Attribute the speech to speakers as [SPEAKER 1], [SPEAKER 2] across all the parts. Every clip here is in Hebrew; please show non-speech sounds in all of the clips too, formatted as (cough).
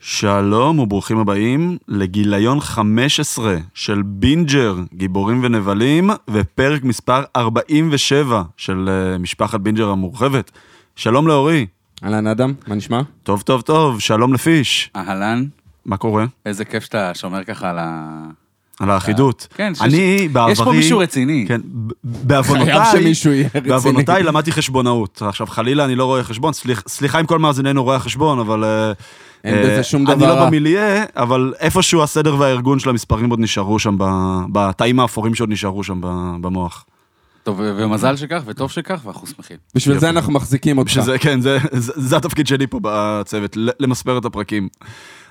[SPEAKER 1] שלום וברוכים הבאים לגיליון 15 של בינג'ר, גיבורים ונבלים, ופרק מספר 47 של אה, משפחת בינג'ר המורחבת. שלום לאורי,
[SPEAKER 2] אהלן אדם, מה נשמע?
[SPEAKER 1] טוב טוב טוב, שלום לפיש,
[SPEAKER 3] אהלן,
[SPEAKER 1] מה קורה?
[SPEAKER 3] איזה כיף שאתה שומר ככה על ה...
[SPEAKER 1] על האחידות.
[SPEAKER 3] כן, שיש-
[SPEAKER 1] אני בעברי...
[SPEAKER 3] יש פה מישהו רציני.
[SPEAKER 1] כן, ב- בעוונותיי...
[SPEAKER 2] חייב שמישהו יהיה רציני.
[SPEAKER 1] בעוונותיי למדתי חשבונאות. עכשיו, חלילה, אני לא רואה חשבון, סליח- סליחה עם כל מאזיננו רואי החשבון, אבל... אה,
[SPEAKER 2] אין
[SPEAKER 1] אה,
[SPEAKER 2] בזה שום דבר
[SPEAKER 1] אני לא
[SPEAKER 2] רע.
[SPEAKER 1] במיליה, אבל איפשהו הסדר והארגון של המספרים עוד נשארו שם, ב- בתאים האפורים שעוד נשארו שם ב- במוח.
[SPEAKER 2] אה.
[SPEAKER 3] טוב, ו- ומזל שכך, וטוב שכך, ואנחנו שמחים.
[SPEAKER 2] בשביל
[SPEAKER 1] יופי.
[SPEAKER 2] זה אנחנו מחזיקים אותך.
[SPEAKER 1] שזה, כן, זה, זה, זה התפקיד שלי פה בצוות, ל- למספר את הפרקים.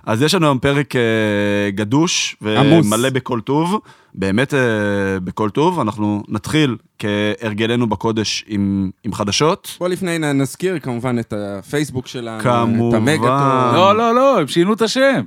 [SPEAKER 1] אז יש לנו היום פרק אה, גדוש
[SPEAKER 2] עמוס.
[SPEAKER 1] ומלא בכל טוב, באמת אה, בכל טוב. אנחנו נתחיל כהרגלנו בקודש עם, עם חדשות.
[SPEAKER 2] בוא לפני נ- נזכיר כמובן את הפייסבוק שלנו,
[SPEAKER 1] כמובן.
[SPEAKER 2] את
[SPEAKER 1] אה.
[SPEAKER 2] המגאטון.
[SPEAKER 3] לא, לא, לא, הם שינו את השם.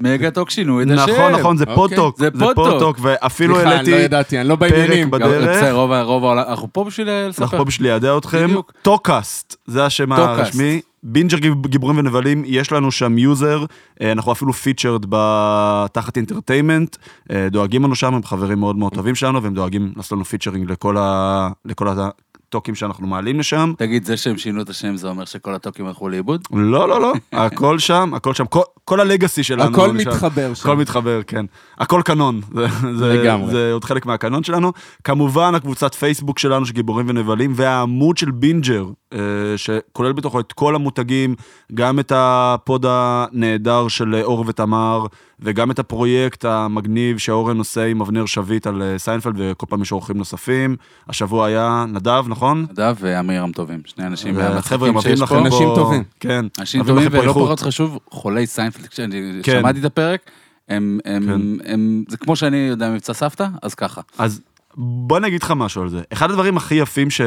[SPEAKER 3] מגה-טוק שינו את השם.
[SPEAKER 1] נכון, נכון, זה
[SPEAKER 2] אוקיי,
[SPEAKER 1] פודטוק,
[SPEAKER 3] זה
[SPEAKER 1] זה
[SPEAKER 3] פודטוק.
[SPEAKER 1] פודטוק, ואפילו
[SPEAKER 2] סליחה, אני
[SPEAKER 1] העליתי,
[SPEAKER 2] לא ידעתי, אני לא
[SPEAKER 1] פרק
[SPEAKER 2] בעניינים.
[SPEAKER 1] בד-
[SPEAKER 3] גם-
[SPEAKER 1] בדרך.
[SPEAKER 3] בסדר, רוב ה- רוב העולם, אנחנו פה בשביל
[SPEAKER 1] אנחנו
[SPEAKER 3] לספר.
[SPEAKER 1] פה בשביל לידע אתכם,
[SPEAKER 3] בדיוק.
[SPEAKER 1] טוקאסט, זה השם
[SPEAKER 3] טוקאסט.
[SPEAKER 1] הרשמי. בינג'ר גיב- גיבורים ונבלים, יש לנו שם יוזר, אה, אנחנו אפילו פיצ'רד ב- תחת אינטרטיימנט, אה, דואגים לנו שם, הם חברים מאוד מאוד טובים שלנו, והם דואגים לעשות לנו פיצ'רינג לכל ה- לכל הטוקים שאנחנו מעלים לשם.
[SPEAKER 3] תגיד, זה שהם שינו את השם, זה אומר שכל הטוקים הלכו לאיבוד?
[SPEAKER 1] לא, לא, לא, הכל שם, הכל שם, כל- כל הלגאסי שלנו.
[SPEAKER 2] הכל
[SPEAKER 1] לא נשאר.
[SPEAKER 2] מתחבר שם.
[SPEAKER 1] הכל מתחבר, כן. הכל קנון. (laughs) זה, זה,
[SPEAKER 2] לגמרי.
[SPEAKER 1] זה עוד חלק מהקנון שלנו. כמובן, הקבוצת פייסבוק שלנו, שגיבורים ונבלים, והעמוד של בינג'ר, אה, שכולל בתוכו את כל המותגים, גם את הפוד הנהדר של אור ותמר, וגם את הפרויקט המגניב שאורן עושה עם אבנר שביט על אה, סיינפלד, וכל פעם יש אורחים נוספים. השבוע היה נדב, נכון?
[SPEAKER 3] נדב ואמיר הם טובים, שני אנשים
[SPEAKER 1] חבר'ה,
[SPEAKER 3] מהמצחיקים
[SPEAKER 1] מביאים
[SPEAKER 3] שיש
[SPEAKER 1] לכם
[SPEAKER 3] פה.
[SPEAKER 2] אנשים טובים.
[SPEAKER 1] כן.
[SPEAKER 3] אנשים
[SPEAKER 1] מביאים
[SPEAKER 3] טובים,
[SPEAKER 1] לכם פה
[SPEAKER 3] ולא
[SPEAKER 1] איכות.
[SPEAKER 3] פחות חשוב, חולי סיינפלד, כשאני
[SPEAKER 1] כן.
[SPEAKER 3] שמעתי את הפרק, הם, הם, הם, זה כמו שאני יודע מבצע סבתא, אז ככה.
[SPEAKER 1] אז בוא אני אגיד לך משהו על זה. אחד הדברים הכי יפים ש...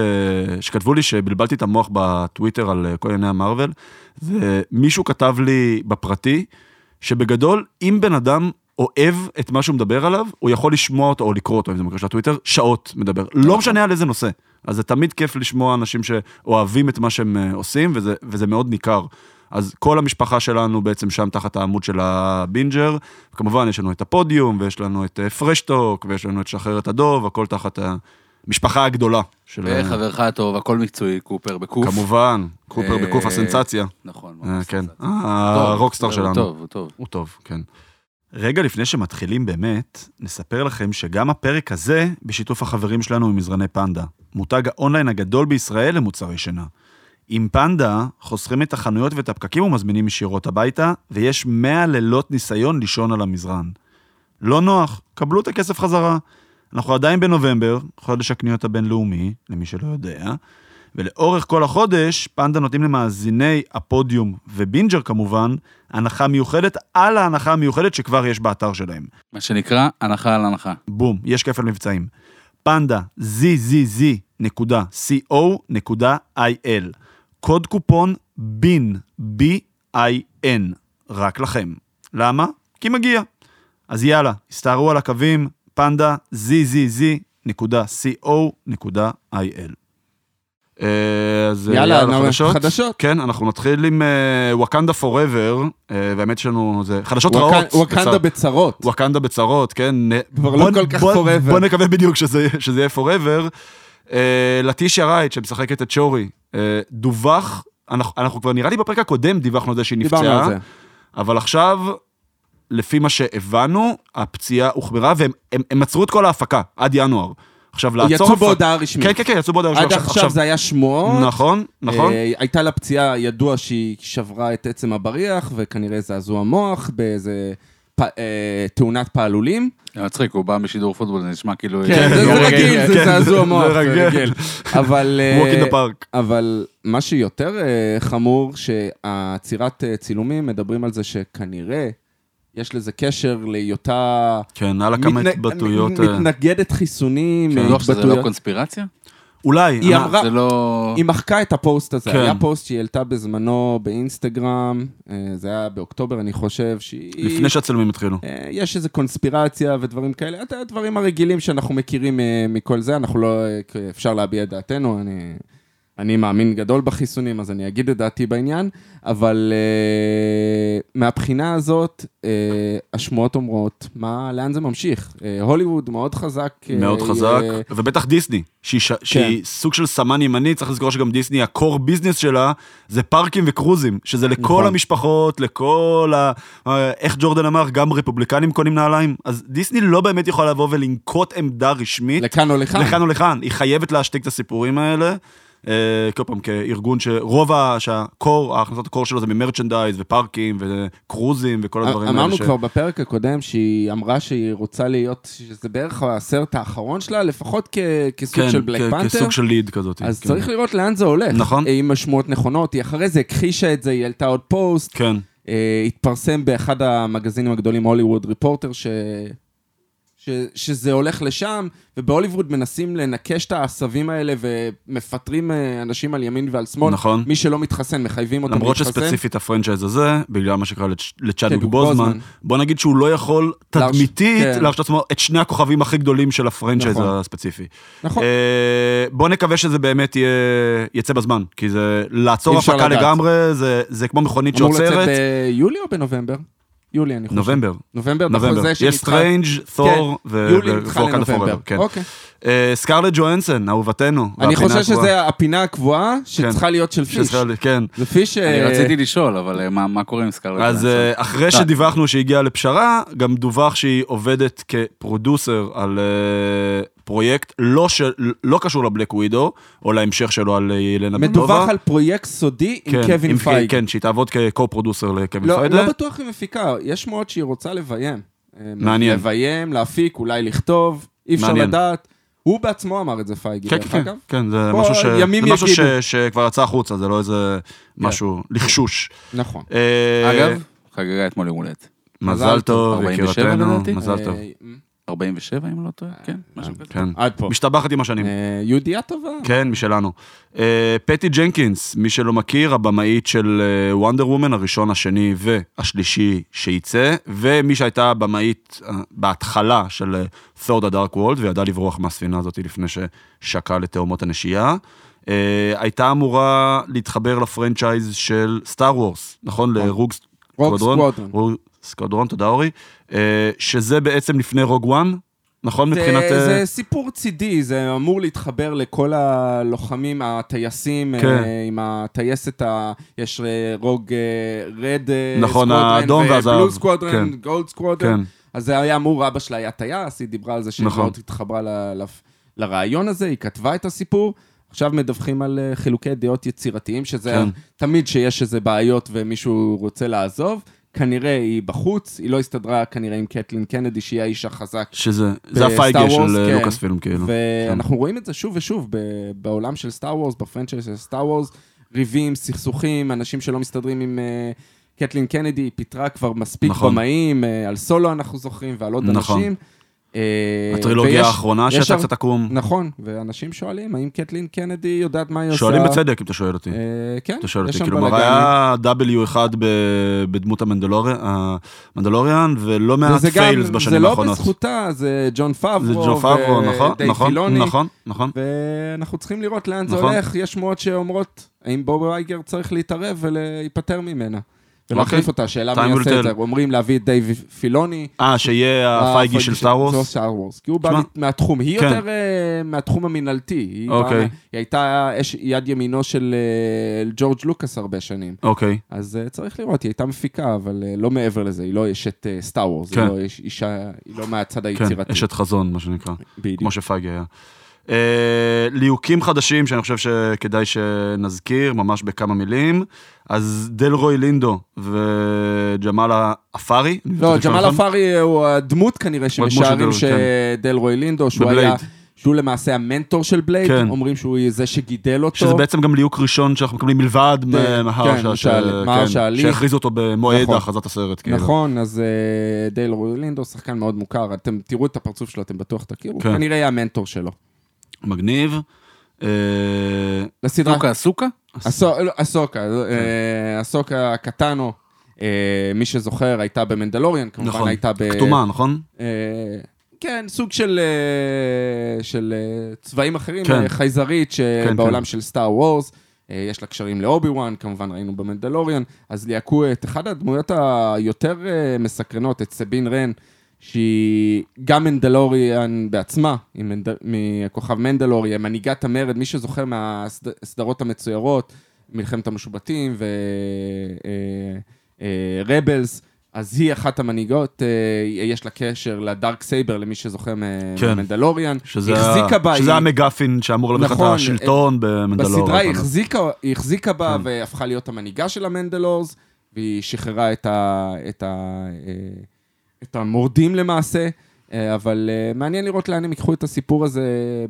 [SPEAKER 1] שכתבו לי, שבלבלתי את המוח בטוויטר על אה, כל ענייני המרוויל, זה מישהו כתב לי בפרטי, שבגדול, אם בן אדם אוהב את מה שהוא מדבר עליו, הוא יכול לשמוע אותו או לקרוא אותו, אם זה מקרה של הטוויטר, שעות מדבר. לא משנה על איזה נושא. אז זה תמיד כיף לשמוע אנשים שאוהבים את מה שהם אה, עושים, וזה, וזה מאוד ניכר. אז כל המשפחה שלנו בעצם שם תחת העמוד של הבינג'ר. כמובן, יש לנו את הפודיום, ויש לנו את אה, פרשטוק, ויש לנו את שחררת הדוב, הכל תחת המשפחה הגדולה של... ה-
[SPEAKER 3] וחברך הטוב, הכל מקצועי, קופר בקוף.
[SPEAKER 1] כמובן, קופר
[SPEAKER 3] אה,
[SPEAKER 1] בקוף הסנסציה.
[SPEAKER 3] נכון.
[SPEAKER 1] אה,
[SPEAKER 3] ממש
[SPEAKER 1] כן,
[SPEAKER 3] סנסציה.
[SPEAKER 1] אה,
[SPEAKER 3] טוב,
[SPEAKER 1] הרוקסטאר
[SPEAKER 3] הוא
[SPEAKER 1] שלנו.
[SPEAKER 3] טוב, הוא טוב.
[SPEAKER 1] הוא טוב, כן. רגע לפני שמתחילים באמת, נספר לכם שגם הפרק הזה בשיתוף החברים שלנו ממזרני פנדה, מותג האונליין הגדול בישראל למוצרי שינה. עם פנדה חוסכים את החנויות ואת הפקקים ומזמינים ישירות הביתה, ויש 100 לילות ניסיון לישון על המזרן. לא נוח, קבלו את הכסף חזרה. אנחנו עדיין בנובמבר, חודש הקניות הבינלאומי, למי שלא יודע, ולאורך כל החודש, פנדה נותנים למאזיני הפודיום ובינג'ר כמובן, הנחה מיוחדת על ההנחה המיוחדת שכבר יש באתר שלהם.
[SPEAKER 3] מה שנקרא, הנחה על הנחה.
[SPEAKER 1] בום, יש כפל מבצעים. פנדה, zzz.co.il. קוד קופון בין, B-I-N, רק לכם. למה? כי מגיע. אז יאללה, הסתערו על הקווים, פנדה, zzz.co.il. אה, אז
[SPEAKER 2] יאללה, נו, חדשות.
[SPEAKER 1] כן, אנחנו נתחיל עם אה, וואקנדה פוראבר, אה, והאמת שלנו, זה חדשות
[SPEAKER 2] וואקנ-
[SPEAKER 1] רעות.
[SPEAKER 2] וואקנדה
[SPEAKER 1] בצד.
[SPEAKER 2] בצרות.
[SPEAKER 1] וואקנדה בצרות, כן?
[SPEAKER 2] כבר לא
[SPEAKER 1] בוא-
[SPEAKER 2] כל כך
[SPEAKER 1] בוא-
[SPEAKER 2] forever.
[SPEAKER 1] בוא נקווה בדיוק שזה שזה יהיה forever. אה, לטישיה רייט, שמשחקת את שורי, אה, דווח, אנחנו אנחנו כבר, נראה לי בפרק הקודם דיווחנו על זה שהיא
[SPEAKER 2] דיברנו
[SPEAKER 1] נפצעה,
[SPEAKER 2] על זה.
[SPEAKER 1] אבל עכשיו, לפי מה שהבנו, הפציעה הוחמרה, והם הם- הם עצרו את כל ההפקה עד ינואר. עכשיו, לעצור...
[SPEAKER 2] יצאו
[SPEAKER 1] הפק-
[SPEAKER 2] בהודעה רשמית.
[SPEAKER 1] כן, כן, כן, יצאו בהודעה
[SPEAKER 2] עד
[SPEAKER 1] רשמית.
[SPEAKER 2] עכשיו זה היה שמועות.
[SPEAKER 1] נכון, נכון.
[SPEAKER 2] אה, הייתה לה פציעה, ידוע שהיא שברה את עצם הבריח, וכנראה זעזוע מוח באיזה פ- אה, תאונת פעלולים.
[SPEAKER 3] זה מצחיק, הוא בא משידור פוטבול, זה נשמע כאילו...
[SPEAKER 2] כן, זה- זה
[SPEAKER 1] כן,
[SPEAKER 2] רגיל,
[SPEAKER 1] כן,
[SPEAKER 2] זה
[SPEAKER 1] זה
[SPEAKER 2] זעזוע מוח, זה
[SPEAKER 1] רגיל.
[SPEAKER 2] רגיל. אבל... אה,
[SPEAKER 1] (laughs) Walk in the park.
[SPEAKER 2] אבל מה שיותר אה, חמור, שהעצירת אה, צילומים, מדברים על זה שכנראה יש לזה קשר להיותה...
[SPEAKER 1] כן, הלאה כמה
[SPEAKER 2] מתנג-
[SPEAKER 1] התבטאויות. אה, כן.
[SPEAKER 2] מתנגדת חיסונים,
[SPEAKER 3] אני לא חושב שזה לא
[SPEAKER 2] התבטאויות.
[SPEAKER 3] קונספירציה?
[SPEAKER 1] אולי,
[SPEAKER 2] היא
[SPEAKER 1] אה,
[SPEAKER 2] אמרה-
[SPEAKER 3] זה לא...
[SPEAKER 2] היא מחקה את הפוסט הזה,
[SPEAKER 1] כן.
[SPEAKER 2] היה פוסט שהיא העלתה בזמנו באינסטגרם, אה, זה היה באוקטובר, אני חושב, שהיא...
[SPEAKER 1] לפני שהצלמים התחילו.
[SPEAKER 2] אה, יש איזו קונספירציה ודברים כאלה, את הדברים הרגילים שאנחנו מכירים אה, מכל זה, אנחנו לא... אה, אפשר להביע את דעתנו, אני... אני מאמין גדול בחיסונים, אז אני אגיד את דעתי בעניין, אבל אה, מהבחינה הזאת, אה, השמועות אומרות, מה, לאן זה ממשיך? אה, הוליווד מאוד חזק. אה,
[SPEAKER 1] מאוד חזק,
[SPEAKER 2] אה, כן.
[SPEAKER 1] ובטח דיסני, שהיא ש- שהיא סוג של סמן ימני, צריך לזכור שגם דיסני, הקור ביזנס שלה זה פארקים וקרוזים, שזה
[SPEAKER 2] נכון.
[SPEAKER 1] לכל המשפחות, לכל ה... אה, איך ג'ורדן אמר, גם רפובליקנים קונים נעליים, אז דיסני לא באמת יכולה לבוא ולנקוט עמדה רשמית.
[SPEAKER 2] לכאן או לכאן.
[SPEAKER 1] לכאן או לכאן. היא חייבת להשתיק את הסיפורים האלה. אה, כל פעם, כארגון שרוב ה... שהקור, ההכנסות הקור שלו זה ממרצ'נדייז ופארקים וקרוזים וכל הדברים האלה.
[SPEAKER 2] אה, אמרנו
[SPEAKER 1] ש-
[SPEAKER 2] כבר בפרק הקודם שהיא אמרה שהיא רוצה להיות, שזה בערך הסרט האחרון שלה, לפחות כ- כסוג
[SPEAKER 1] כן,
[SPEAKER 2] של בלק
[SPEAKER 1] כ-
[SPEAKER 2] פנתר.
[SPEAKER 1] כסוג של ליד כזאת.
[SPEAKER 2] אז
[SPEAKER 1] כן.
[SPEAKER 2] צריך לראות לאן זה הולך.
[SPEAKER 1] נכון.
[SPEAKER 2] אה, אם השמועות נכונות, היא אחרי זה הכחישה את זה, היא העלתה עוד פוסט.
[SPEAKER 1] כן.
[SPEAKER 2] אה, התפרסם באחד המגזינים הגדולים, הוליווד ריפורטר, ש... ש... שזה הולך לשם, ובהוליווד מנסים לנקש את העשבים האלה ומפטרים אה, אנשים על ימין ועל שמאל.
[SPEAKER 1] נכון.
[SPEAKER 2] מי שלא מתחסן, מחייבים אותם
[SPEAKER 1] למרות
[SPEAKER 2] להתחסן.
[SPEAKER 1] שספציפית הפרנצ'ייז הזה, בגלל מה שקרה לצ'- לצ'אדוויק
[SPEAKER 2] צ'דוויק
[SPEAKER 1] בוזמן,
[SPEAKER 2] בוזמן.
[SPEAKER 1] בוא נגיד שהוא לא יכול
[SPEAKER 2] כן, להרש-
[SPEAKER 1] תדמיתית
[SPEAKER 2] כן.
[SPEAKER 1] להרשות לעצמו את שני הכוכבים הכי גדולים של הפרנצ'ייז
[SPEAKER 2] נכון.
[SPEAKER 1] הספציפי.
[SPEAKER 2] נכון.
[SPEAKER 1] אה, בוא נקווה שזה באמת יהיה- יצא בזמן, כי זה לעצור
[SPEAKER 2] אי אפשר
[SPEAKER 1] הפקה
[SPEAKER 2] לדעת.
[SPEAKER 1] לגמרי, זה- זה כמו מכונית
[SPEAKER 2] אמור לצאת אה,
[SPEAKER 1] שעוצרת.
[SPEAKER 2] ביולי או בנובמבר? יולי, אני חושב.
[SPEAKER 1] נובמבר.
[SPEAKER 2] נובמבר, אתה
[SPEAKER 1] נובמבר.
[SPEAKER 2] חוזה
[SPEAKER 1] יש
[SPEAKER 2] שנדחה- כן.
[SPEAKER 1] סטרנג', תור
[SPEAKER 2] יולי נדחה לנובמבר.
[SPEAKER 1] ופורקן
[SPEAKER 2] אוקיי.
[SPEAKER 1] כן. אה, סקארלט ג'ואנסן, אהובתנו.
[SPEAKER 2] אני
[SPEAKER 1] והפינה
[SPEAKER 2] חושב
[SPEAKER 1] הקבועה.
[SPEAKER 2] שזה הפינה הקבועה שצריכה להיות של פיש.
[SPEAKER 1] שסקארלט- כן.
[SPEAKER 2] זה פיש...
[SPEAKER 3] אני
[SPEAKER 2] אה,
[SPEAKER 3] רציתי לשאול, אבל אה, מה מה קורה עם סקארלט?
[SPEAKER 1] אז
[SPEAKER 3] ג'ואנסון?
[SPEAKER 1] אה, אחרי שדיווחנו שהיא הגיעה לפשרה, גם דווח שהיא עובדת כפרודוסר על אה, פרויקט לא של- לא קשור לבלק ווידו, או להמשך שלו על אה, ילנה בנובה.
[SPEAKER 2] מדווח על פרויקט סודי עם
[SPEAKER 1] כן,
[SPEAKER 2] קווין פייג.
[SPEAKER 1] כן, שהיא תעבוד כקו-פרודוסר לקווין
[SPEAKER 2] לא,
[SPEAKER 1] פיידלר.
[SPEAKER 2] לא בטוח היא מפיקה, יש שמועות שהיא רוצה לביים. אה,
[SPEAKER 1] מעניין.
[SPEAKER 2] לביים, להפיק, אולי לכתוב, אי אפשר
[SPEAKER 1] מעניין.
[SPEAKER 2] לדעת. הוא בעצמו אמר את זה, פייגי,
[SPEAKER 1] כן,
[SPEAKER 2] דרך
[SPEAKER 1] כן,
[SPEAKER 2] אגב.
[SPEAKER 1] כן, כן, זה
[SPEAKER 2] פה
[SPEAKER 1] משהו, ש...
[SPEAKER 2] ימים
[SPEAKER 1] זה משהו ש...
[SPEAKER 2] יגידו. כן.
[SPEAKER 1] שכבר יצא החוצה, זה לא איזה משהו, לחשוש.
[SPEAKER 2] נכון.
[SPEAKER 1] אה,
[SPEAKER 3] אגב, חגגה אתמול יום הולדת.
[SPEAKER 1] מזל
[SPEAKER 2] מזל
[SPEAKER 1] טוב,
[SPEAKER 2] טוב,
[SPEAKER 1] יקירתנו,
[SPEAKER 3] לדעתי.
[SPEAKER 1] מזל טוב.
[SPEAKER 2] אה,
[SPEAKER 3] 47 אם לא טועה, כן, משהו כזה.
[SPEAKER 1] כן.
[SPEAKER 2] עד פה.
[SPEAKER 1] משתבחת עם השנים.
[SPEAKER 2] אה, יהודייה טובה.
[SPEAKER 1] כן, משלנו. אה, פטי ג'נקינס, מי שלא מכיר, הבמאית של אה, וונדר וומן, הראשון, השני והשלישי שייצא, ומי שהייתה הבמאית אה, בהתחלה של אה, תורד הדארק וולד, וידעה לברוח מהספינה הזאת לפני ששקע לתאומות הנשייה. אה, הייתה אמורה להתחבר לפרנצ'ייז של סטאר וורס, נכון? לרוג
[SPEAKER 2] רוג סקוודרון.
[SPEAKER 1] רוג סקוודרון, תודה אורי. אה, שזה בעצם לפני רוג וואן, נכון?
[SPEAKER 2] זה-
[SPEAKER 1] מבחינת... אה,
[SPEAKER 2] זה סיפור צידי, זה אמור להתחבר לכל הלוחמים, הטייסים,
[SPEAKER 1] כן.
[SPEAKER 2] אה, עם הטייסת, ה- יש אה, רוג אה, רד אה,
[SPEAKER 1] נכון, האדום והזהב.
[SPEAKER 2] ובלו
[SPEAKER 1] כן.
[SPEAKER 2] סקוודרן, גולד סקוודרן.
[SPEAKER 1] כן.
[SPEAKER 2] אז זה היה אמור, אבא שלה היה טייס, היא דיברה על זה שהיא
[SPEAKER 1] נכון.
[SPEAKER 2] מאוד התחברה ל- ל- לרעיון הזה, היא כתבה את הסיפור. עכשיו מדווחים על אה, חילוקי דעות יצירתיים, שזה
[SPEAKER 1] כן.
[SPEAKER 2] תמיד שיש איזה בעיות ומישהו רוצה לעזוב. כנראה היא בחוץ, היא לא הסתדרה כנראה עם קטלין קנדי, שהיא האיש החזק
[SPEAKER 1] שזה, זה
[SPEAKER 2] ב-
[SPEAKER 1] הפייגה
[SPEAKER 2] Star Wars,
[SPEAKER 1] של
[SPEAKER 2] כן.
[SPEAKER 1] לוקאס פילם, כאילו.
[SPEAKER 2] ואנחנו רואים את זה שוב ושוב ב- בעולם של סטאר וורס, בפרנצ'ייז של סטאר וורס, ריבים, סכסוכים, אנשים שלא מסתדרים עם... אה, קטלין קנדי היא פיטרה כבר מספיק
[SPEAKER 1] נכון.
[SPEAKER 2] במאים, אה, על סולו אנחנו זוכרים ועל עוד
[SPEAKER 1] נכון.
[SPEAKER 2] אנשים. אה,
[SPEAKER 1] הטרילוגיה
[SPEAKER 2] ויש-
[SPEAKER 1] האחרונה
[SPEAKER 2] יש
[SPEAKER 1] שיצאה
[SPEAKER 2] הר-
[SPEAKER 1] קצת עקום.
[SPEAKER 2] נכון, ואנשים שואלים, האם קטלין קנדי יודעת מה היא עושה?
[SPEAKER 1] שואלים בצדק, אם אתה שואל אותי.
[SPEAKER 2] אה, כן,
[SPEAKER 1] אתה שואל
[SPEAKER 2] יש
[SPEAKER 1] אותי, כאילו,
[SPEAKER 2] שם
[SPEAKER 1] כלומר,
[SPEAKER 2] בלאגנים.
[SPEAKER 1] היה W1 ב- בדמות המנדלורי- המנדלוריאן, ולא מעט
[SPEAKER 2] וזה גם-
[SPEAKER 1] פיילס בשנים
[SPEAKER 2] זה לא
[SPEAKER 1] האחרונות.
[SPEAKER 2] בזכותה, זה ג'ון פאברו,
[SPEAKER 1] זה ג'ו פאברו,
[SPEAKER 2] ו-
[SPEAKER 1] נכון,
[SPEAKER 2] דייב
[SPEAKER 1] נכון,
[SPEAKER 2] פילוני.
[SPEAKER 1] נכון, נכון.
[SPEAKER 2] ואנחנו צריכים לראות לאן זה
[SPEAKER 1] נכון.
[SPEAKER 2] הולך. יש שמועות שאומרות, האם בוב וייגר צריך להתערב ולהיפטר ממנה. ולהחליף
[SPEAKER 1] אוקיי.
[SPEAKER 2] אותה,
[SPEAKER 1] Time
[SPEAKER 2] השאלה מי
[SPEAKER 1] will
[SPEAKER 2] יעשה
[SPEAKER 1] tell.
[SPEAKER 2] את זה. אומרים להביא את דייב פילוני.
[SPEAKER 1] אה, שיהיה הפייגי של סטאר וורס?
[SPEAKER 2] סטאר וורס, כי הוא בא
[SPEAKER 1] תשמע,
[SPEAKER 2] מת- מהתחום. היא
[SPEAKER 1] כן.
[SPEAKER 2] יותר אה, מהתחום המינהלתי. היא באה
[SPEAKER 1] אוקיי.
[SPEAKER 2] מה- היא הייתה אש- יד ימינו של אה, ג'ורג' לוקאס הרבה שנים.
[SPEAKER 1] אוקיי.
[SPEAKER 2] אז אה, צריך לראות, היא הייתה מפיקה, אבל אה, לא מעבר לזה, היא לא אשת סטאר וורס.
[SPEAKER 1] כן.
[SPEAKER 2] היא לא איש- אישה, היא לא מהצד
[SPEAKER 1] כן,
[SPEAKER 2] היצירתי.
[SPEAKER 1] אשת חזון, מה שנקרא.
[SPEAKER 2] בדיוק.
[SPEAKER 1] כמו שפאגי היה. אה, ליהוקים חדשים שאני חושב שכדאי שנזכיר, ממש בכמה מילים. אז דלרוי לינדו וג'מאל עפארי. אני
[SPEAKER 2] לא,
[SPEAKER 1] מבטא את זה
[SPEAKER 2] ג'מאל
[SPEAKER 1] נכון?
[SPEAKER 2] עפארי הוא הדמות כנראה
[SPEAKER 1] הוא הדמות של
[SPEAKER 2] שמשערים
[SPEAKER 1] דלרוי,
[SPEAKER 2] שדלרוי לינדו, שהוא
[SPEAKER 1] בבלייד.
[SPEAKER 2] היה... שהוא למעשה המנטור של בלייד,
[SPEAKER 1] כן.
[SPEAKER 2] אומרים שהוא זה שגידל אותו.
[SPEAKER 1] שזה בעצם גם ליהוק ראשון שאנחנו מקבלים מלבד
[SPEAKER 2] כן,
[SPEAKER 1] מההר
[SPEAKER 2] כן,
[SPEAKER 1] ש-
[SPEAKER 2] שעל-
[SPEAKER 1] כן,
[SPEAKER 2] מההר שעלי.
[SPEAKER 1] שהכריזו אותו במועד
[SPEAKER 2] נכון.
[SPEAKER 1] הכרזת הסרט. כאילו.
[SPEAKER 2] נכון, אז אה, דלרוי לינדו, שחקן מאוד מוכר, אתם תראו את הפרצוף שלו, אתם בטוח תכירו,
[SPEAKER 1] כן.
[SPEAKER 2] כנראה יהיה המנטור שלו.
[SPEAKER 1] מגניב. אה,
[SPEAKER 2] לסדרה,
[SPEAKER 3] סוקה, סוקה?
[SPEAKER 2] אסו- לא, אסוקה,
[SPEAKER 1] כן.
[SPEAKER 2] אה, אסוקה הקטנו, אה, מי שזוכר, הייתה במנדלוריאן, כמובן
[SPEAKER 1] נכון.
[SPEAKER 2] הייתה ב...
[SPEAKER 1] כתומה, נכון?
[SPEAKER 2] אה, כן, סוג של, אה, של אה, צבעים אחרים,
[SPEAKER 1] כן.
[SPEAKER 2] כן. חייזרית
[SPEAKER 1] כן,
[SPEAKER 2] שבעולם
[SPEAKER 1] כן.
[SPEAKER 2] כן. של סטאר וורס. אה, יש לה קשרים לאובי וואן, כמובן ראינו במנדלוריאן. אז ליהקו את אחת הדמויות היותר אה, מסקרנות, את סבין רן, שהיא גם מנדלוריאן בעצמה, היא מנד... מכוכב מנדלורי, היא מנהיגת המרד, מי שזוכר מהסדרות המצוירות, מלחמת המשובטים ורבלס, אז היא אחת המנהיגות, אה, יש לה קשר לדארק סייבר, למי שזוכר
[SPEAKER 1] כן.
[SPEAKER 2] ממנדלוריאן.
[SPEAKER 1] שזה,
[SPEAKER 2] היא החזיקה בה,
[SPEAKER 1] שזה
[SPEAKER 2] היא-
[SPEAKER 1] המגפין שאמור לקחת את
[SPEAKER 2] נכון,
[SPEAKER 1] השלטון נכון. במנדלור.
[SPEAKER 2] בסדרה היא
[SPEAKER 1] אבל-
[SPEAKER 2] החזיקה, היא החזיקה בה והפכה להיות המנהיגה של המנדלורס, והיא שחררה את, ה, את, ה, אה, את המורדים למעשה, אה, אבל אה, מעניין לראות לאן הם ייקחו את הסיפור הזה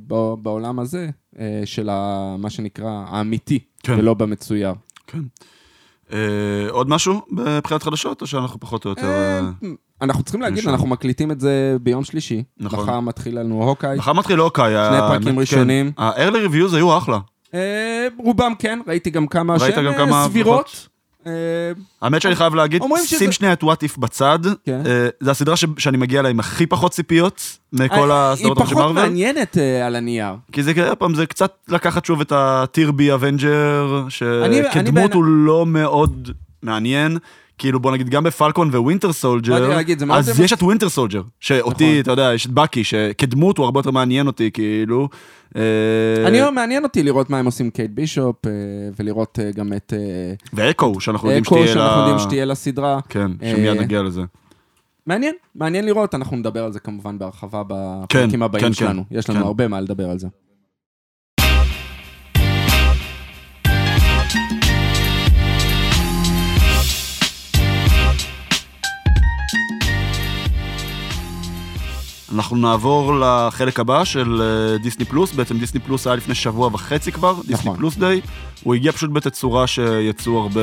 [SPEAKER 2] ב- בעולם הזה, אה, של ה, מה שנקרא האמיתי,
[SPEAKER 1] כן.
[SPEAKER 2] ולא במצויר.
[SPEAKER 1] כן. אה, עוד משהו מבחינת חדשות, או שאנחנו פחות או יותר... אה,
[SPEAKER 2] אנחנו צריכים להגיד,
[SPEAKER 1] משם.
[SPEAKER 2] אנחנו מקליטים את זה ביום שלישי.
[SPEAKER 1] נכון.
[SPEAKER 2] מחר מתחיל לנו הוקאי.
[SPEAKER 1] מחר מתחיל אוקיי.
[SPEAKER 2] אה, שני פרקים ראשונים.
[SPEAKER 1] ה-early reviews היו אחלה.
[SPEAKER 2] אה, רובם כן, ראיתי גם כמה
[SPEAKER 1] ראית
[SPEAKER 2] שהן
[SPEAKER 1] גם
[SPEAKER 2] אה,
[SPEAKER 1] כמה
[SPEAKER 2] סבירות. אה,
[SPEAKER 1] האמת שאני חייב להגיד,
[SPEAKER 2] אומרים
[SPEAKER 1] שים
[SPEAKER 2] שזה-
[SPEAKER 1] שנייה את what if בצד.
[SPEAKER 2] כן.
[SPEAKER 1] אה, זו הסדרה ש- שאני מגיע אליה עם הכי פחות ציפיות מכל
[SPEAKER 2] אה,
[SPEAKER 1] הסדרות
[SPEAKER 2] היא
[SPEAKER 1] של
[SPEAKER 2] פחות
[SPEAKER 1] מארוול.
[SPEAKER 2] מעניינת אה, על הנייר.
[SPEAKER 1] כי זה כאילו, פעם, זה קצת לקחת שוב את הטיר בי אבנג'ר,
[SPEAKER 2] אני- אני
[SPEAKER 1] שכדמות
[SPEAKER 2] בעיני-
[SPEAKER 1] הוא לא מאוד מעניין. כאילו בוא נגיד גם בפלקון ווינטר סולג'ר,
[SPEAKER 2] באתי להגיד, זה מאוד
[SPEAKER 1] אז
[SPEAKER 2] מבצ-
[SPEAKER 1] יש את ווינטר סולג'ר, שאותי,
[SPEAKER 2] נכון.
[SPEAKER 1] אתה יודע, יש את בקי, שכדמות הוא הרבה יותר מעניין אותי, כאילו. אה,
[SPEAKER 2] אני אומר, מעניין אותי לראות מה הם עושים עם קייט בישופ, אה, ולראות אה, גם את אה,
[SPEAKER 1] ואקו, שאנחנו יודעים
[SPEAKER 2] אקו,
[SPEAKER 1] שתהיה
[SPEAKER 2] שאנחנו
[SPEAKER 1] לה...
[SPEAKER 2] יודעים שתהיה לסדרה.
[SPEAKER 1] כן,
[SPEAKER 2] אה,
[SPEAKER 1] שמיד נגיע לזה.
[SPEAKER 2] מעניין, מעניין לראות, אנחנו נדבר על זה כמובן בהרחבה
[SPEAKER 1] כן,
[SPEAKER 2] בפרקים
[SPEAKER 1] כן,
[SPEAKER 2] הבאים שלנו.
[SPEAKER 1] כן,
[SPEAKER 2] יש
[SPEAKER 1] כן.
[SPEAKER 2] לנו הרבה מה לדבר על זה.
[SPEAKER 1] אנחנו נעבור לחלק הבא של אה, דיסני פלוס, בעצם דיסני פלוס היה לפני שבוע וחצי כבר, דיסני
[SPEAKER 2] נכון.
[SPEAKER 1] פלוס דיי, הוא הגיע פשוט בתצורה שיצאו הרבה,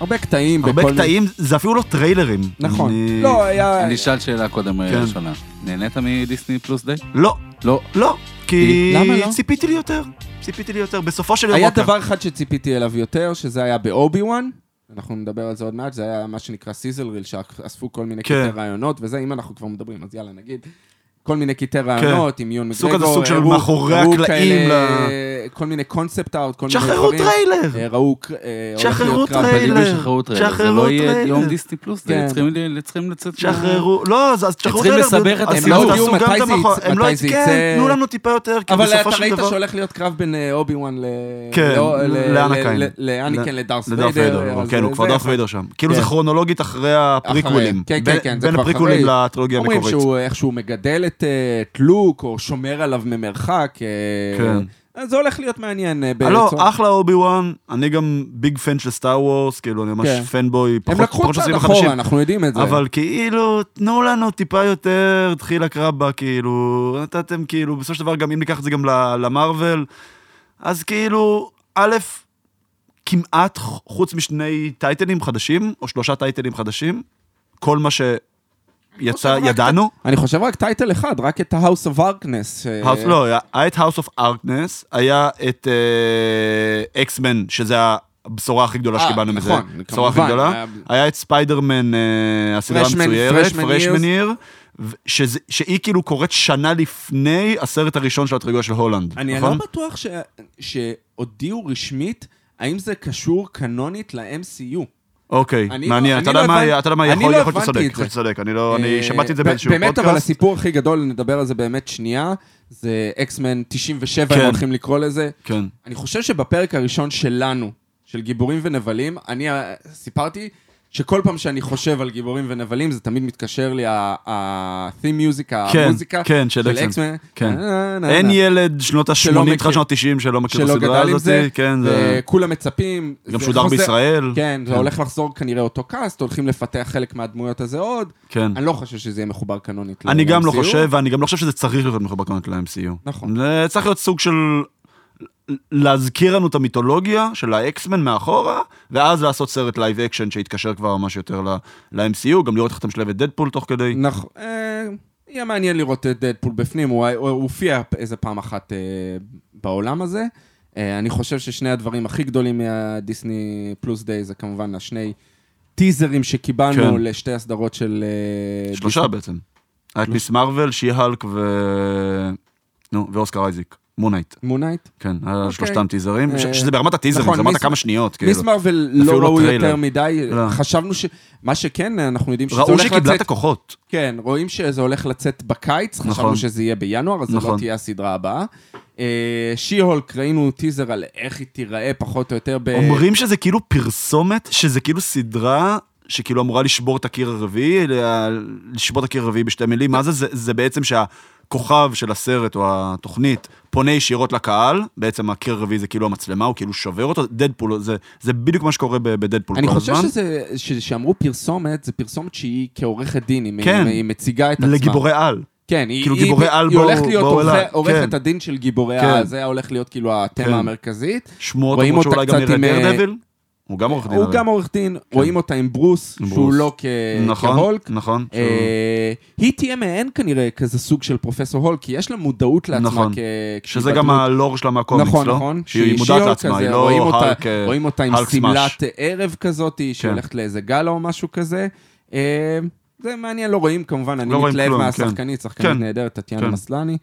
[SPEAKER 2] הרבה קטעים.
[SPEAKER 1] הרבה
[SPEAKER 2] בכל מיני-
[SPEAKER 1] קטעים, זה אפילו לא טריילרים.
[SPEAKER 2] נכון.
[SPEAKER 1] אני-
[SPEAKER 2] לא, היה...
[SPEAKER 3] אני אשאל שאלה קודם אה,
[SPEAKER 1] כן.
[SPEAKER 3] ראשונה. נהנית מדיסני פלוס די?
[SPEAKER 1] לא,
[SPEAKER 3] לא.
[SPEAKER 1] לא, כי
[SPEAKER 2] למה לא?
[SPEAKER 1] ציפיתי לי יותר, ציפיתי לי יותר, בסופו של יום,
[SPEAKER 2] היה
[SPEAKER 1] אוקיי.
[SPEAKER 2] דבר אחד שציפיתי אליו יותר, שזה היה באובי וואן. אנחנו נדבר על זה עוד מעט, זה היה מה שנקרא סיזל ריל, שאספו כל מיני
[SPEAKER 1] כן.
[SPEAKER 2] קטעי רעיונות, וזה, אם אנחנו כבר מדברים, אז יאללה, נגיד. כל מיני קטעי רעיונות, עם יון
[SPEAKER 1] כן. סוג
[SPEAKER 2] מגרגור,
[SPEAKER 1] כזה סוג של
[SPEAKER 2] הראו-
[SPEAKER 1] מאחורי
[SPEAKER 2] הראו
[SPEAKER 1] הקלעים
[SPEAKER 2] כאלה- כל מיני קונספט אאוט, כל מיני דברים.
[SPEAKER 1] שחררו טריילר!
[SPEAKER 2] אה, ראו... ק- אה, הולך
[SPEAKER 1] שחררו
[SPEAKER 2] להיות קרב
[SPEAKER 1] טריילר.
[SPEAKER 2] בליגה.
[SPEAKER 3] שחררו טריילר. זה
[SPEAKER 1] שחררו
[SPEAKER 3] לא יהיה
[SPEAKER 1] טריילר.
[SPEAKER 3] יום דיסני פלוס די.
[SPEAKER 2] כן.
[SPEAKER 3] צריכים ל- צריכים לצאת... מה-
[SPEAKER 1] שחררו, לא, אז אז תשחררו
[SPEAKER 3] צריכים
[SPEAKER 1] טריילר.
[SPEAKER 3] לסבר את
[SPEAKER 1] אז
[SPEAKER 3] הם
[SPEAKER 1] תעשו
[SPEAKER 3] לא
[SPEAKER 2] יודעים
[SPEAKER 1] גם
[SPEAKER 2] מתי
[SPEAKER 1] את
[SPEAKER 2] זה
[SPEAKER 1] המאחור-
[SPEAKER 2] יצא-
[SPEAKER 1] הם לא-
[SPEAKER 2] מתי זה
[SPEAKER 1] כן,
[SPEAKER 2] יצא.
[SPEAKER 1] תנו לנו טיפה יותר, כי
[SPEAKER 2] אבל
[SPEAKER 1] בסופו
[SPEAKER 2] אתה
[SPEAKER 1] של
[SPEAKER 2] ראית
[SPEAKER 1] דבר...
[SPEAKER 2] שהולך להיות קרב בין אה, אובי וואן ל...
[SPEAKER 1] כן,
[SPEAKER 2] לא, ל-
[SPEAKER 1] לאנקין.
[SPEAKER 2] ל- לאניקין,
[SPEAKER 1] ל-
[SPEAKER 2] לדארס
[SPEAKER 1] לדארף ויידר,
[SPEAKER 2] אז
[SPEAKER 1] כן, הוא
[SPEAKER 2] זה-
[SPEAKER 1] כבר
[SPEAKER 2] זה
[SPEAKER 1] דארף
[SPEAKER 2] אחד.
[SPEAKER 1] ויידר שם. כאילו
[SPEAKER 2] כן.
[SPEAKER 1] זה כרונולוגית אחרי הפריקוולים.
[SPEAKER 2] כן, כן,
[SPEAKER 1] בין-
[SPEAKER 2] כן, זה
[SPEAKER 1] בין
[SPEAKER 2] כבר
[SPEAKER 1] הפריקוולים
[SPEAKER 2] אחרי.
[SPEAKER 1] לטרילוגיה
[SPEAKER 2] אומרים
[SPEAKER 1] המקורית.
[SPEAKER 2] שהוא איך שהוא מגדל את, אה, את לוק, או שומר עליו ממרחק. אה,
[SPEAKER 1] כן.
[SPEAKER 2] אז זה הולך להיות מעניין אה,
[SPEAKER 1] אה, לא,
[SPEAKER 2] ברצון.
[SPEAKER 1] אחלה אובי וואן, אני גם ביג פן של סטאר וורס, כאילו אני ממש
[SPEAKER 2] כן.
[SPEAKER 1] פנבוי,
[SPEAKER 2] הם
[SPEAKER 1] פחות
[SPEAKER 2] לקחו
[SPEAKER 1] פחות של
[SPEAKER 2] צעד
[SPEAKER 1] הסרטים החדשים.
[SPEAKER 2] אחורה, אנחנו יודעים את זה.
[SPEAKER 1] אבל כאילו, תנו לנו טיפה יותר, תחיל הקרב בה, כאילו, נתתם כאילו, בסופו של דבר, גם אם ניקח את זה גם ל- למרוויל, אז כאילו, א', כמעט ח- חוץ משני טייטלים חדשים, או שלושה טייטלים חדשים, כל מה שיצא,
[SPEAKER 2] רק-
[SPEAKER 1] ידענו.
[SPEAKER 2] אני חושב רק טייטל אחד, רק את ה-house of darkness. ש-
[SPEAKER 1] House, לא, היה- היה את House of Arkness, היה את אקסמן, שזה הבשורה הכי גדולה
[SPEAKER 2] אה,
[SPEAKER 1] שקיבלנו מזה.
[SPEAKER 2] נכון,
[SPEAKER 1] הבשורה הכי
[SPEAKER 2] כמובן,
[SPEAKER 1] גדולה.
[SPEAKER 2] היה-
[SPEAKER 1] היה את ספיידרמן, אה, הסדרה
[SPEAKER 2] Freshman-
[SPEAKER 1] המצוירת,
[SPEAKER 2] Freshman
[SPEAKER 1] פרשמן עיר, שהיא כאילו קורית שנה לפני הסרט הראשון של הטריגוריה של הולנד,
[SPEAKER 2] אני
[SPEAKER 1] נכון?
[SPEAKER 2] לא בטוח ש- שהודיעו רשמית האם זה קשור קנונית ל-MCU.
[SPEAKER 1] אוקיי,
[SPEAKER 2] אני
[SPEAKER 1] מעניין.
[SPEAKER 2] לא-
[SPEAKER 1] אתה
[SPEAKER 2] אני
[SPEAKER 1] יודע
[SPEAKER 2] לא
[SPEAKER 1] מה,
[SPEAKER 2] הבנ-
[SPEAKER 1] אתה יודע מה,
[SPEAKER 2] אני
[SPEAKER 1] יכול
[SPEAKER 2] לא
[SPEAKER 1] להיות שאתה
[SPEAKER 2] הבנתי
[SPEAKER 1] צודק,
[SPEAKER 2] את
[SPEAKER 1] יכול להיות
[SPEAKER 2] זה.
[SPEAKER 1] שאתה צודק, אני לא, אני
[SPEAKER 2] אה,
[SPEAKER 1] שמעתי את זה
[SPEAKER 2] ב-
[SPEAKER 1] באיזשהו
[SPEAKER 2] באמת, אבל
[SPEAKER 1] פודקאסט.
[SPEAKER 2] הסיפור הכי גדול, נדבר על זה באמת שנייה, זה אקסמן 97,
[SPEAKER 1] כן.
[SPEAKER 2] הם הולכים לקרוא לזה.
[SPEAKER 1] כן,
[SPEAKER 2] אני חושב שבפרק הראשון שלנו, של גיבורים ונבלים, אני אה, סיפרתי שכל פעם שאני חושב על גיבורים ונבלים, זה תמיד מתקשר לי ה-theme music,
[SPEAKER 1] כן,
[SPEAKER 2] המוזיקה אה,
[SPEAKER 1] כן, של X-Men.
[SPEAKER 2] X-Men.
[SPEAKER 1] כן.
[SPEAKER 2] נה, נה,
[SPEAKER 1] אין
[SPEAKER 2] נה.
[SPEAKER 1] ילד שנות
[SPEAKER 2] שלא
[SPEAKER 1] ה-80,
[SPEAKER 2] מכיר.
[SPEAKER 1] תחילת שנות ה-90 שלא מכיר את
[SPEAKER 2] שלא
[SPEAKER 1] כאילו, הסדרה
[SPEAKER 2] גדל עם
[SPEAKER 1] הזאת,
[SPEAKER 2] זה, אה,
[SPEAKER 1] כן, זה...
[SPEAKER 2] וכולם מצפים.
[SPEAKER 1] גם
[SPEAKER 2] זה
[SPEAKER 1] שודר
[SPEAKER 2] חוזר-
[SPEAKER 1] בישראל.
[SPEAKER 2] כן, זה
[SPEAKER 1] כן.
[SPEAKER 2] הולך לחזור כנראה אותו קאסט, הולכים לפתח חלק מהדמויות הזה עוד.
[SPEAKER 1] כן.
[SPEAKER 2] אני לא חושב שזה יהיה מחובר קנונית.
[SPEAKER 1] אני גם לא
[SPEAKER 2] ל-MCU.
[SPEAKER 1] חושב, ואני גם לא חושב שזה צריך להיות מחובר קרנות ל-MCU.
[SPEAKER 2] נכון.
[SPEAKER 1] זה צריך להיות סוג של... להזכיר לנו את המיתולוגיה של האקסמן מאחורה, ואז לעשות סרט לייב אקשן שיתקשר כבר ממש יותר ל- ל-MCU, גם לראות איך אתה משלב את דדפול תוך כדי.
[SPEAKER 2] נכון. אה, יהיה מעניין לראות את דדפול בפנים, הוא הוא הופיע איזה פעם אחת אה, בעולם הזה. אה, אני חושב ששני הדברים הכי גדולים מהדיסני פלוס דיי זה כמובן השני טיזרים שקיבלנו
[SPEAKER 1] כן.
[SPEAKER 2] לשתי הסדרות של... אה,
[SPEAKER 1] שלושה
[SPEAKER 2] דיסני-
[SPEAKER 1] בעצם. היה את מיס מרוויל, שי-הלק ו... נו, ואוסקר אייזיק. מונייט,
[SPEAKER 2] מונייט?
[SPEAKER 1] כן, היה
[SPEAKER 2] אוקיי.
[SPEAKER 1] שלושתם טיזרים, ש-
[SPEAKER 2] אה,
[SPEAKER 1] שזה ברמת הטיזרים,
[SPEAKER 2] נכון,
[SPEAKER 1] זה ברמת
[SPEAKER 2] מיס-
[SPEAKER 1] כמה שניות, כאילו.
[SPEAKER 2] מיס מרוויל
[SPEAKER 1] אפילו
[SPEAKER 2] לא
[SPEAKER 1] לא
[SPEAKER 2] ראו
[SPEAKER 1] טריילר.
[SPEAKER 2] יותר מדי,
[SPEAKER 1] לא.
[SPEAKER 2] חשבנו ש... מה שכן, אנחנו יודעים שזה
[SPEAKER 1] ראו
[SPEAKER 2] הולך
[SPEAKER 1] שהיא קיבלה את
[SPEAKER 2] לצאת...
[SPEAKER 1] הכוחות.
[SPEAKER 2] כן, רואים שזה הולך לצאת בקיץ,
[SPEAKER 1] נכון.
[SPEAKER 2] חשבנו שזה יהיה בינואר, אז זו לא
[SPEAKER 1] נכון.
[SPEAKER 2] תהיה הסדרה הבאה. אה, שי-הולק, ראינו טיזר על איך היא תיראה פחות או יותר ב...
[SPEAKER 1] אומרים שזה כאילו פרסומת, שזה כאילו סדרה שכאילו אמורה לשבור את הקיר הרביעי, ל- לשבור את הקיר הרביעי בשתי מילים. מה זה? זה, זה בעצם שהכוכב של הסרט או התוכנית פונה ישירות לקהל, בעצם הקיר הרביעי זה כאילו המצלמה, הוא כאילו שובר אותו, דדפול, זה, זה בדיוק מה שקורה ב- בדדפול
[SPEAKER 2] אני
[SPEAKER 1] כל
[SPEAKER 2] חושב
[SPEAKER 1] הזמן.
[SPEAKER 2] שזה, ש- שאמרו פרסומת, זה פרסומת שהיא כעורכת דין, אם
[SPEAKER 1] כן.
[SPEAKER 2] היא, היא מציגה את עצמה.
[SPEAKER 1] לגיבורי על.
[SPEAKER 2] כן, היא,
[SPEAKER 1] כאילו
[SPEAKER 2] היא,
[SPEAKER 1] גיבורי
[SPEAKER 2] היא,
[SPEAKER 1] על
[SPEAKER 2] היא
[SPEAKER 1] באו-
[SPEAKER 2] הולכת להיות
[SPEAKER 1] באו אליי,
[SPEAKER 2] עורכ- עורכת
[SPEAKER 1] כן.
[SPEAKER 2] הדין של גיבורי
[SPEAKER 1] כן.
[SPEAKER 2] על, זה היה הולך להיות כאילו התמה
[SPEAKER 1] כן.
[SPEAKER 2] המרכזית.
[SPEAKER 1] שמועות
[SPEAKER 2] רואים
[SPEAKER 1] אומרות שאולי
[SPEAKER 2] אותה
[SPEAKER 1] גם
[SPEAKER 2] קצת
[SPEAKER 1] נראה
[SPEAKER 2] עם, אה,
[SPEAKER 1] דייר דביל. הוא גם עורך דין.
[SPEAKER 2] הוא
[SPEAKER 1] הרי.
[SPEAKER 2] גם עורך דין, רואים אותה עם ברוס,
[SPEAKER 1] כן. עם
[SPEAKER 2] שהוא
[SPEAKER 1] ברוס.
[SPEAKER 2] לא כ-
[SPEAKER 1] נכון,
[SPEAKER 2] כהולק.
[SPEAKER 1] נכון. שהוא-
[SPEAKER 2] אה, היא תהיה מעין כנראה כזה סוג של פרופסור הולק, כי יש לה מודעות לעצמה
[SPEAKER 1] נכון.
[SPEAKER 2] כ...
[SPEAKER 1] שזה
[SPEAKER 2] כדמות.
[SPEAKER 1] גם הלור שלה מהקומיקס,
[SPEAKER 2] נכון,
[SPEAKER 1] לא?
[SPEAKER 2] נכון.
[SPEAKER 1] שהיא מודעת
[SPEAKER 2] שיולק
[SPEAKER 1] לעצמה,
[SPEAKER 2] כזה,
[SPEAKER 1] היא
[SPEAKER 2] רואים
[SPEAKER 1] לא
[SPEAKER 2] אותה-
[SPEAKER 1] הלק אה,
[SPEAKER 2] רואים אותה עם
[SPEAKER 1] הלק כן. סמאש.
[SPEAKER 2] שמלת ערב כזאת, שהיא הולכת לאיזה גלה או משהו כזה. אה, זה מעניין, לא רואים כמובן, אני
[SPEAKER 1] לא רואים
[SPEAKER 2] מתלהב
[SPEAKER 1] כלום,
[SPEAKER 2] מהשחקנית, שחקנית
[SPEAKER 1] כן.
[SPEAKER 2] נהדרת, טטיאנה
[SPEAKER 1] כן. אה,
[SPEAKER 2] מסלני.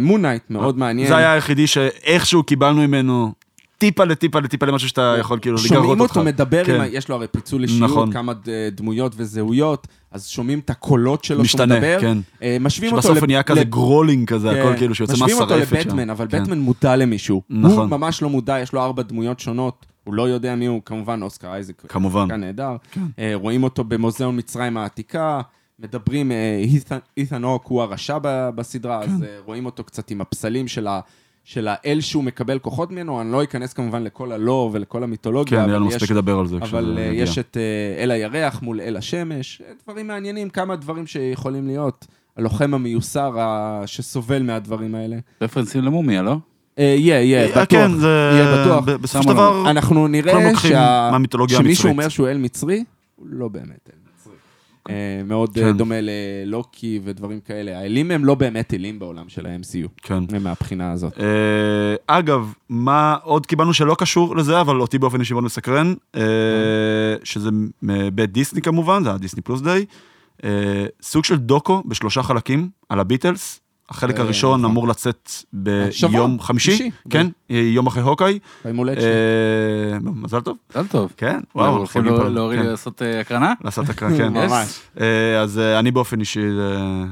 [SPEAKER 2] מונייט, מאוד מעניין.
[SPEAKER 1] זה היה היחידי שאיכשהו קיבלנו ממנו טיפה לטיפה לטיפה למשהו שאתה יכול כאילו לגרות אותך.
[SPEAKER 2] שומעים אותו מדבר,
[SPEAKER 1] כן.
[SPEAKER 2] עם ה- יש לו הרי פיצול אישיות,
[SPEAKER 1] נכון.
[SPEAKER 2] כמה ד- דמויות וזהויות, אז שומעים את הקולות שלו שהוא
[SPEAKER 1] משתנה,
[SPEAKER 2] מדבר.
[SPEAKER 1] כן.
[SPEAKER 2] אה, משווים אותו
[SPEAKER 1] שבסוף
[SPEAKER 2] לב-
[SPEAKER 1] הוא נהיה כזה
[SPEAKER 2] לב-
[SPEAKER 1] גרולינג כזה,
[SPEAKER 2] כן.
[SPEAKER 1] הכל כאילו שיוצא מהשרעפת שם.
[SPEAKER 2] משווים אותו לבטמן, אבל
[SPEAKER 1] כן.
[SPEAKER 2] בטמן מודע למישהו.
[SPEAKER 1] נכון.
[SPEAKER 2] הוא ממש לא מודע, יש לו ארבע דמויות שונות, הוא לא יודע מי הוא, כמובן אוסקר אייזק.
[SPEAKER 1] כמובן. כן.
[SPEAKER 2] שחקן נהדר. אה, רואים אותו במוזיאון מצרים העתיקה, מדברים, אה, אית'ן- אית'ן הוק הוא הרשע ב- בסדרה,
[SPEAKER 1] כן.
[SPEAKER 2] אז אה, רואים אותו קצת עם הפסלים של ה... של האל שהוא מקבל כוחות ממנו, אני לא אכנס כמובן לכל הלור ולכל
[SPEAKER 1] כן,
[SPEAKER 2] המיתולוגיה,
[SPEAKER 1] היה לנו
[SPEAKER 2] אבל,
[SPEAKER 1] מספיק
[SPEAKER 2] יש,
[SPEAKER 1] לדבר על זה.
[SPEAKER 2] אבל
[SPEAKER 1] כשזה
[SPEAKER 2] אה,
[SPEAKER 1] יגיע.
[SPEAKER 2] יש את אה, אל הירח מול אל השמש, אה, דברים מעניינים, כמה דברים שיכולים להיות. הלוחם המיוסר ה... שסובל מהדברים האלה.
[SPEAKER 3] רפרנסים למומיה, לא?
[SPEAKER 2] אה, יהיה, יהיה,
[SPEAKER 1] אה,
[SPEAKER 2] בטוח.
[SPEAKER 1] כן, זה...
[SPEAKER 2] יהיה בטוח.
[SPEAKER 1] ב- בסופו של
[SPEAKER 3] שמו
[SPEAKER 1] דבר,
[SPEAKER 2] אנחנו
[SPEAKER 1] כולם
[SPEAKER 2] נראה
[SPEAKER 1] לוקחים
[SPEAKER 2] שה...
[SPEAKER 1] מהמיתולוגיה
[SPEAKER 2] שמישהו
[SPEAKER 1] המצרית.
[SPEAKER 2] אומר שהוא אל מצרי, הוא לא באמת אל מצרי. אה, מאוד אה,
[SPEAKER 1] כן.
[SPEAKER 2] דומה ללוקי ודברים כאלה. האלים הם לא באמת אלים בעולם של ה-MCU,
[SPEAKER 1] כן.
[SPEAKER 2] מהבחינה הזאת.
[SPEAKER 1] אה, אגב, מה עוד קיבלנו שלא קשור לזה, אבל אותי באופן אישי מאוד מסקרן, אה, שזה מבית דיסני כמובן, זה הדיסני פלוס דיי, אה, סוג של דוקו בשלושה חלקים על הביטלס. החלק
[SPEAKER 2] אה,
[SPEAKER 1] הראשון
[SPEAKER 2] נכון. אוקיי.
[SPEAKER 1] אמור לצאת
[SPEAKER 2] שבוע,
[SPEAKER 1] ביום חמישי,
[SPEAKER 2] שישי.
[SPEAKER 1] כן, יום אחרי הוקאי.
[SPEAKER 2] ביום הולדת שלי.
[SPEAKER 1] אה, מזל טוב,
[SPEAKER 3] מזל טוב.
[SPEAKER 1] כן,
[SPEAKER 3] וואו,
[SPEAKER 1] וואו,
[SPEAKER 3] הולכים
[SPEAKER 2] לא-
[SPEAKER 1] חוגגים פה,
[SPEAKER 3] להוריד
[SPEAKER 1] כן,
[SPEAKER 3] לעשות אה, הקרנה?
[SPEAKER 1] לעשות הקרן, כן.
[SPEAKER 2] (laughs) ממש.
[SPEAKER 1] אה, אז אה, אני באופן אישי אה,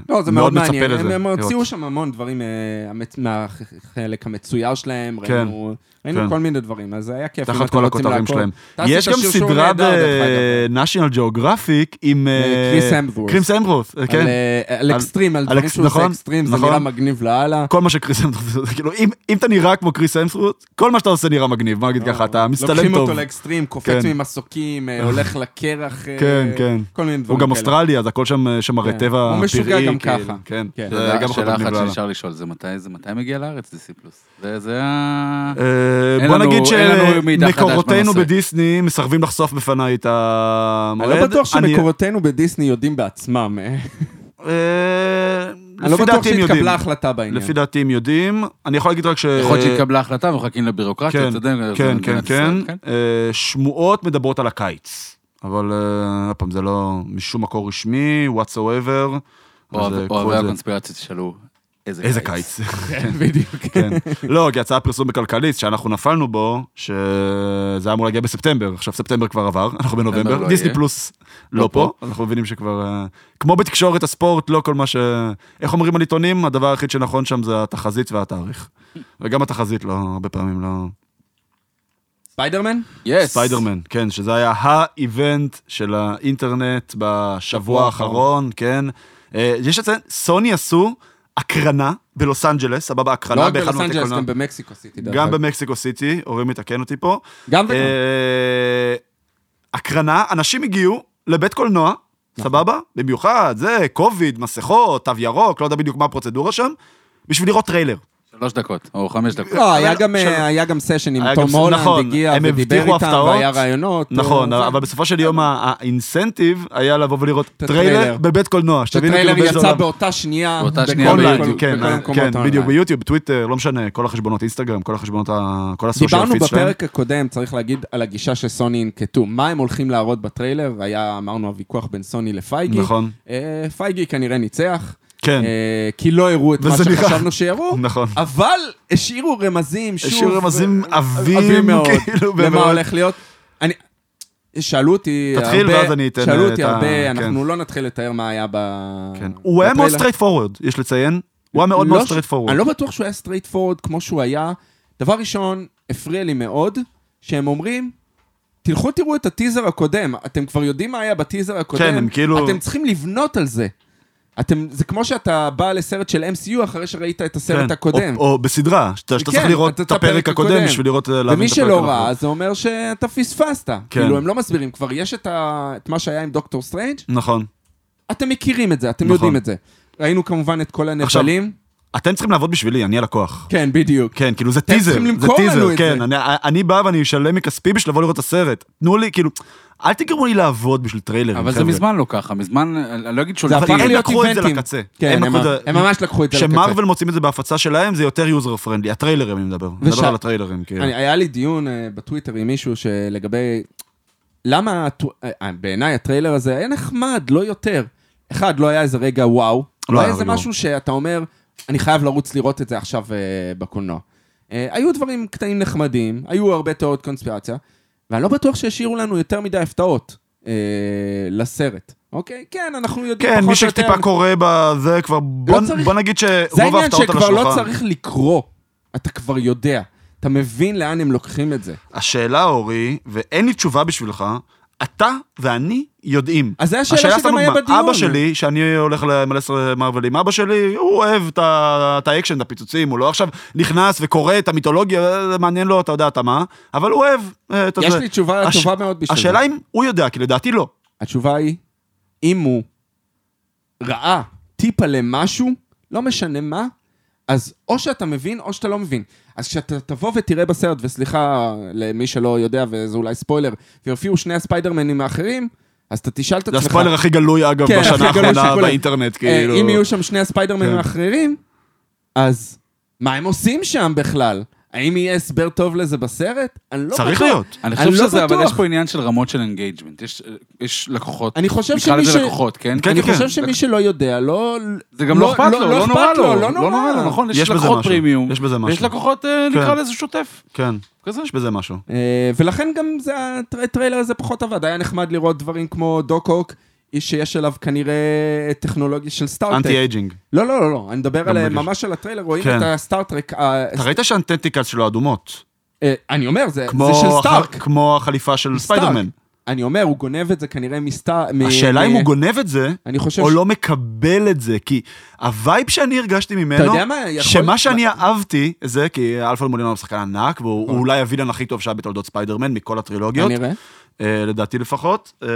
[SPEAKER 2] לא, זה
[SPEAKER 1] מאוד
[SPEAKER 2] מאוד
[SPEAKER 1] מצפה
[SPEAKER 2] מעניין.
[SPEAKER 1] לזה.
[SPEAKER 2] הם הם
[SPEAKER 1] לראות.
[SPEAKER 2] הוציאו שם המון דברים אה, המצ- מהחלק המצויר שלהם,
[SPEAKER 1] כן,
[SPEAKER 2] ראינו
[SPEAKER 1] כן.
[SPEAKER 2] ראינו כל מיני דברים, אז זה היה כיף. אם
[SPEAKER 1] תחת
[SPEAKER 2] אתם
[SPEAKER 1] כל
[SPEAKER 2] רוצים
[SPEAKER 1] הכותרים
[SPEAKER 2] לעקוב.
[SPEAKER 1] שלהם.
[SPEAKER 2] טסי
[SPEAKER 1] יש גם
[SPEAKER 2] תשיר שהוא
[SPEAKER 1] סדרה
[SPEAKER 2] נהדר, דרך אגב.
[SPEAKER 1] בנאשונל ג'אוגרפיק עם... אה,
[SPEAKER 2] קריס המסוורת'.
[SPEAKER 1] קריס המברוס,
[SPEAKER 2] על,
[SPEAKER 1] כן.
[SPEAKER 2] אה, על
[SPEAKER 1] על-
[SPEAKER 2] אקסטרים, על
[SPEAKER 1] על
[SPEAKER 2] דברים
[SPEAKER 1] אקס-
[SPEAKER 2] שהוא עושה
[SPEAKER 1] נכון,
[SPEAKER 2] אקסטרים, זה
[SPEAKER 1] נכון.
[SPEAKER 2] נראה מגניב לאללה.
[SPEAKER 1] כל מה שקריס המברוס, זה כאילו, אם- אם אתה נראה כמו קריס המסוורת', כל מה שאתה עושה נראה מגניב, מה נגיד ככה, אתה
[SPEAKER 2] אה, לוקחים
[SPEAKER 1] מצטלם טוב.
[SPEAKER 2] אותו לאקסטרים, קופץ
[SPEAKER 1] כן.
[SPEAKER 2] ממסוקים, אה, הולך לקרח, אה,
[SPEAKER 1] כן, כן.
[SPEAKER 2] כל מיני
[SPEAKER 1] הוא
[SPEAKER 2] דברים
[SPEAKER 1] גם
[SPEAKER 2] כאלה.
[SPEAKER 1] אוסטרלי, אז הכל שם אה, שם הרי
[SPEAKER 2] כן.
[SPEAKER 1] טבע פראי.
[SPEAKER 2] הוא משוגע גם
[SPEAKER 1] כאילו,
[SPEAKER 2] ככה.
[SPEAKER 1] כן,
[SPEAKER 2] כן.
[SPEAKER 1] זה
[SPEAKER 3] שאלה-
[SPEAKER 1] גם יכול
[SPEAKER 3] אה, שאלה
[SPEAKER 1] להיות
[SPEAKER 3] אחת
[SPEAKER 1] מגניב
[SPEAKER 3] שנשאר לשאול, זה מתי זה מתי מגיע לארץ דיסני פלוס? זה זה ה...
[SPEAKER 1] אה,
[SPEAKER 3] אין
[SPEAKER 1] בוא
[SPEAKER 3] לנו-
[SPEAKER 1] נגיד
[SPEAKER 3] אין לנו מידע חדש
[SPEAKER 1] שמקורותינו
[SPEAKER 3] בנושא.
[SPEAKER 1] בדיסני מסרבים לחשוף בפניי את המועד.
[SPEAKER 2] אני לא בטוח
[SPEAKER 1] אני-
[SPEAKER 2] שמקורותינו בדיסני יודעים בעצמם. אה.
[SPEAKER 1] אה,
[SPEAKER 2] אני לא
[SPEAKER 1] לפי
[SPEAKER 2] בטוח
[SPEAKER 1] דעתי הם יודעים.
[SPEAKER 2] שהתקבלה החלטה בעניין.
[SPEAKER 1] לפי דעתי הם יודעים. אני יכול להגיד רק ש...
[SPEAKER 3] יכול להיות שהתקבלה החלטה ומחכים לבירוקרטיה,
[SPEAKER 1] כן,
[SPEAKER 3] אתה יודע, זה
[SPEAKER 1] כן, כן,
[SPEAKER 3] מדינת
[SPEAKER 1] כן.
[SPEAKER 3] ישראל,
[SPEAKER 1] אה, שמועות מדברות על הקיץ, אבל אה, עוד פעם, זה לא משום מקור רשמי, what so ever. אז, אה,
[SPEAKER 3] אוהב-
[SPEAKER 1] קחו
[SPEAKER 3] אוהבי
[SPEAKER 1] את זה.
[SPEAKER 3] הקונספירציה תשאלו, איזה קיץ.
[SPEAKER 1] איזה קיץ. (laughs)
[SPEAKER 2] כן, בדיוק.
[SPEAKER 1] כן. לא, כי יצא הפרסום בכלכליסט שאנחנו נפלנו בו, שזה היה אמור להגיע בספטמבר, עכשיו ספטמבר כבר עבר, (laughs) אנחנו
[SPEAKER 3] ספטמבר
[SPEAKER 1] בנובמבר,
[SPEAKER 3] לא
[SPEAKER 1] דיסני
[SPEAKER 3] יהיה.
[SPEAKER 1] פלוס לא פה, אז אנחנו מבינים שכבר, אה, כמו בתקשורת הספורט, לא כל מה ש... איך אומרים על עיתונים, הדבר היחיד שנכון שם זה התחזית והתאריך. וגם התחזית לא, הרבה פעמים לא...
[SPEAKER 2] ספיידרמן?
[SPEAKER 3] יס.
[SPEAKER 1] ספיידרמן, כן, שזה היה האיבנט של האינטרנט בשבוע האחרון, כן. אה, יש לציין, סוני עשו הקרנה בלוס אנג'לס, סבבה,
[SPEAKER 2] לא
[SPEAKER 1] הקרנה
[SPEAKER 2] רק
[SPEAKER 1] באחד
[SPEAKER 2] בלוס
[SPEAKER 1] מבתי
[SPEAKER 2] אנג'לס,
[SPEAKER 1] הקולנוע.
[SPEAKER 2] גם במקסיקו סיטי. דרך
[SPEAKER 1] גם
[SPEAKER 2] אגב.
[SPEAKER 1] במקסיקו סיטי, אורי מתקן אותי פה.
[SPEAKER 2] גם וגם.
[SPEAKER 1] אה, הקרנה, אנשים הגיעו לבית קולנוע,
[SPEAKER 2] נכון.
[SPEAKER 1] סבבה? במיוחד, זה, קוביד, מסכות, תו ירוק, לא יודע בדיוק מה הפרוצדורה שם, בשביל לראות טריילר.
[SPEAKER 3] שלוש דקות, או חמש דקות.
[SPEAKER 2] לא, היה
[SPEAKER 1] אבל-
[SPEAKER 2] גם, אה,
[SPEAKER 1] של-
[SPEAKER 2] היה גם סשן עם
[SPEAKER 1] היה גם
[SPEAKER 2] תום
[SPEAKER 1] ס-
[SPEAKER 2] הולנד,
[SPEAKER 1] נכון,
[SPEAKER 2] הגיע
[SPEAKER 1] הם
[SPEAKER 2] ודיבר
[SPEAKER 1] הבטיחו
[SPEAKER 2] איתם,
[SPEAKER 1] הפתעות.
[SPEAKER 2] והיה רעיונות.
[SPEAKER 1] נכון,
[SPEAKER 2] אה, זה.
[SPEAKER 1] אבל בסופו של יום ה- האינסנטיב היה לבוא ולראות
[SPEAKER 2] הטריילר.
[SPEAKER 1] טריילר בבית קולנוע, שתבינו כאילו
[SPEAKER 2] הטריילר
[SPEAKER 1] באיזה
[SPEAKER 2] יצא
[SPEAKER 1] עולם.
[SPEAKER 2] באותה שנייה.
[SPEAKER 3] באותה
[SPEAKER 2] בכל-
[SPEAKER 3] שנייה
[SPEAKER 2] בכל-
[SPEAKER 1] אונליין,
[SPEAKER 3] ביוטיוב.
[SPEAKER 1] כן,
[SPEAKER 2] בכל
[SPEAKER 1] אה,
[SPEAKER 2] המקומות
[SPEAKER 1] כן, בדיוק,
[SPEAKER 2] האונליין.
[SPEAKER 1] ביוטיוב, בטוויטר, לא משנה, כל החשבונות אינסטגרם, כל החשבונות, ה- כל הסושיאל
[SPEAKER 2] דיברנו
[SPEAKER 1] פיד שלהם.
[SPEAKER 2] בפרק הקודם, צריך להגיד, על הגישה שסוני ינקטו. מה הם הולכים להראות בטריילר? היה, אמרנו, הוויכוח בין סוני לפייגי.
[SPEAKER 1] נכון.
[SPEAKER 2] אה, פייגי כנראה ניצח.
[SPEAKER 1] כן.
[SPEAKER 2] אה, כי לא הראו את מה
[SPEAKER 1] וזה נראה-
[SPEAKER 2] שחשבנו
[SPEAKER 1] (laughs)
[SPEAKER 2] שיראו,
[SPEAKER 1] נכון.
[SPEAKER 2] אבל השאירו רמזים, שוב.
[SPEAKER 1] השאירו רמזים
[SPEAKER 2] אה,
[SPEAKER 1] עבים, (laughs)
[SPEAKER 2] מאוד,
[SPEAKER 1] כאילו,
[SPEAKER 2] למה
[SPEAKER 1] במאוד.
[SPEAKER 2] הולך להיות. אני... שאלו אותי הרבה...
[SPEAKER 1] תתחיל, ואז אני אתן
[SPEAKER 2] שאלו
[SPEAKER 1] את
[SPEAKER 2] אותי
[SPEAKER 1] ה-
[SPEAKER 2] הרבה,
[SPEAKER 1] כן.
[SPEAKER 2] אנחנו לא נתחיל לתאר מה היה ב...
[SPEAKER 1] כן. הוא היה מאוד
[SPEAKER 2] בטריילר.
[SPEAKER 1] סטרייט פורוורד, יש לציין. הוא היה מאוד
[SPEAKER 2] לא
[SPEAKER 1] מאוד
[SPEAKER 2] ש-
[SPEAKER 1] סטרייט פורוורד.
[SPEAKER 2] אני לא בטוח שהוא היה סטרייט פורוורד כמו שהוא היה. דבר ראשון, הפריע לי מאוד, שהם אומרים, תלכו תראו את הטיזר הקודם, אתם כבר יודעים מה היה בטיזר הקודם,
[SPEAKER 1] כן, הם כאילו-
[SPEAKER 2] אתם צריכים לבנות על זה. אתם, זה כמו שאתה בא לסרט של MCU אחרי שראית את הסרט
[SPEAKER 1] כן.
[SPEAKER 2] הקודם.
[SPEAKER 1] או- או בסדרה, שאתה שאתה
[SPEAKER 2] כן,
[SPEAKER 1] צריך לראות
[SPEAKER 2] אתה-
[SPEAKER 1] את הפרק הקודם בשביל לראות, אה, להבין את הפרק כן.
[SPEAKER 2] ומי שלא
[SPEAKER 1] הנכון.
[SPEAKER 2] ראה, זה אומר שאתה פספסת. כאילו, הם לא מסבירים, כבר יש את ה- את מה שהיה עם דוקטור סטרנג',
[SPEAKER 1] נכון.
[SPEAKER 2] אתם מכירים את זה, אתם
[SPEAKER 1] נכון.
[SPEAKER 2] יודעים את זה. ראינו כמובן את כל הנבלים.
[SPEAKER 1] אתם צריכים לעבוד בשבילי, אני הלקוח.
[SPEAKER 2] כן, בדיוק.
[SPEAKER 1] כן, כאילו זה
[SPEAKER 2] אתם
[SPEAKER 1] טיזר,
[SPEAKER 2] צריכים
[SPEAKER 1] זה
[SPEAKER 2] למכור לנו
[SPEAKER 1] טיזר,
[SPEAKER 2] את
[SPEAKER 1] כן.
[SPEAKER 2] זה.
[SPEAKER 1] אני, אני בא ואני אשלם מכספי בשביל לבוא לראות את הסרט. תנו לי, כאילו, אל תגרמו לי לעבוד בשביל טריילרים,
[SPEAKER 3] אבל זה
[SPEAKER 1] חבר'ה.
[SPEAKER 3] מזמן לא ככה, מזמן, אני לא אגיד
[SPEAKER 2] זה
[SPEAKER 3] שולטים.
[SPEAKER 1] אבל
[SPEAKER 2] הפך
[SPEAKER 1] הם
[SPEAKER 2] להיות
[SPEAKER 1] לקחו את זה
[SPEAKER 2] איבנטים.
[SPEAKER 1] לקצה. הם
[SPEAKER 2] כן,
[SPEAKER 1] לקחו
[SPEAKER 2] הם,
[SPEAKER 1] את זה-
[SPEAKER 2] הם ממש לקחו את זה לקצה.
[SPEAKER 1] כשמרוויל מוצאים את זה בהפצה שלהם, זה יותר יוזר פרנדלי, הטריילרים אני מדבר. אני
[SPEAKER 2] וש-
[SPEAKER 1] מדבר על הטריילרים, כאילו.
[SPEAKER 2] אני, היה לי דיון אה, בטוויטר עם מישהו שלגבי... למה... הטו- אה, אה, בעיניי הטריילר הזה היה נחמד, לא יותר. אחד, לא היה איזה רגע וואו.
[SPEAKER 1] לא
[SPEAKER 2] לא היה
[SPEAKER 1] היה
[SPEAKER 2] איזה
[SPEAKER 1] רגע
[SPEAKER 2] משהו שאתה אומר, אני חייב לרוץ לראות את זה עכשיו אה, בקולנוע. אה, היו דברים קטעים נחמדים, היו הרבה תיאוריות קונספירציה, ואני לא בטוח שהשאירו לנו יותר מדי הפתעות אה, לסרט. אוקיי? כן, אנחנו יודעים
[SPEAKER 1] כן,
[SPEAKER 2] פחות
[SPEAKER 1] מי
[SPEAKER 2] או יותר...
[SPEAKER 1] שטיפה קורא בזה כבר, בוא
[SPEAKER 2] לא צריך-
[SPEAKER 1] בוא נגיד
[SPEAKER 2] זה
[SPEAKER 1] שרוב
[SPEAKER 2] העניין
[SPEAKER 1] ההפתעות על
[SPEAKER 2] שכבר לא
[SPEAKER 1] השולחן.
[SPEAKER 2] צריך לקרוא, אתה כבר יודע. אתה מבין לאן הם לוקחים את זה.
[SPEAKER 1] השאלה, אורי, ואין לי תשובה בשבילך, אתה ואני יודעים.
[SPEAKER 2] אז זו השאלה שגם
[SPEAKER 1] שלנו
[SPEAKER 2] היה
[SPEAKER 1] מה?
[SPEAKER 2] בדיון.
[SPEAKER 1] אבא שלי, שאני הולך למלא מרווילים, אבא שלי, הוא אוהב את ה- את האקשן, את הפיצוצים, הוא לא עכשיו נכנס וקורא את המיתולוגיה, אה, זה מעניין לו, אתה יודע אתה מה, אבל הוא אוהב אה, את
[SPEAKER 2] יש לי תשובה
[SPEAKER 1] הש-
[SPEAKER 2] טובה מאוד בשביל זה.
[SPEAKER 1] השאלה אם הוא יודע, כי לדעתי לא.
[SPEAKER 2] התשובה היא, אם הוא ראה טיפה למשהו, לא משנה מה, אז או שאתה מבין או שאתה לא מבין. אז כשאתה תבוא ותראה בסרט, וסליחה למי שלא יודע, וזה אולי ספוילר, ויופיעו שני הספיידרמנים האחרים, אז אתה תשאל את
[SPEAKER 1] זה
[SPEAKER 2] עצמך...
[SPEAKER 1] הספוילר הכי גלוי, אגב,
[SPEAKER 2] כן,
[SPEAKER 1] בשנה
[SPEAKER 2] הכי גלוי
[SPEAKER 1] האחרונה
[SPEAKER 2] שכולם-
[SPEAKER 1] באינטרנט,
[SPEAKER 2] אה,
[SPEAKER 1] כאילו.
[SPEAKER 2] אם יהיו שם שני הספיידרמנים
[SPEAKER 1] כן.
[SPEAKER 2] האחרים, אז מה הם עושים שם בכלל? האם יהיה הסבר טוב לזה בסרט? אני לא
[SPEAKER 1] צריך
[SPEAKER 2] בטוח.
[SPEAKER 1] להיות.
[SPEAKER 2] אני
[SPEAKER 3] אני חושב
[SPEAKER 2] לא
[SPEAKER 3] שזה, אבל
[SPEAKER 2] בטוח.
[SPEAKER 3] יש פה עניין של רמות של אינגייג'מנט. יש- אה, יש לקוחות.
[SPEAKER 2] אני חושב
[SPEAKER 3] נקרא
[SPEAKER 2] שמי ש-
[SPEAKER 3] לזה לקוחות, כן?
[SPEAKER 1] כן,
[SPEAKER 2] אני
[SPEAKER 1] כן,
[SPEAKER 2] חושב
[SPEAKER 1] כן.
[SPEAKER 2] שמי שלא יודע, לא...
[SPEAKER 3] זה גם לא אכפת לו, לא נורא
[SPEAKER 2] אכפת
[SPEAKER 3] לו.
[SPEAKER 2] לא נורא לו,
[SPEAKER 3] נכון?
[SPEAKER 1] יש
[SPEAKER 3] יש
[SPEAKER 1] בזה
[SPEAKER 3] לקוחות
[SPEAKER 1] משהו.
[SPEAKER 3] פרימיום.
[SPEAKER 1] יש בזה
[SPEAKER 3] ויש
[SPEAKER 1] משהו.
[SPEAKER 3] לקוחות, אה,
[SPEAKER 1] כן.
[SPEAKER 3] נקרא לזה שוטף.
[SPEAKER 1] כן,
[SPEAKER 3] כזה.
[SPEAKER 1] יש בזה משהו.
[SPEAKER 2] אה, ולכן גם זה, הטריילר הזה פחות עבד, היה נחמד לראות דברים כמו דוקוק, איש שיש עליו כנראה טכנולוגיה של סטארטק.
[SPEAKER 1] אנטי אייג'ינג.
[SPEAKER 2] לא, לא, לא, לא, אני מדבר על אה,
[SPEAKER 1] בלי-
[SPEAKER 2] ממש על הטריילר, רואים
[SPEAKER 1] כן.
[SPEAKER 2] את הסטארטרק, אה,
[SPEAKER 1] אתה ראית שהאנטטיקל שלו אדומות.
[SPEAKER 2] אה, אני אומר, זה
[SPEAKER 1] כמו
[SPEAKER 2] זה של
[SPEAKER 1] הח-
[SPEAKER 2] סטארק.
[SPEAKER 1] כמו החליפה של
[SPEAKER 2] סטארק.
[SPEAKER 1] ספיידרמן.
[SPEAKER 2] אני אומר, הוא גונב את זה כנראה מסטארק. מ-
[SPEAKER 1] השאלה
[SPEAKER 2] מ-
[SPEAKER 1] אם הוא גונב את זה,
[SPEAKER 2] אני חושב
[SPEAKER 1] או
[SPEAKER 2] ש-
[SPEAKER 1] לא מקבל את זה, כי הווייב שאני הרגשתי
[SPEAKER 2] אתה
[SPEAKER 1] ממנו,
[SPEAKER 2] יודע מה, יכול...
[SPEAKER 1] שמה שאני אהבתי זה, כי אלפרד מולינו הוא שחקן ענק, והוא
[SPEAKER 2] נכון.
[SPEAKER 1] הוא אולי הווילן הכי טוב שהיה בתולדות ספיידרמן, מכל הטרילוגיות,
[SPEAKER 2] כנראה.
[SPEAKER 1] אה, לדעתי לפחות. אה,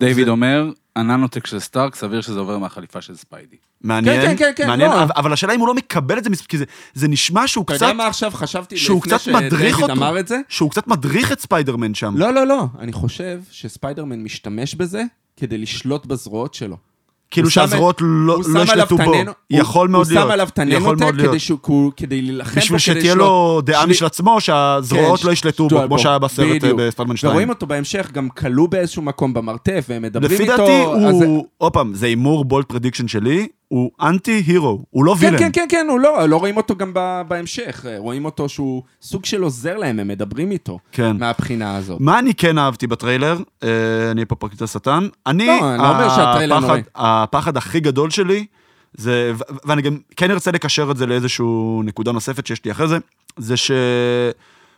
[SPEAKER 3] דיוויד
[SPEAKER 1] זה
[SPEAKER 3] אומר, הננוטק של סטארק, סביר שזה עובר מהחליפה של ספיידי.
[SPEAKER 1] מעניין,
[SPEAKER 2] כן, כן, כן,
[SPEAKER 1] מעניין,
[SPEAKER 2] לא.
[SPEAKER 1] אבל- אבל השאלה אם הוא לא מקבל את זה, מס- כי זה- זה נשמע שהוא
[SPEAKER 2] אתה יודע
[SPEAKER 1] קצת,
[SPEAKER 2] מה עכשיו חשבתי
[SPEAKER 1] שהוא
[SPEAKER 2] לפני
[SPEAKER 1] קצת מדריך
[SPEAKER 2] שדייוויד
[SPEAKER 1] אותו.
[SPEAKER 2] אמר את זה?
[SPEAKER 1] שהוא קצת מדריך את ספיידרמן שם.
[SPEAKER 2] לא, לא, לא. אני חושב שספיידרמן משתמש בזה כדי לשלוט בזרועות שלו.
[SPEAKER 1] כאילו
[SPEAKER 2] הוא שם-
[SPEAKER 1] שהזרועות לא
[SPEAKER 2] הוא
[SPEAKER 1] לא
[SPEAKER 2] שם עליו
[SPEAKER 1] ישלטו בו.
[SPEAKER 2] תננו-
[SPEAKER 1] יכול
[SPEAKER 2] הוא-
[SPEAKER 1] מאוד להיות.
[SPEAKER 2] הוא שם עליו
[SPEAKER 1] יכול מאוד
[SPEAKER 2] תננותק
[SPEAKER 1] להיות.
[SPEAKER 2] כדי שהוא- כ- כדי להילחם בו,
[SPEAKER 1] בשביל
[SPEAKER 2] כדי
[SPEAKER 1] שתהיה
[SPEAKER 2] שלא-
[SPEAKER 1] לו דעה
[SPEAKER 2] שלי-
[SPEAKER 1] משל עצמו, שהזרועות
[SPEAKER 2] כן,
[SPEAKER 1] לא ישלטו
[SPEAKER 2] שתו-
[SPEAKER 1] בו, כמו
[SPEAKER 2] בו.
[SPEAKER 1] שהיה בסרט אה,
[SPEAKER 2] בדיוק.
[SPEAKER 1] בספיידרמן 2.
[SPEAKER 2] ורואים אותו בהמשך, גם כלוא באיזשהו מקום במרתף, והם מדברים
[SPEAKER 1] לפי
[SPEAKER 2] איתו.
[SPEAKER 1] דעתי,
[SPEAKER 2] אז-
[SPEAKER 1] הוא, עוד פעם, זה הימור בולט פרדיקשן שלי, הוא אנטי הירו, הוא לא
[SPEAKER 2] כן,
[SPEAKER 1] וילן.
[SPEAKER 2] כן, כן, כן, הוא לא, לא רואים אותו גם ב- בהמשך. אה, רואים אותו שהוא סוג של עוזר להם, הם מדברים איתו.
[SPEAKER 1] כן.
[SPEAKER 2] מהבחינה הזאת.
[SPEAKER 1] מה אני כן אהבתי בטריילר, אה, אני אהיה פה פרקליט השטן, אני,
[SPEAKER 2] לא, אני לא אומר שהטריילר
[SPEAKER 1] הפחד-
[SPEAKER 2] נוראי.
[SPEAKER 1] הפחד הכי גדול שלי, זה, ו- ואני גם כן ארצה לקשר את זה לאיזושהי נקודה נוספת שיש לי אחרי זה, זה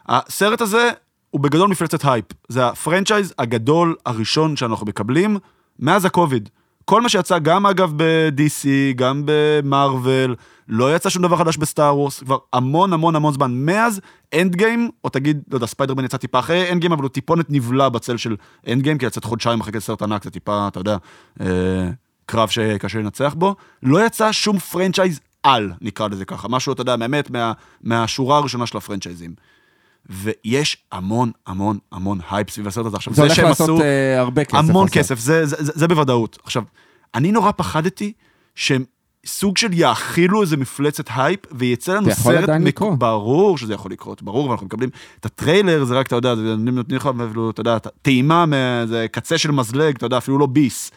[SPEAKER 1] שהסרט הזה הוא בגדול מפלצת הייפ. זה הפרנצ'ייז הגדול הראשון שאנחנו מקבלים מאז הקוביד. כל מה שיצא, גם אגב ב-DC, גם במרוויל, לא יצא שום דבר חדש בסטאר וורס, כבר המון המון המון זמן. מאז אנד גיים, או תגיד, לא יודע, ספיידרמן יצא טיפה אחרי אנד גיים, אבל הוא טיפונת נבלע בצל של אנד גיים, כי לצאת חודשיים אחרי כזה סרט ענק, זה טיפה, אתה יודע, אה, קרב שקשה לנצח בו. לא יצא שום פרנצ'ייז על, נקרא לזה ככה. משהו, אתה יודע, באמת, מה, מהשורה הראשונה של הפרנצ'ייזים. ויש המון המון המון הייפ סביב הסרט הזה. עכשיו,
[SPEAKER 2] זה
[SPEAKER 1] זה
[SPEAKER 2] הולך
[SPEAKER 1] שהם
[SPEAKER 2] לעשות
[SPEAKER 1] עשו...
[SPEAKER 2] אה, הרבה כסף.
[SPEAKER 1] המון
[SPEAKER 2] הסרט.
[SPEAKER 1] כסף, זה, זה, זה, זה בוודאות. עכשיו, אני נורא פחדתי שהם סוג של יאכילו איזה מפלצת הייפ, ויצא לנו
[SPEAKER 2] זה
[SPEAKER 1] סרט...
[SPEAKER 2] יכול עדיין לקרות.
[SPEAKER 1] ברור שזה יכול לקרות, ברור, ואנחנו מקבלים את הטריילר, זה רק, אתה יודע, זה- נותנים לך אפילו, אתה יודע, טעימה מאיזה קצה של מזלג, אתה יודע, אפילו לא ביס.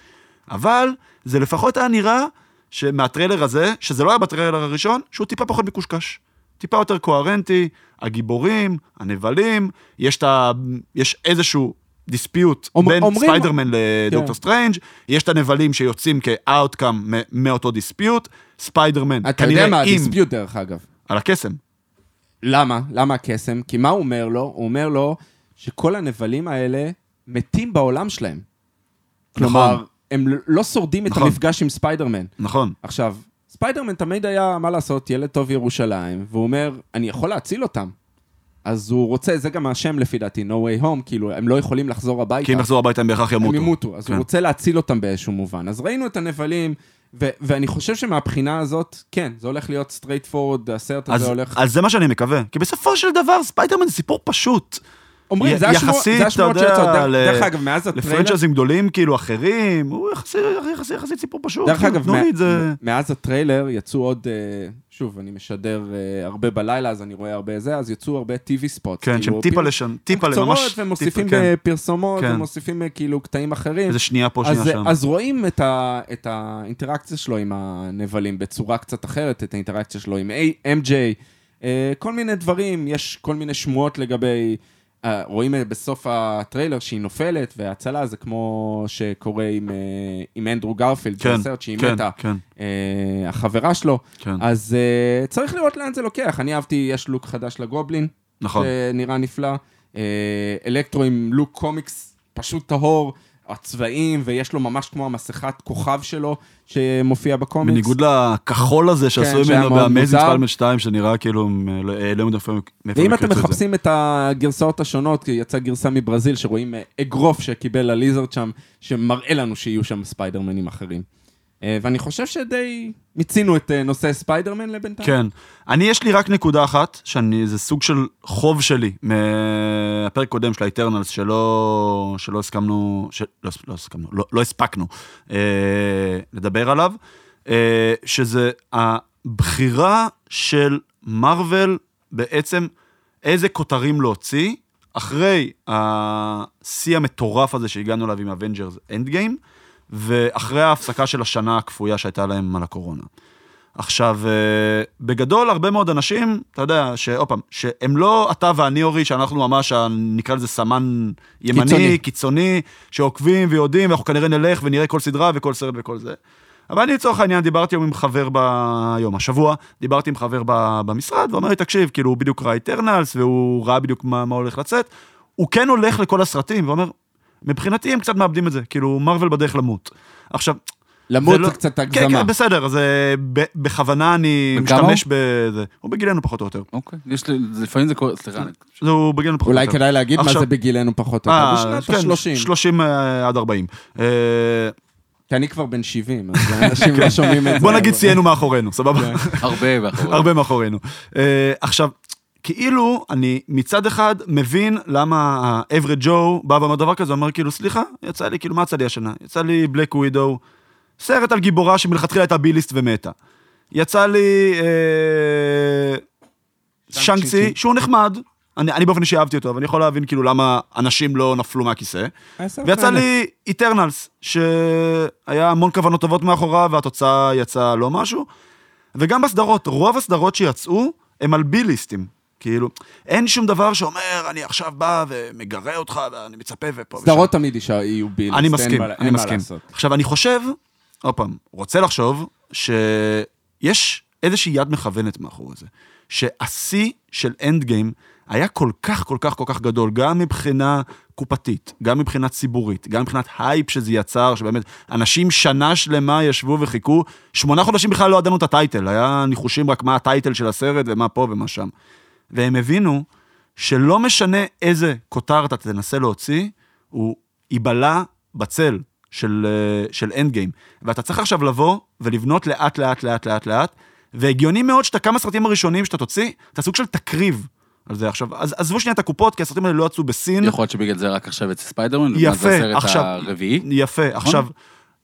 [SPEAKER 1] אבל זה לפחות היה נראה שמהטריילר הזה, שזה לא היה בטריילר הראשון, שהוא טיפה פחות מקושקש. טיפה יותר קוהרנטי, הגיבורים, הנבלים, יש, את ה... יש איזשהו דיספיוט
[SPEAKER 2] אומ-
[SPEAKER 1] בין
[SPEAKER 2] אומרים-
[SPEAKER 1] ספיידרמן לדוקטור
[SPEAKER 2] כן.
[SPEAKER 1] סטרנג', יש את הנבלים שיוצאים כאוטקאם מ- מאותו דיספיוט, ספיידרמן,
[SPEAKER 2] אתה יודע מה
[SPEAKER 1] כנראה אם,
[SPEAKER 2] הדיספיוט דרך אגב.
[SPEAKER 1] על הקסם.
[SPEAKER 2] למה? למה הקסם? כי מה הוא אומר לו? הוא אומר לו שכל הנבלים האלה מתים בעולם שלהם. כלומר, הם ל- לא שורדים את
[SPEAKER 1] נכון.
[SPEAKER 2] המפגש עם ספיידרמן.
[SPEAKER 1] נכון.
[SPEAKER 2] עכשיו, ספיידרמן תמיד היה, מה לעשות, ילד טוב ירושלים, והוא אומר, אני יכול להציל אותם. אז הוא רוצה, זה גם השם לפי דעתי, No way home, כאילו, הם לא יכולים לחזור הביתה.
[SPEAKER 1] כי אם יחזור הביתה הם בהכרח
[SPEAKER 2] הם
[SPEAKER 1] ימותו.
[SPEAKER 2] ימותו, אז
[SPEAKER 1] כן.
[SPEAKER 2] הוא רוצה להציל אותם באיזשהו מובן. אז ראינו את הנבלים, ו- ואני חושב שמהבחינה הזאת, כן, זה הולך להיות סטרייט פורד, הסרט הזה
[SPEAKER 1] אז,
[SPEAKER 2] הולך...
[SPEAKER 1] אז זה מה שאני מקווה, כי בסופו של דבר ספיידרמן זה סיפור פשוט.
[SPEAKER 2] אומרים,
[SPEAKER 1] י-
[SPEAKER 2] זה השמוע-
[SPEAKER 1] יחסית,
[SPEAKER 2] זה
[SPEAKER 1] אתה
[SPEAKER 2] השמועות
[SPEAKER 1] יודע,
[SPEAKER 2] שיוצאות. דרך-
[SPEAKER 1] ל-
[SPEAKER 2] דרך אגב, מאז הטריילר...
[SPEAKER 1] לפרנצ'ייזים גדולים כאילו אחרים, הוא יחסית יחסית- יחסית סיפור פשוט.
[SPEAKER 2] דרך
[SPEAKER 1] כאילו,
[SPEAKER 2] אגב,
[SPEAKER 1] תנו
[SPEAKER 2] מה-
[SPEAKER 1] לי את זה.
[SPEAKER 2] מאז הטריילר יצאו עוד, אה, שוב, אני משדר אה, הרבה בלילה, אז אני רואה הרבה זה, אז יצאו הרבה TV ספוט.
[SPEAKER 1] כן, שהם טיפה לשן, טיפה
[SPEAKER 2] כאילו, קצרות,
[SPEAKER 1] ממש...
[SPEAKER 2] והם
[SPEAKER 1] טיפה,
[SPEAKER 2] מוסיפים
[SPEAKER 1] כן.
[SPEAKER 2] אה, פרסומות,
[SPEAKER 1] כן.
[SPEAKER 2] הם מוסיפים אה, כאילו קטעים אחרים.
[SPEAKER 1] איזה שנייה פה,
[SPEAKER 2] אז,
[SPEAKER 1] שנייה שם.
[SPEAKER 2] אז רואים את, ה, את האינטראקציה שלו עם הנבלים בצורה קצת אחרת, את האינטראקציה שלו עם MJ, אה, כל מיני דברים, יש כל מיני שמועות לגבי, אה, רואים אה, בסוף הטריילר שהיא נופלת, וההצלה זה כמו שקורה עם, אה, עם אנדרו גרפילד,
[SPEAKER 1] כן,
[SPEAKER 2] בסרט שהיא
[SPEAKER 1] כן,
[SPEAKER 2] מתה,
[SPEAKER 1] כן,
[SPEAKER 2] אה, החברה שלו,
[SPEAKER 1] כן,
[SPEAKER 2] אז אה, צריך לראות לאן זה לוקח. אני אהבתי, יש לוק חדש לגובלין,
[SPEAKER 1] נכון.
[SPEAKER 2] שנראה נפלא. אה, אלקטרו עם לוק קומיקס פשוט טהור, הצבעים, ויש לו ממש כמו המסכת כוכב שלו שמופיע בקומיקס.
[SPEAKER 1] בניגוד לכחול הזה שעשו
[SPEAKER 2] כן, שהיה
[SPEAKER 1] ממנו
[SPEAKER 2] מאוד
[SPEAKER 1] באמייזינג
[SPEAKER 2] מוזר.
[SPEAKER 1] ספלמן 2, שנראה כאילו, אה, לא- אה, לא יודע מאיפה הם מאיפה הם
[SPEAKER 2] ואם
[SPEAKER 1] הקריצו
[SPEAKER 2] אתם
[SPEAKER 1] את זה.
[SPEAKER 2] מחפשים את הגרסאות השונות, כי יצאה גרסה מברזיל שרואים אה, אגרוף שקיבל הליזרד שם, שמראה לנו שיהיו שם ספיידרמנים אחרים. אה, ואני חושב שדי מיצינו את אה, נושא ספיידרמן לבינתיים.
[SPEAKER 1] כן. אני, יש לי רק נקודה אחת, שאני, זה סוג של חוב שלי מהפרק קודם של האיטרנלס, שלא, שלא הסכמנו, של, לא, לא הסכמנו, לא, לא הספקנו אה, לדבר עליו, אה, שזה הבחירה של מארוול בעצם איזה כותרים להוציא אחרי השיא המטורף הזה שהגענו אליו עם אבנג'רס אנד גיים, ואחרי ההפסקה של השנה הכפויה שהייתה להם על הקורונה. עכשיו, אה, בגדול, הרבה מאוד אנשים, אתה יודע, שעוד פעם, שהם לא אתה ואני, אורי, שאנחנו ממש, ה- נקרא לזה סמן ימני, קיצוני,
[SPEAKER 2] קיצוני.
[SPEAKER 1] קיצוני שעוקבים ויודעים, ואנחנו כנראה נלך ונראה כל סדרה וכל סרט וכל זה. אבל אני לצורך העניין דיברתי היום עם חבר ביום, השבוע, דיברתי עם חבר ב- במשרד, ואומר לי, תקשיב, כאילו, הוא בדיוק ראה איטרנלס, והוא ראה בדיוק מה, מה הולך לצאת. הוא כן הולך לכל הסרטים, ואומר, מבחינתי הם קצת מאבדים את זה, כאילו, מרוויל בדרך למות. עכשיו,
[SPEAKER 2] למות
[SPEAKER 1] זה לא-
[SPEAKER 2] זה קצת
[SPEAKER 1] כן,
[SPEAKER 2] הגזמה.
[SPEAKER 1] כן, בסדר, אז אה, ב- בכוונה אני
[SPEAKER 3] בן כמה
[SPEAKER 1] משתמש בזה. הוא בגילנו פחות או יותר.
[SPEAKER 3] אוקיי. יש לי, זה- לפעמים זה קורה, סליחה, אני-
[SPEAKER 1] זה הוא בגילנו פחות או
[SPEAKER 2] אולי
[SPEAKER 1] יותר.
[SPEAKER 2] כדאי להגיד מה
[SPEAKER 1] עכשיו-
[SPEAKER 2] זה בגילנו פחות או
[SPEAKER 1] אה,
[SPEAKER 2] יותר. בשנת
[SPEAKER 1] כן,
[SPEAKER 2] ה-30.
[SPEAKER 1] 30 אה, עד 40.
[SPEAKER 2] (laughs)
[SPEAKER 1] אה,
[SPEAKER 2] כי אני כבר בן 70, אז אנשים לא שומעים את זה.
[SPEAKER 1] כן.
[SPEAKER 2] כן.
[SPEAKER 1] בוא נגיד סיינו
[SPEAKER 2] (laughs)
[SPEAKER 1] מאחורינו, סבבה?
[SPEAKER 3] הרבה מאחורי.
[SPEAKER 1] (laughs) הרבה מאחורינו. אה, עכשיו, כאילו, אני מצד אחד מבין למה ה-Average Joe בא ואומר דבר כזה, הוא אומר כאילו, סליחה, יצא לי, כאילו, מה יצא לי השנה? יצא לי בלק ווידו, סרט על גיבורה שמלכתחילה הייתה ביליסט ומתה. יצא לי אה,
[SPEAKER 2] שאנג
[SPEAKER 1] שאנג צי,
[SPEAKER 2] צ'י.
[SPEAKER 1] שהוא נחמד. אני, אני באופן אישי אהבתי אותו, אבל אני יכול להבין כאילו למה אנשים לא נפלו מהכיסא. ויצא לי איטרנלס, שהיה המון כוונות טובות מאחוריו, והתוצאה יצאה לא משהו. וגם בסדרות, רוב הסדרות שיצאו, הם על בי-ליסטים. כאילו, אין שום דבר שאומר, אני עכשיו בא ומגרה אותך, ואני מצפה ופה ושם.
[SPEAKER 2] סדרות תמיד ישע- יהיו ביל.
[SPEAKER 1] אני מסכים, אני מסכים. עכשיו, אני חושב, עוד פעם, רוצה לחשוב שיש איזושהי יד מכוונת מאחורי זה. שהשיא של אנד גיים היה כל כך, כל כך, כל כך גדול, גם מבחינה קופתית, גם מבחינה ציבורית, גם מבחינת הייפ שזה יצר, שבאמת, אנשים שנה שלמה ישבו וחיכו, שמונה חודשים בכלל לא ידענו את הטייטל, היה ניחושים רק מה הטייטל של הסרט ומה פה ומה שם. והם הבינו שלא משנה איזה כותר אתה תנסה להוציא, הוא ייבלע בצל של, אה, של אנד גיים. ואתה צריך עכשיו לבוא ולבנות לאט לאט לאט לאט לאט, והגיוני מאוד שאתה כמה סרטים הראשונים שאתה תוציא, אתה סוג של תקריב על זה עכשיו. אז עזבו שנייה את הקופות, כי הסרטים האלה לא יצאו בסין.
[SPEAKER 3] יכול להיות שבגלל זה רק עכשיו יצא ספיידרמן, ומה
[SPEAKER 1] יפה,
[SPEAKER 3] זה הסרט
[SPEAKER 1] עכשיו-
[SPEAKER 3] הרביעי. נכון.
[SPEAKER 1] יפה, עכשיו,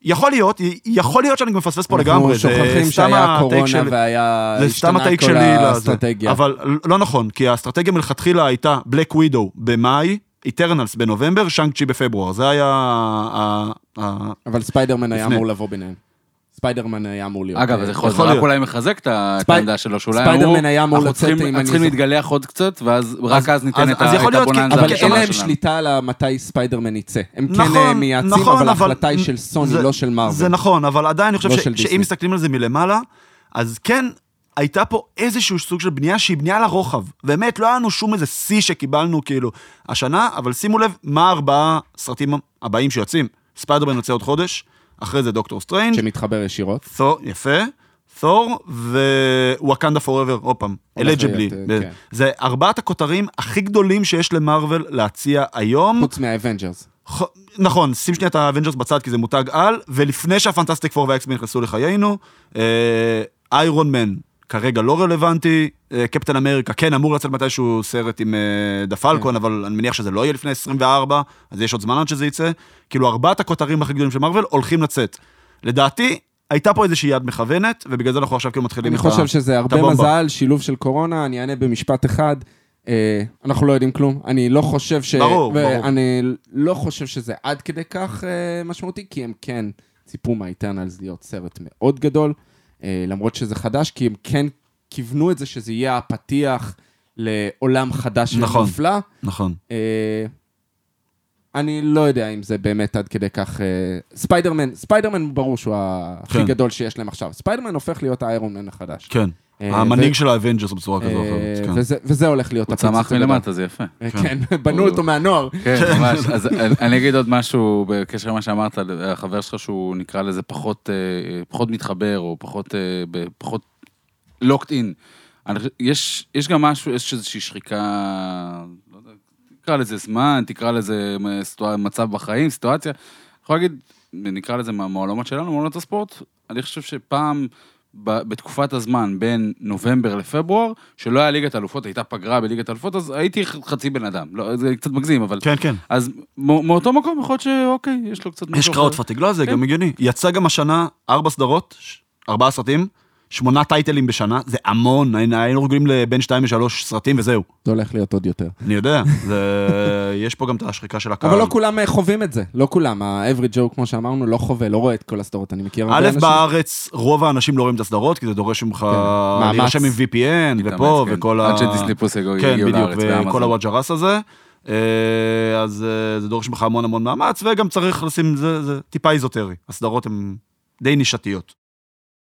[SPEAKER 1] יכול להיות, י- יכול להיות שאני מפספס פה לגמרי,
[SPEAKER 2] אנחנו
[SPEAKER 1] זה
[SPEAKER 2] שוכחים
[SPEAKER 1] סתם
[SPEAKER 2] שהיה
[SPEAKER 1] הטייק
[SPEAKER 2] קורונה
[SPEAKER 1] שלי.
[SPEAKER 2] והיה...
[SPEAKER 1] זה סתם
[SPEAKER 2] השתנה
[SPEAKER 1] הטייק
[SPEAKER 2] כל
[SPEAKER 1] שלי
[SPEAKER 2] האסטרטגיה.
[SPEAKER 1] לזה. אבל לא נכון, כי האסטרטגיה מלכתחילה הייתה בלק ווידו במאי, איטרנלס בנובמבר, שאנג צ'י בפברואר. זה היה... ה- ה-
[SPEAKER 2] אבל ספיידרמן היה
[SPEAKER 1] לפני. נכון.
[SPEAKER 2] אמור לבוא ביניהם. ספיידרמן היה אמור להיות.
[SPEAKER 3] אגב,
[SPEAKER 2] אה,
[SPEAKER 3] זה יכול
[SPEAKER 1] יכול
[SPEAKER 3] להיות,
[SPEAKER 1] להיות.
[SPEAKER 3] רק אולי מחזק את ה- את
[SPEAKER 2] ספי-
[SPEAKER 3] העמדה שלו, שאולי
[SPEAKER 2] ספיידרמן
[SPEAKER 3] אמרו,
[SPEAKER 2] היה אמור
[SPEAKER 3] אנחנו
[SPEAKER 2] לצאת
[SPEAKER 3] צריכים-
[SPEAKER 2] עם
[SPEAKER 3] אנחנו צריכים
[SPEAKER 2] הניז-
[SPEAKER 3] להתגלח עוד קצת, ואז רק אז
[SPEAKER 1] אז-
[SPEAKER 3] ניתן את
[SPEAKER 1] אז
[SPEAKER 3] ה-
[SPEAKER 1] יכול
[SPEAKER 3] את
[SPEAKER 1] להיות, כי-
[SPEAKER 3] הבוננזה
[SPEAKER 2] אבל אין
[SPEAKER 3] הראשונה
[SPEAKER 2] להם
[SPEAKER 3] שלנו.
[SPEAKER 2] שליטה על מתי ספיידרמן יצא. הם כן
[SPEAKER 1] נכון,
[SPEAKER 2] אה, מייעצים,
[SPEAKER 1] נכון,
[SPEAKER 2] אבל ההחלטה היא
[SPEAKER 1] נ-
[SPEAKER 2] של סוני,
[SPEAKER 1] זה-
[SPEAKER 2] לא של
[SPEAKER 1] זה
[SPEAKER 2] מארוול.
[SPEAKER 1] נכון, אבל עדיין אני חושב
[SPEAKER 2] לא
[SPEAKER 1] ש-
[SPEAKER 2] של דיסני.
[SPEAKER 1] שאם מסתכלים על זה מלמעלה, אז כן, הייתה פה איזשהו סוג של בנייה שהיא בנייה לרוחב. באמת, לא היה לנו שום איזה שיא שקיבלנו כאילו השנה, אבל שימו לב מה ארבעה סרטים הבאים שיוצאים. ספיידרמן יוצא עוד חודש, אחרי זה דוקטור סטרנג',
[SPEAKER 2] שמתחבר ישירות.
[SPEAKER 1] תור, יפה, תור ווואקנדה פוראבר, עוד פעם,
[SPEAKER 2] הולך
[SPEAKER 1] אלג'בלי.
[SPEAKER 2] להיות, אה, כן.
[SPEAKER 1] זה ארבעת הכותרים הכי גדולים שיש למרוויל להציע היום.
[SPEAKER 2] חוץ מהאבנג'רס.
[SPEAKER 1] ח- נכון, שים שנייה את האבנג'רס בצד כי זה מותג על, ולפני שהפנטסטיק פור והאקסמן נכנסו לחיינו, אה, איירון מן כרגע לא רלוונטי, אה, קפטן אמריקה כן אמור לצאת מתישהו סרט עם אה, דה
[SPEAKER 2] כן.
[SPEAKER 1] פלקון, אבל אני מניח שזה לא יהיה לפני 24, אז יש עוד זמן עד שזה יצא. כאילו ארבעת הכותרים הכי גדולים של מארוול הולכים לצאת. לדעתי, הייתה פה איזושהי יד מכוונת, ובגלל זה אנחנו עכשיו כאילו מתחילים
[SPEAKER 2] אני
[SPEAKER 1] את ה...
[SPEAKER 2] חושב שזה הרבה
[SPEAKER 1] הבומבה.
[SPEAKER 2] מזל, שילוב של קורונה, אני אענה במשפט אחד. אה, אנחנו לא יודעים כלום, אני לא חושב ש...
[SPEAKER 1] ברור, ברור.
[SPEAKER 2] ואני לא חושב שזה עד כדי כך אה, משמעותי, כי הם כן ציפו מהאיטרנלס להיות סרט מאוד גדול, אה, למרות שזה חדש, כי הם כן כיוונו את זה שזה יהיה הפתיח לעולם חדש
[SPEAKER 1] נכון.
[SPEAKER 2] ונפלא.
[SPEAKER 1] נכון.
[SPEAKER 2] אה, אני לא יודע אם זה באמת עד כדי כך... אה, ספיידרמן, ספיידרמן ברור שהוא הכי
[SPEAKER 1] כן.
[SPEAKER 2] גדול שיש להם עכשיו. ספיידרמן הופך להיות האיירון מן החדש.
[SPEAKER 1] כן.
[SPEAKER 2] אה,
[SPEAKER 1] המנהיג
[SPEAKER 2] ו-
[SPEAKER 1] של האבנג'רס בצורה כזו או
[SPEAKER 2] אה,
[SPEAKER 1] אחרת. כן.
[SPEAKER 2] וזה- וזה הולך להיות
[SPEAKER 3] הוא צמח
[SPEAKER 2] הגדול.
[SPEAKER 3] מלמטה, זה יפה.
[SPEAKER 2] אה, כן, (laughs) בנו אותו מהנוער.
[SPEAKER 3] כן, ממש. אז אני- אני אגיד עוד משהו בקשר למה שאמרת, על החבר שלך שהוא נקרא לזה פחות, אה, פחות מתחבר, או פחות, אה, ב- פחות locked in. אני חושב- יש, יש גם משהו, יש איזושהי שחיקה, לא יודע, תקרא לזה זמן, תקרא לזה אה, סיטואציה- מצב בחיים, סיטואציה. אני יכול להגיד, נקרא לזה מה- מהעולמות שלנו, מעולמות הספורט, אני חושב שפעם, ב- בתקופת הזמן בין נובמבר לפברואר, שלא היה ליגת אלופות, הייתה פגרה בליגת אלופות, אז הייתי ח- חצי בן אדם. לא, זה קצת מגזים, אבל...
[SPEAKER 1] כן, כן.
[SPEAKER 3] אז מ- מאותו מקום, יכול להיות שאוקיי, יש לו קצת...
[SPEAKER 1] יש
[SPEAKER 3] משהו
[SPEAKER 1] קראות
[SPEAKER 3] אחר.
[SPEAKER 1] פתיג, לא, זה
[SPEAKER 3] כן.
[SPEAKER 1] גם הגיוני. יצא גם השנה ארבע סדרות, ש- ארבעה סרטים, שמונה טייטלים בשנה, זה המון, היינו- היינו רגילים לבין שתיים לשלוש סרטים וזהו.
[SPEAKER 2] זה הולך להיות עוד יותר.
[SPEAKER 1] אני יודע,
[SPEAKER 3] (laughs)
[SPEAKER 1] זה- יש פה גם את השחיקה של הקהל.
[SPEAKER 2] אבל לא כולם אה, חווים את זה, לא כולם. האברי ג'ו, כמו שאמרנו, לא חווה, לא רואה את כל הסדרות, אני מכיר הרבה
[SPEAKER 1] א',
[SPEAKER 2] אנשים.
[SPEAKER 1] בארץ רוב האנשים לא רואים את הסדרות, כי זה דורש ממך
[SPEAKER 2] מאמץ.
[SPEAKER 1] להירשם עם VPN
[SPEAKER 3] להתאמץ,
[SPEAKER 1] ופה
[SPEAKER 3] כן.
[SPEAKER 1] וכל ה...
[SPEAKER 3] עד שדיסני פלוס יגיעו
[SPEAKER 1] כן,
[SPEAKER 3] יגיעו
[SPEAKER 1] בדיוק,
[SPEAKER 3] לארץ,
[SPEAKER 1] וכל
[SPEAKER 3] באמזון.
[SPEAKER 1] הוואג'רס הזה. אה, אז אה, זה דורש ממך המון המון מאמץ, וגם צריך לשים, זה זה טיפה איזוטרי. הסדרות הן די נישתיות.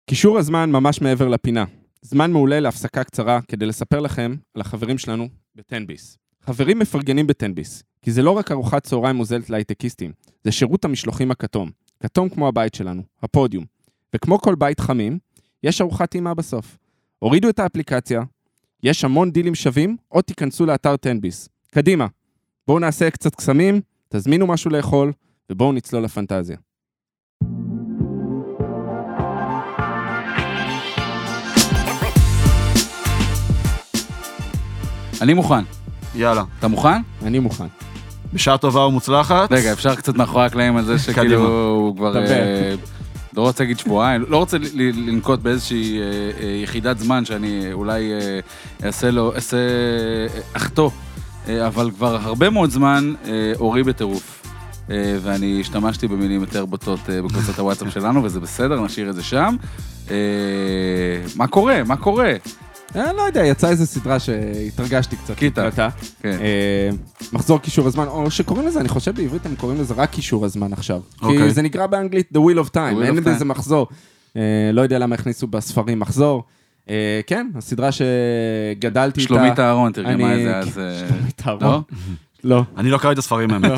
[SPEAKER 2] קישור הזמן ממש מעבר לפינה. זמן מעולה להפסקה קצרה כדי לספר לכם על החברים שלנו בטנביס. חברים מפרגנים בטנביס, כי זה לא רק ארוחת צהריים מוזלת להייטקיסטים, זה שירות המשלוחים הכתום. כתום כמו הבית שלנו, הפודיום. וכמו כל בית חמים, יש ארוחת טעימה בסוף. הורידו את האפליקציה, יש המון דילים שווים, או תיכנסו לאתר טנביס. קדימה, בואו נעשה קצת קסמים, תזמינו משהו לאכול, ובואו נצלול לפנטזיה.
[SPEAKER 3] אני מוכן.
[SPEAKER 1] יאללה.
[SPEAKER 3] אתה מוכן?
[SPEAKER 2] אני מוכן.
[SPEAKER 1] בשעה טובה ומוצלחת.
[SPEAKER 3] רגע, אפשר קצת מאחורי
[SPEAKER 1] (laughs)
[SPEAKER 3] הקלעים על זה
[SPEAKER 1] קדימה.
[SPEAKER 3] שכאילו הוא כבר...
[SPEAKER 2] דבר.
[SPEAKER 3] אה, לא רוצה להגיד שבועיים, לא רוצה ל- ל- לנקוט באיזושהי אה, אה, יחידת זמן שאני אולי אה, אעשה לו, אעשה... אה, אחטוא, אה, אבל כבר הרבה מאוד זמן אה, אורי בטירוף. אה, ואני השתמשתי במילים יותר בוטות אה, בקבוצת הוואטסאפ שלנו, וזה בסדר, נשאיר את זה שם. אה, מה קורה? מה קורה?
[SPEAKER 2] אה, לא יודע, יצאה איזה סדרה שהתרגשתי קצת.
[SPEAKER 3] קיטה.
[SPEAKER 2] לקראתה.
[SPEAKER 3] כן.
[SPEAKER 2] אה, מחזור קישור הזמן, או שקוראים לזה, אני חושב בעברית הם קוראים לזה רק קישור הזמן עכשיו. כי
[SPEAKER 1] אוקיי.
[SPEAKER 2] זה נקרא באנגלית The Wheel of
[SPEAKER 3] The Wheel
[SPEAKER 2] Time,
[SPEAKER 3] of
[SPEAKER 2] אין
[SPEAKER 3] Time.
[SPEAKER 2] בזה מחזור. אה, לא יודע למה הכניסו בספרים מחזור. אה, כן, הסדרה שגדלתי איתה.
[SPEAKER 3] שלומית אהרון תרגמה את
[SPEAKER 2] אני- כן,
[SPEAKER 3] זה, אז... אה,
[SPEAKER 2] שלומית
[SPEAKER 3] לא?
[SPEAKER 2] אהרון. לא.
[SPEAKER 1] אני לא קראתי את הספרים האמת.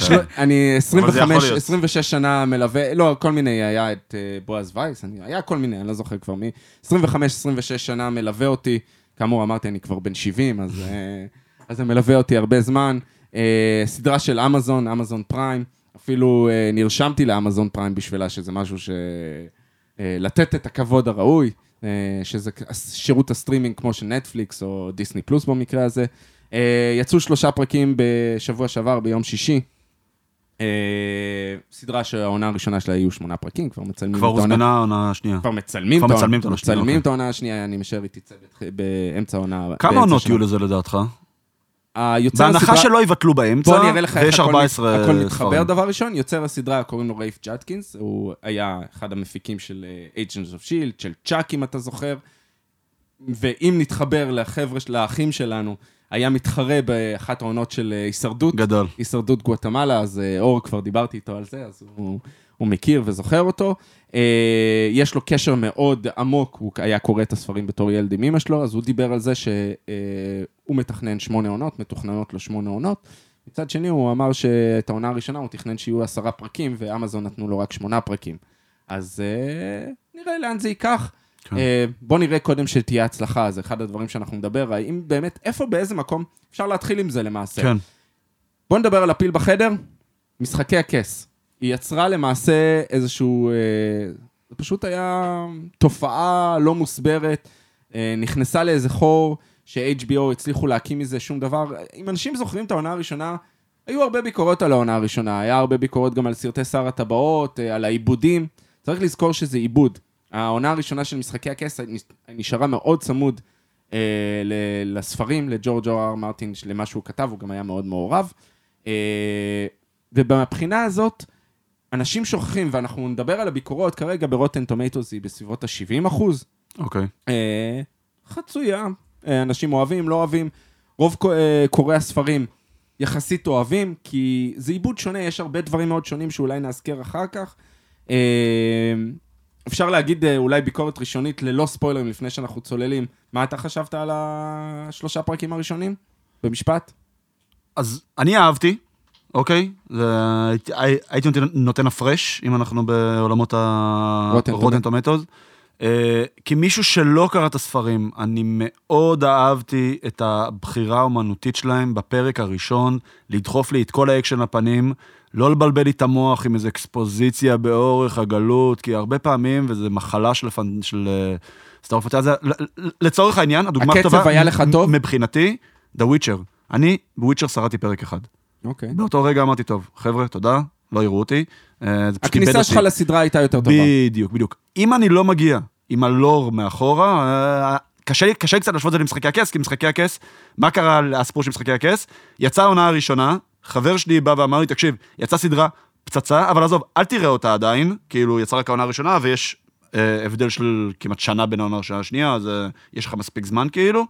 [SPEAKER 2] של- אני
[SPEAKER 1] אבל זה יכול
[SPEAKER 2] 25,
[SPEAKER 1] להיות.
[SPEAKER 2] 26 שנה מלווה, לא, כל מיני, היה את אה, בועז וייס, אני- היה כל מיני, אני לא זוכר כבר מי. 25, 26 שנה מלווה אותי, כאמור, אמרתי, אני כבר בן 70, אז, אה, אז זה מלווה אותי הרבה זמן. אה, סדרה של אמזון, אמזון פריים, אפילו אה, נרשמתי לאמזון פריים בשבילה, שזה משהו ש... אה, לתת את הכבוד הראוי, אה, שזה כ- שירות הסטרימינג כמו של נטפליקס או דיסני פלוס במקרה הזה. אה, יצאו שלושה פרקים בשבוע שעבר, ביום שישי. אה, סדרה שהעונה הראשונה שלה יהיו שמונה פרקים, כבר מצלמים
[SPEAKER 1] כבר
[SPEAKER 2] את העונה.
[SPEAKER 1] הוזמנה העונה השנייה.
[SPEAKER 2] כבר מצלמים
[SPEAKER 1] כבר
[SPEAKER 2] את העונה.
[SPEAKER 1] מצלמים את העונה השנייה,
[SPEAKER 2] מצלמים
[SPEAKER 1] אוקיי.
[SPEAKER 2] את העונה השנייה, אני משער היא תצא בתח- באמצע העונה.
[SPEAKER 1] כמה
[SPEAKER 2] באמצע
[SPEAKER 1] עונות
[SPEAKER 2] שנה.
[SPEAKER 1] יהיו לזה לדעתך?
[SPEAKER 2] היוצר
[SPEAKER 1] בהנחה
[SPEAKER 2] הסדרה-
[SPEAKER 1] שלא יבטלו
[SPEAKER 2] בוא
[SPEAKER 1] באמצע,
[SPEAKER 2] אני אראה לך איך
[SPEAKER 1] ויש
[SPEAKER 2] הכל,
[SPEAKER 1] 14
[SPEAKER 2] מת- הכל מתחבר.
[SPEAKER 1] ספרים.
[SPEAKER 2] דבר ראשון, יוצר הסדרה קוראים לו רייף ג'אטקינס, הוא היה אחד המפיקים של אה, Agents of Shield, של צ'אק אם אתה זוכר, ואם נתחבר לחבר'ה, של- לאחים שלנו, היה מתחרה באחת העונות של אה, הישרדות,
[SPEAKER 1] גדול.
[SPEAKER 2] הישרדות גואטמלה, אז אה, אור, כבר דיברתי איתו על זה, אז הוא, הוא מכיר וזוכר אותו. אה, יש לו קשר מאוד עמוק, הוא היה קורא את הספרים בתור ילד עם אמא שלו, אז הוא דיבר על זה שהוא מתכנן שמונה עונות, מתוכננות לו שמונה עונות. מצד שני, הוא אמר שאת העונה הראשונה הוא תכנן שיהיו עשרה פרקים, ואמזון נתנו לו רק שמונה פרקים. אז אה, נראה לאן זה ייקח.
[SPEAKER 1] כן.
[SPEAKER 2] אה, בוא נראה קודם שתהיה הצלחה, זה אחד הדברים שאנחנו נדבר, האם באמת, איפה, באיזה מקום, אפשר להתחיל עם זה למעשה.
[SPEAKER 1] כן.
[SPEAKER 2] בואו נדבר על הפיל בחדר, משחקי הכס. היא יצרה למעשה איזשהו... אה, זה פשוט היה תופעה לא מוסברת, אה, נכנסה לאיזה חור ש-HBO הצליחו להקים מזה שום דבר. אם אנשים זוכרים את העונה הראשונה, היו הרבה ביקורות על העונה הראשונה, היה הרבה ביקורות גם על סרטי שר הטבעות, אה, על העיבודים. צריך לזכור שזה עיבוד. העונה הראשונה של משחקי הכס נשארה מאוד צמוד אה, ל- לספרים, לג'ורג' אור אר מרטין, למה שהוא כתב, הוא גם היה מאוד מעורב. אה, ובבחינה הזאת, אנשים שוכחים, ואנחנו נדבר על הביקורות, כרגע ברוטן טומטוס היא בסביבות ה-70 אחוז.
[SPEAKER 1] אוקיי.
[SPEAKER 2] אה, חצויה, אה, אנשים אוהבים, לא אוהבים. רוב ק- אה, קוראי הספרים יחסית אוהבים, כי זה עיבוד שונה, יש הרבה דברים מאוד שונים שאולי נאזכר אחר כך. אה, אפשר להגיד אה, אולי ביקורת ראשונית ללא ספוילרים לפני שאנחנו צוללים. מה אתה חשבת על השלושה פרקים הראשונים? במשפט?
[SPEAKER 1] אז אני אהבתי, אוקיי? זה- הייתי- הי- הייתי נותן- נותן הפרש, אם אנחנו בעולמות
[SPEAKER 2] Rotten
[SPEAKER 1] ה-Rotten Tomatoes. אה, כמישהו שלא קרא את הספרים, אני מאוד אהבתי את הבחירה האומנותית שלהם בפרק הראשון, לדחוף לי את כל האקשן לפנים, לא לבלבל לי את המוח עם איזו אקספוזיציה באורך הגלות, כי הרבה פעמים, וזו מחלה של, פנ- של אה, סטאר פנטזיה, ל- ל- לצורך העניין, הדוגמה
[SPEAKER 2] הקצב
[SPEAKER 1] הטובה...
[SPEAKER 2] היה לך
[SPEAKER 1] מ-
[SPEAKER 2] טוב?
[SPEAKER 1] מבחינתי, The Witcher. אני בוויצ'ר שרדתי פרק אחד.
[SPEAKER 2] אוקיי.
[SPEAKER 1] באותו רגע אמרתי, טוב, חבר'ה, תודה, לא יראו אותי. אה, זה פשוט איבד
[SPEAKER 2] הכניסה
[SPEAKER 1] אותי.
[SPEAKER 2] שלך לסדרה הייתה יותר טובה.
[SPEAKER 1] בדיוק, בדיוק. אם אני לא מגיע עם הלור מאחורה, אה, קשה לי, קשה לי קצת להשוות את זה למשחקי הכס, כי משחקי הכס, מה קרה לסיפור של משחקי הכס? יצאה העונה הראשונה, חבר שלי בא ואמר לי, תקשיב, יצאה סדרה פצצה, אבל עזוב, אל תראה אותה עדיין, כאילו, יצאה רק העונה הראשונה, ויש אה, הבדל של כמעט שנה בין העונה הראשונה לשנייה, אז אה, יש לך מספיק זמן כאילו.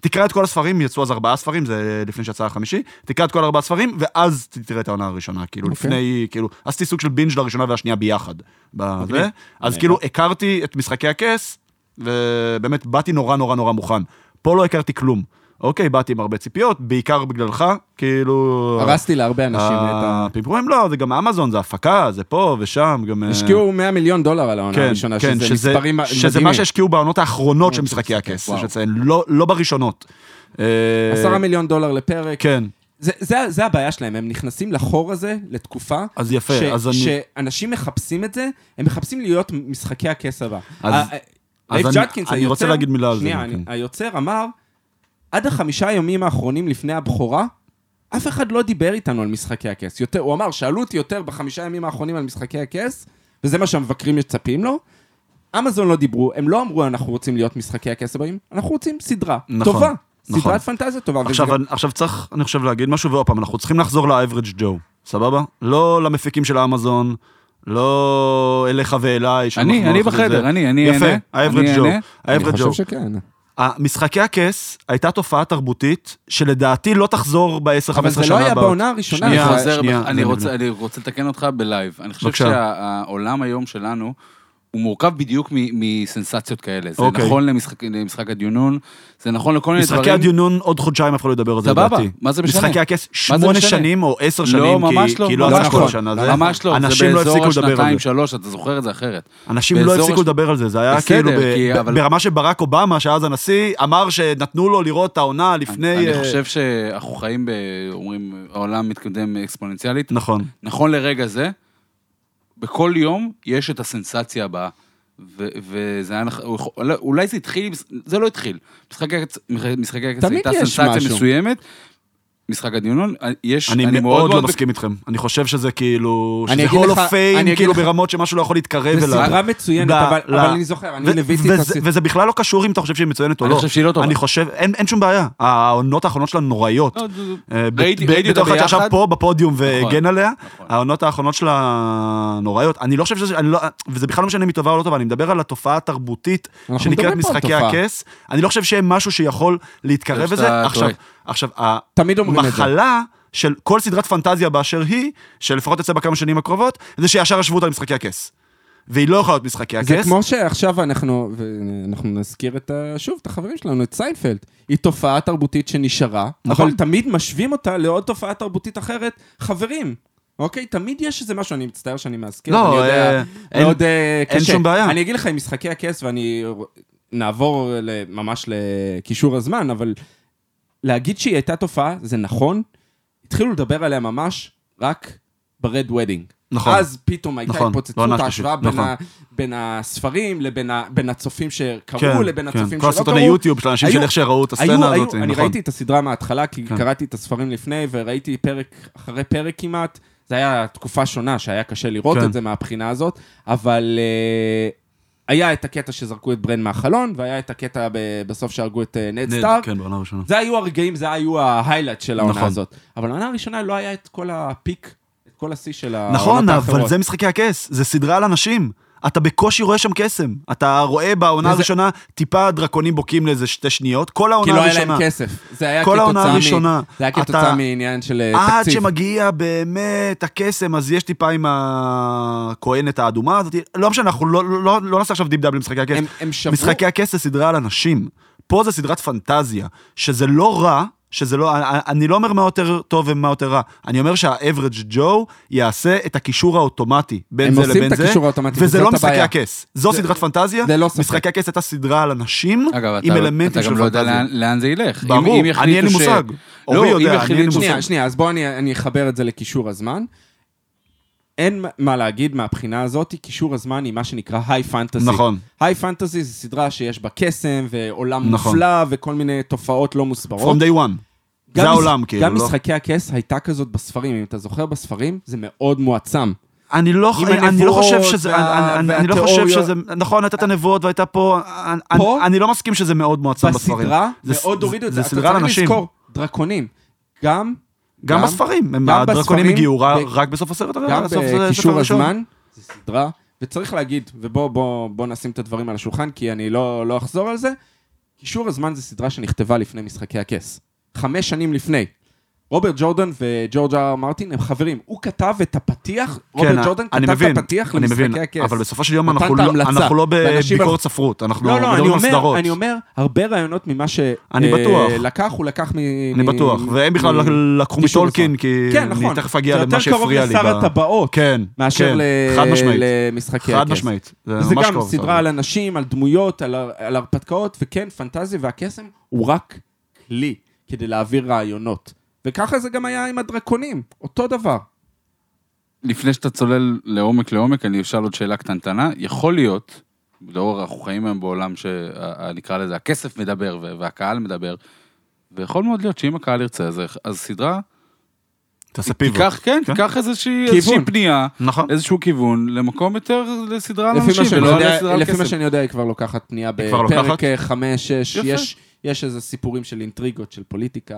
[SPEAKER 1] תקרא את כל הספרים, יצאו אז ארבעה ספרים, זה לפני שיצא החמישי, תקרא את כל ארבעה ספרים, ואז ת- תראה את העונה הראשונה, כאילו,
[SPEAKER 2] אוקיי.
[SPEAKER 1] לפני, כאילו, עשיתי סוג של בינג' לראשונה והשנייה ביחד. בזה. אז
[SPEAKER 2] אוקיי. נהדר.
[SPEAKER 1] כאילו הכרתי את משחקי הכס, ובאמת באתי נורא נורא נורא מוכן. פה לא הכרתי כלום. אוקיי, באתי עם הרבה ציפיות, בעיקר בגללך, כאילו...
[SPEAKER 2] הרסתי להרבה אנשים
[SPEAKER 1] אה,
[SPEAKER 2] את ה...
[SPEAKER 1] הפמפורים לא, זה גם אמזון, זה הפקה, זה פה ושם, גם... אה,
[SPEAKER 2] השקיעו 100 מיליון דולר על העונה
[SPEAKER 1] כן,
[SPEAKER 2] הראשונה,
[SPEAKER 1] כן,
[SPEAKER 2] שזה מספרים מדהימים.
[SPEAKER 1] שזה מה שהשקיעו בעונות האחרונות של
[SPEAKER 2] אה,
[SPEAKER 1] משחקי
[SPEAKER 2] כן,
[SPEAKER 1] הכס,
[SPEAKER 2] וואו.
[SPEAKER 1] יש לציין, לא לא בראשונות. אה,
[SPEAKER 2] 10 מיליון דולר לפרק.
[SPEAKER 1] כן,
[SPEAKER 2] זה, זה, זה הבעיה שלהם, הם נכנסים לחור הזה, לתקופה,
[SPEAKER 1] אז יפה,
[SPEAKER 2] ש,
[SPEAKER 1] אז אני...
[SPEAKER 2] שאנשים מחפשים את זה, הם מחפשים להיות משחקי הכס הבא.
[SPEAKER 1] אז-
[SPEAKER 2] ה- ה-
[SPEAKER 1] אז
[SPEAKER 2] רייב
[SPEAKER 1] אני-
[SPEAKER 2] ג'אטקינס,
[SPEAKER 1] אני רוצה
[SPEAKER 2] היוצר-
[SPEAKER 1] להגיד מילה על זה
[SPEAKER 2] שנייה,
[SPEAKER 1] גם
[SPEAKER 2] אני-
[SPEAKER 1] כן.
[SPEAKER 2] היוצר אמר, עד החמישה ימים האחרונים לפני הבכורה, אף אחד לא דיבר איתנו על משחקי הכס. יותר, הוא אמר, שאלו אותי יותר בחמישה ימים האחרונים על משחקי הכס, וזה מה שהמבקרים מצפים לו. אמזון לא דיברו, הם לא אמרו אנחנו רוצים להיות משחקי הכס הבאים, אנחנו רוצים סדרה
[SPEAKER 1] נכון,
[SPEAKER 2] טובה.
[SPEAKER 1] נכון.
[SPEAKER 2] סדרת פנטזיה טובה. וזה
[SPEAKER 1] עכשיו,
[SPEAKER 2] גם-
[SPEAKER 1] אני- עכשיו צריך, אני חושב, להגיד משהו, ועוד פעם, אנחנו צריכים לחזור ל-Average Joe, סבבה? לא למפיקים של האמזון, לא אליך ואליי. שאנחנו
[SPEAKER 3] אני,
[SPEAKER 1] לא
[SPEAKER 3] אני
[SPEAKER 1] עושים את
[SPEAKER 3] בחדר,
[SPEAKER 1] זה.
[SPEAKER 3] אני, אני
[SPEAKER 1] יפה,
[SPEAKER 3] אענה. אני
[SPEAKER 1] ה-Average
[SPEAKER 3] אענה.
[SPEAKER 1] Joe.
[SPEAKER 2] אני
[SPEAKER 1] ה-Average
[SPEAKER 2] חושב
[SPEAKER 1] Joe.
[SPEAKER 2] שכן.
[SPEAKER 1] משחקי הכס הייתה תופעה תרבותית, שלדעתי לא תחזור ב-10-15 שנה
[SPEAKER 2] אבל
[SPEAKER 1] הבאות.
[SPEAKER 2] זה לא היה בעונה הראשונה,
[SPEAKER 3] אני
[SPEAKER 1] שנייה,
[SPEAKER 2] זה-
[SPEAKER 3] חוזר,
[SPEAKER 1] שנייה,
[SPEAKER 3] בך- אני
[SPEAKER 1] זה
[SPEAKER 3] רוצה- אני רוצה לתקן אותך בלייב. אני חושב
[SPEAKER 1] בבקשה.
[SPEAKER 3] שהעולם היום שלנו, הוא מורכב בדיוק מ- מסנסציות כאלה. זה
[SPEAKER 1] אוקיי.
[SPEAKER 3] נכון למשחק- למשחק הדיונון, זה נכון לכל מיני דברים.
[SPEAKER 1] משחקי הדיונון עוד חודשיים יוכלו לדבר על זה,
[SPEAKER 3] סבבה,
[SPEAKER 1] לדעתי.
[SPEAKER 3] מה זה משנה?
[SPEAKER 1] משחקי הכס
[SPEAKER 3] מה זה
[SPEAKER 1] שמונה
[SPEAKER 3] משנה?
[SPEAKER 1] שנים או עשר
[SPEAKER 3] לא,
[SPEAKER 1] שנים, כי-
[SPEAKER 3] ממש לא,
[SPEAKER 1] כי לא
[SPEAKER 3] ממש
[SPEAKER 1] עשו כל
[SPEAKER 2] נכון.
[SPEAKER 1] השנה. זה-
[SPEAKER 3] ממש לא, זה
[SPEAKER 1] אנשים לא
[SPEAKER 3] באזור
[SPEAKER 1] הפסיקו לדבר על
[SPEAKER 3] השנתיים,
[SPEAKER 1] זה.
[SPEAKER 3] שלוש, אתה זוכר את זה אחרת.
[SPEAKER 1] אנשים
[SPEAKER 3] באזור
[SPEAKER 1] לא הפסיקו
[SPEAKER 3] הש-
[SPEAKER 1] לדבר על זה, זה היה
[SPEAKER 3] בסדר,
[SPEAKER 1] כאילו ב-
[SPEAKER 3] כי
[SPEAKER 1] ב-
[SPEAKER 3] אבל-
[SPEAKER 1] ברמה שברק אובמה, שאז הנשיא, אמר שנתנו לו לראות את העונה לפני...
[SPEAKER 3] אני
[SPEAKER 1] אה,
[SPEAKER 3] חושב שאנחנו חיים, ב- אומרים, העולם מתקדם אקספוננציאלית.
[SPEAKER 1] נכון.
[SPEAKER 3] נכון לרגע זה, בכל יום יש את הסנסציה הבאה. ו- וזה היה נכון, אולי זה התחיל, עם- זה לא התחיל. משחקי הקץ- משחקי הקץ
[SPEAKER 2] תמיד
[SPEAKER 3] הייתה
[SPEAKER 2] יש
[SPEAKER 3] סנסציה
[SPEAKER 2] משהו.
[SPEAKER 3] מסוימת, משחק הדמיונון, יש,
[SPEAKER 1] אני, מאוד לא מסכים איתכם. אני חושב שזה כאילו,
[SPEAKER 2] אני
[SPEAKER 1] שזה
[SPEAKER 2] אגיד
[SPEAKER 1] הול אוף
[SPEAKER 2] לך- אני
[SPEAKER 1] פיים,
[SPEAKER 2] אגיד
[SPEAKER 1] כאילו
[SPEAKER 2] לך-
[SPEAKER 1] ברמות שמשהו לא יכול להתקרב
[SPEAKER 2] זו
[SPEAKER 1] אליו.
[SPEAKER 2] סדרה מצוינת,
[SPEAKER 1] ל-
[SPEAKER 2] אבל
[SPEAKER 1] ל-
[SPEAKER 2] אבל אני זוכר, אני
[SPEAKER 1] ו-
[SPEAKER 2] ליוויתי את
[SPEAKER 1] וזה-
[SPEAKER 2] הסדרה.
[SPEAKER 1] וזה בכלל לא קשור אם אתה חושב שהיא מצוינת או
[SPEAKER 3] אני
[SPEAKER 1] לא.
[SPEAKER 3] חושב שהיא לא טובה.
[SPEAKER 1] אני חושב, אין אין שום בעיה. העונות האחרונות שלה נוראיות.
[SPEAKER 3] לא, זה- זה-
[SPEAKER 1] אה, ב-
[SPEAKER 3] ראיתי-
[SPEAKER 1] ב-
[SPEAKER 3] ראיתי אותה
[SPEAKER 1] בתור אחד שישב
[SPEAKER 3] ביחד.
[SPEAKER 1] פה בפודיום והגן עליה,
[SPEAKER 3] נכון.
[SPEAKER 1] העונות האחרונות שלה נוראיות. אני לא חושב שזה, אני לא- וזה בכלל לא משנה אם היא טובה או לא טובה, אני מדבר על התופעה התרבותית
[SPEAKER 2] אנחנו
[SPEAKER 1] שנקראת
[SPEAKER 2] מדברים פה על
[SPEAKER 1] משחקי
[SPEAKER 2] תופעה.
[SPEAKER 1] הכס. אני לא חושב שהם משהו שיכול להתקרב
[SPEAKER 3] שאתה
[SPEAKER 1] לזה.
[SPEAKER 3] טועה.
[SPEAKER 1] עכשיו, עכשיו, ה-
[SPEAKER 2] תמיד אומרים לא את זה.
[SPEAKER 1] מחלה של כל סדרת פנטזיה באשר היא, שלפחות תצא בכמה שנים הקרובות, זה שישר ישבו אותה למשחקי הכס. והיא לא יכולה להיות משחקי הכס.
[SPEAKER 2] זה כמו שעכשיו אנחנו, ואנחנו נזכיר את ה, שוב את החברים שלנו, את סיינפלד. היא תופעה תרבותית שנשארה,
[SPEAKER 1] נכון.
[SPEAKER 2] אבל תמיד משווים אותה לעוד תופעה תרבותית אחרת, חברים. אוקיי, תמיד יש איזה משהו, אני מצטער שאני מאזכיר,
[SPEAKER 1] לא,
[SPEAKER 2] אני
[SPEAKER 1] אה,
[SPEAKER 2] יודע,
[SPEAKER 1] אין-
[SPEAKER 2] מאוד אה,
[SPEAKER 1] אין
[SPEAKER 2] קשה.
[SPEAKER 1] שום בעיה.
[SPEAKER 2] אני אגיד לך עם משחקי הכס, ואני ר- נעבור ל- ממש לקישור הזמן, אבל להגיד שהיא הייתה תופעה, זה נכון, התחילו לדבר עליה ממש רק ברד וודינג.
[SPEAKER 1] נכון.
[SPEAKER 2] אז פתאום הייתה
[SPEAKER 1] נכון,
[SPEAKER 2] התפוצצות,
[SPEAKER 1] בעונה
[SPEAKER 2] ההשוואה
[SPEAKER 1] השלישית,
[SPEAKER 2] בין ה-
[SPEAKER 1] נכון.
[SPEAKER 2] בין הספרים לבין ה- בין הצופים שקראו לבין הצופים שלא קראו.
[SPEAKER 1] כן, כל הסרטוני יוטיוב של אנשים
[SPEAKER 2] היו-
[SPEAKER 1] של איך שראו את
[SPEAKER 2] היו-
[SPEAKER 1] הסצנה
[SPEAKER 2] היו-
[SPEAKER 1] הזאת,
[SPEAKER 2] אני
[SPEAKER 1] נכון.
[SPEAKER 2] ראיתי את הסדרה מההתחלה, כי
[SPEAKER 1] כן.
[SPEAKER 2] קראתי את הספרים לפני, וראיתי פרק אחרי פרק כמעט. זה היה תקופה שונה, שהיה קשה לראות
[SPEAKER 1] כן.
[SPEAKER 2] את זה מהבחינה הזאת, אבל אה, היה את הקטע שזרקו את ברן מהחלון, והיה את הקטע ב- בסוף שהרגו את אה, נד
[SPEAKER 1] נד,
[SPEAKER 2] סטארק.
[SPEAKER 1] כן, בעונה הראשונה.
[SPEAKER 2] זה היו הרגעים, זה היו ההיילייט של העונה
[SPEAKER 1] נכון.
[SPEAKER 2] הזאת. אבל העונה הראשונה לא היה את כל הפיק, את כל השיא של העונות האחרות.
[SPEAKER 1] נכון, אבל זה משחקי הכס, זה סדרה על אנשים. אתה בקושי רואה שם קסם. אתה רואה בעונה
[SPEAKER 2] וזה-
[SPEAKER 1] הראשונה טיפה דרקונים בוקעים לאיזה שתי שניות, כל
[SPEAKER 2] כי
[SPEAKER 1] העונה
[SPEAKER 2] לא היה
[SPEAKER 1] הראשונה.
[SPEAKER 2] להם כסף. זה היה
[SPEAKER 1] כל
[SPEAKER 2] כתוצאה
[SPEAKER 1] העונה
[SPEAKER 2] מ-
[SPEAKER 1] הראשונה.
[SPEAKER 2] זה היה
[SPEAKER 1] אתה-
[SPEAKER 2] כתוצאה מעניין של אה,
[SPEAKER 1] עד
[SPEAKER 2] תקציב.
[SPEAKER 1] שמגיע באמת הקסם, אז יש טיפה עם הכהנת האדומה הזאת. לא משנה, אנחנו לא- לא לא- לא נעשה עכשיו דיפ דאב למשחקי הכס.
[SPEAKER 2] הם- הם שברו...
[SPEAKER 1] משחקי הכס זה סדרה על אנשים. פה זה סדרת פנטזיה, שזה לא רע, שזה לא, אני- אני לא אומר מה יותר טוב ומה יותר רע, אני אומר שהאברג' ג'ו יעשה את הקישור האוטומטי בין
[SPEAKER 2] הם
[SPEAKER 1] זה לבין
[SPEAKER 2] עושים
[SPEAKER 1] זה.
[SPEAKER 2] את הקישור האוטומטי,
[SPEAKER 1] וזה
[SPEAKER 2] וזאת
[SPEAKER 1] לא משחקי
[SPEAKER 2] הבעיה.
[SPEAKER 1] הכס. זו
[SPEAKER 2] זה-
[SPEAKER 1] סדרת פנטזיה,
[SPEAKER 2] זה לא ספק.
[SPEAKER 1] משחקי הכס הייתה סדרה על אנשים,
[SPEAKER 3] אגב,
[SPEAKER 1] עם
[SPEAKER 3] אתה, אתה
[SPEAKER 1] אלמנטים של
[SPEAKER 3] גם לא יודע
[SPEAKER 1] פנטזיה.
[SPEAKER 3] לאן, לאן זה ילך. אם-
[SPEAKER 1] ברור,
[SPEAKER 3] אם
[SPEAKER 1] אני
[SPEAKER 3] יחליטו
[SPEAKER 1] אין לי
[SPEAKER 3] ש-
[SPEAKER 1] מושג.
[SPEAKER 3] לא,
[SPEAKER 1] אורי
[SPEAKER 3] אם
[SPEAKER 1] יודע, אני אין לי
[SPEAKER 3] יחליטו ש-
[SPEAKER 1] מושג.
[SPEAKER 2] שנייה, שנייה, אז בואו אני, אני אחבר את זה לקישור הזמן. אין מה להגיד מהבחינה הזאת, קישור הזמן היא מה שנקרא היי פנטזי.
[SPEAKER 1] נכון.
[SPEAKER 2] היי פנטזי זו סדרה שיש בה קסם ועולם
[SPEAKER 1] נכון.
[SPEAKER 2] מופלא וכל מיני תופעות לא מוסברות.
[SPEAKER 1] From day one.
[SPEAKER 2] גם
[SPEAKER 1] זה
[SPEAKER 2] מש-
[SPEAKER 1] העולם, כאילו.
[SPEAKER 2] גם
[SPEAKER 1] לא?
[SPEAKER 2] משחקי הכס הייתה כזאת בספרים, אם אתה זוכר בספרים, זה מאוד מועצם.
[SPEAKER 1] אני לא,
[SPEAKER 2] עם
[SPEAKER 1] אני, אני לא
[SPEAKER 2] הנבואות
[SPEAKER 1] חושב שזה,
[SPEAKER 2] וה-
[SPEAKER 1] אני, אני, אני לא חושב
[SPEAKER 2] והתיאוריות.
[SPEAKER 1] שזה, נכון, הייתה את הנבואות והייתה פה, אני,
[SPEAKER 2] פה?
[SPEAKER 1] אני, אני לא מסכים שזה מאוד מועצם בספרים.
[SPEAKER 2] בסדרה,
[SPEAKER 1] זה-
[SPEAKER 2] מאוד
[SPEAKER 1] זה-
[SPEAKER 2] הורידו את
[SPEAKER 1] זה
[SPEAKER 2] זה.
[SPEAKER 1] סדרה
[SPEAKER 2] אתה צריך
[SPEAKER 1] לאנשים.
[SPEAKER 2] לזכור, דרקונים. גם
[SPEAKER 1] גם
[SPEAKER 2] גם-
[SPEAKER 1] בספרים, הם
[SPEAKER 2] גם
[SPEAKER 1] הדרקונים
[SPEAKER 2] בספרים,
[SPEAKER 1] הגיעו ר-
[SPEAKER 2] ב-
[SPEAKER 1] רק בסוף הסרט, הראשון,
[SPEAKER 2] גם
[SPEAKER 1] לא, בסוף הספר
[SPEAKER 2] בקישור
[SPEAKER 1] הראשון.
[SPEAKER 2] הזמן, זו סדרה, וצריך להגיד, ובוא בוא, בוא נשים את הדברים על השולחן, כי אני לא, לא אחזור על זה, קישור הזמן זו סדרה שנכתבה לפני משחקי הכס. חמש שנים לפני. רוברט ג'ורדן וג'ורג' אר מרטין הם חברים. הוא כתב את הפתיח, רוברט
[SPEAKER 1] כן,
[SPEAKER 2] ג'ורדן
[SPEAKER 1] אני
[SPEAKER 2] כתב
[SPEAKER 1] מבין,
[SPEAKER 2] את הפתיח
[SPEAKER 1] אני
[SPEAKER 2] למשחקי
[SPEAKER 1] מבין,
[SPEAKER 2] הכס.
[SPEAKER 1] אבל בסופו של יום
[SPEAKER 2] נתן
[SPEAKER 1] אנחנו
[SPEAKER 2] את
[SPEAKER 1] לא-
[SPEAKER 2] ההמלצה,
[SPEAKER 1] אנחנו לא
[SPEAKER 2] ואנשים-
[SPEAKER 1] בביקורת ספרות, אנחנו
[SPEAKER 2] לא, לא, אני
[SPEAKER 1] מדברים על
[SPEAKER 2] אומר,
[SPEAKER 1] סדרות.
[SPEAKER 2] אני אומר, הרבה רעיונות ממה ש...
[SPEAKER 1] אני
[SPEAKER 2] אה,
[SPEAKER 1] בטוח.
[SPEAKER 2] לקח, הוא לקח מ...
[SPEAKER 1] אני
[SPEAKER 2] מ-
[SPEAKER 1] בטוח, והם בכלל
[SPEAKER 2] מ-
[SPEAKER 1] לקחו
[SPEAKER 2] קישור
[SPEAKER 1] מטולקין,
[SPEAKER 2] הזמן.
[SPEAKER 1] כי
[SPEAKER 2] כן,
[SPEAKER 1] אני
[SPEAKER 2] נכון.
[SPEAKER 1] תכף אגיע
[SPEAKER 2] זה
[SPEAKER 1] למה
[SPEAKER 2] יותר קרוב
[SPEAKER 1] שהפריע לי.
[SPEAKER 2] לשר
[SPEAKER 1] ב-
[SPEAKER 2] הטבעות,
[SPEAKER 1] כן,
[SPEAKER 2] מאשר
[SPEAKER 1] כן,
[SPEAKER 2] ל...
[SPEAKER 1] חד משמעית,
[SPEAKER 2] למשחקי
[SPEAKER 1] חד
[SPEAKER 2] הכס.
[SPEAKER 1] משמעית.
[SPEAKER 2] זה
[SPEAKER 1] ממש
[SPEAKER 2] גם
[SPEAKER 1] קרוב,
[SPEAKER 2] סדרה על אנשים, על דמויות, על, הר- על הרפתקאות, וכן, פנטזיה והקסם הוא רק כלי כדי להעביר רעיונות. וככה זה גם היה עם הדרקונים, אותו דבר.
[SPEAKER 3] לפני שאתה צולל לעומק לעומק, אני אשאל עוד שאלה קטנטנה. יכול להיות, לאור אנחנו חיים היום בעולם שנקרא לזה, הכסף מדבר ו- והקהל מדבר, ויכול מאוד להיות שאם הקהל ירצה, אז, אז סדרה,
[SPEAKER 1] תעשה פיבוט.
[SPEAKER 3] תיקח, כן,
[SPEAKER 1] כן.
[SPEAKER 3] תיקח איזושהי,
[SPEAKER 2] כיוון.
[SPEAKER 3] איזושהי פנייה,
[SPEAKER 1] נכון.
[SPEAKER 3] איזשהו כיוון, למקום יותר לסדרה על
[SPEAKER 2] לפי מה,
[SPEAKER 3] אנשים,
[SPEAKER 2] שאני
[SPEAKER 3] ולא
[SPEAKER 2] לא יודע,
[SPEAKER 3] לסדרה על
[SPEAKER 2] לפי מה
[SPEAKER 3] כסף.
[SPEAKER 2] שאני יודע, היא כבר לוקחת פנייה
[SPEAKER 1] כבר לוקחת?
[SPEAKER 2] בפרק אה, חמש, שש,
[SPEAKER 3] יפה.
[SPEAKER 2] יש, יש איזה סיפורים של אינטריגות, של פוליטיקה.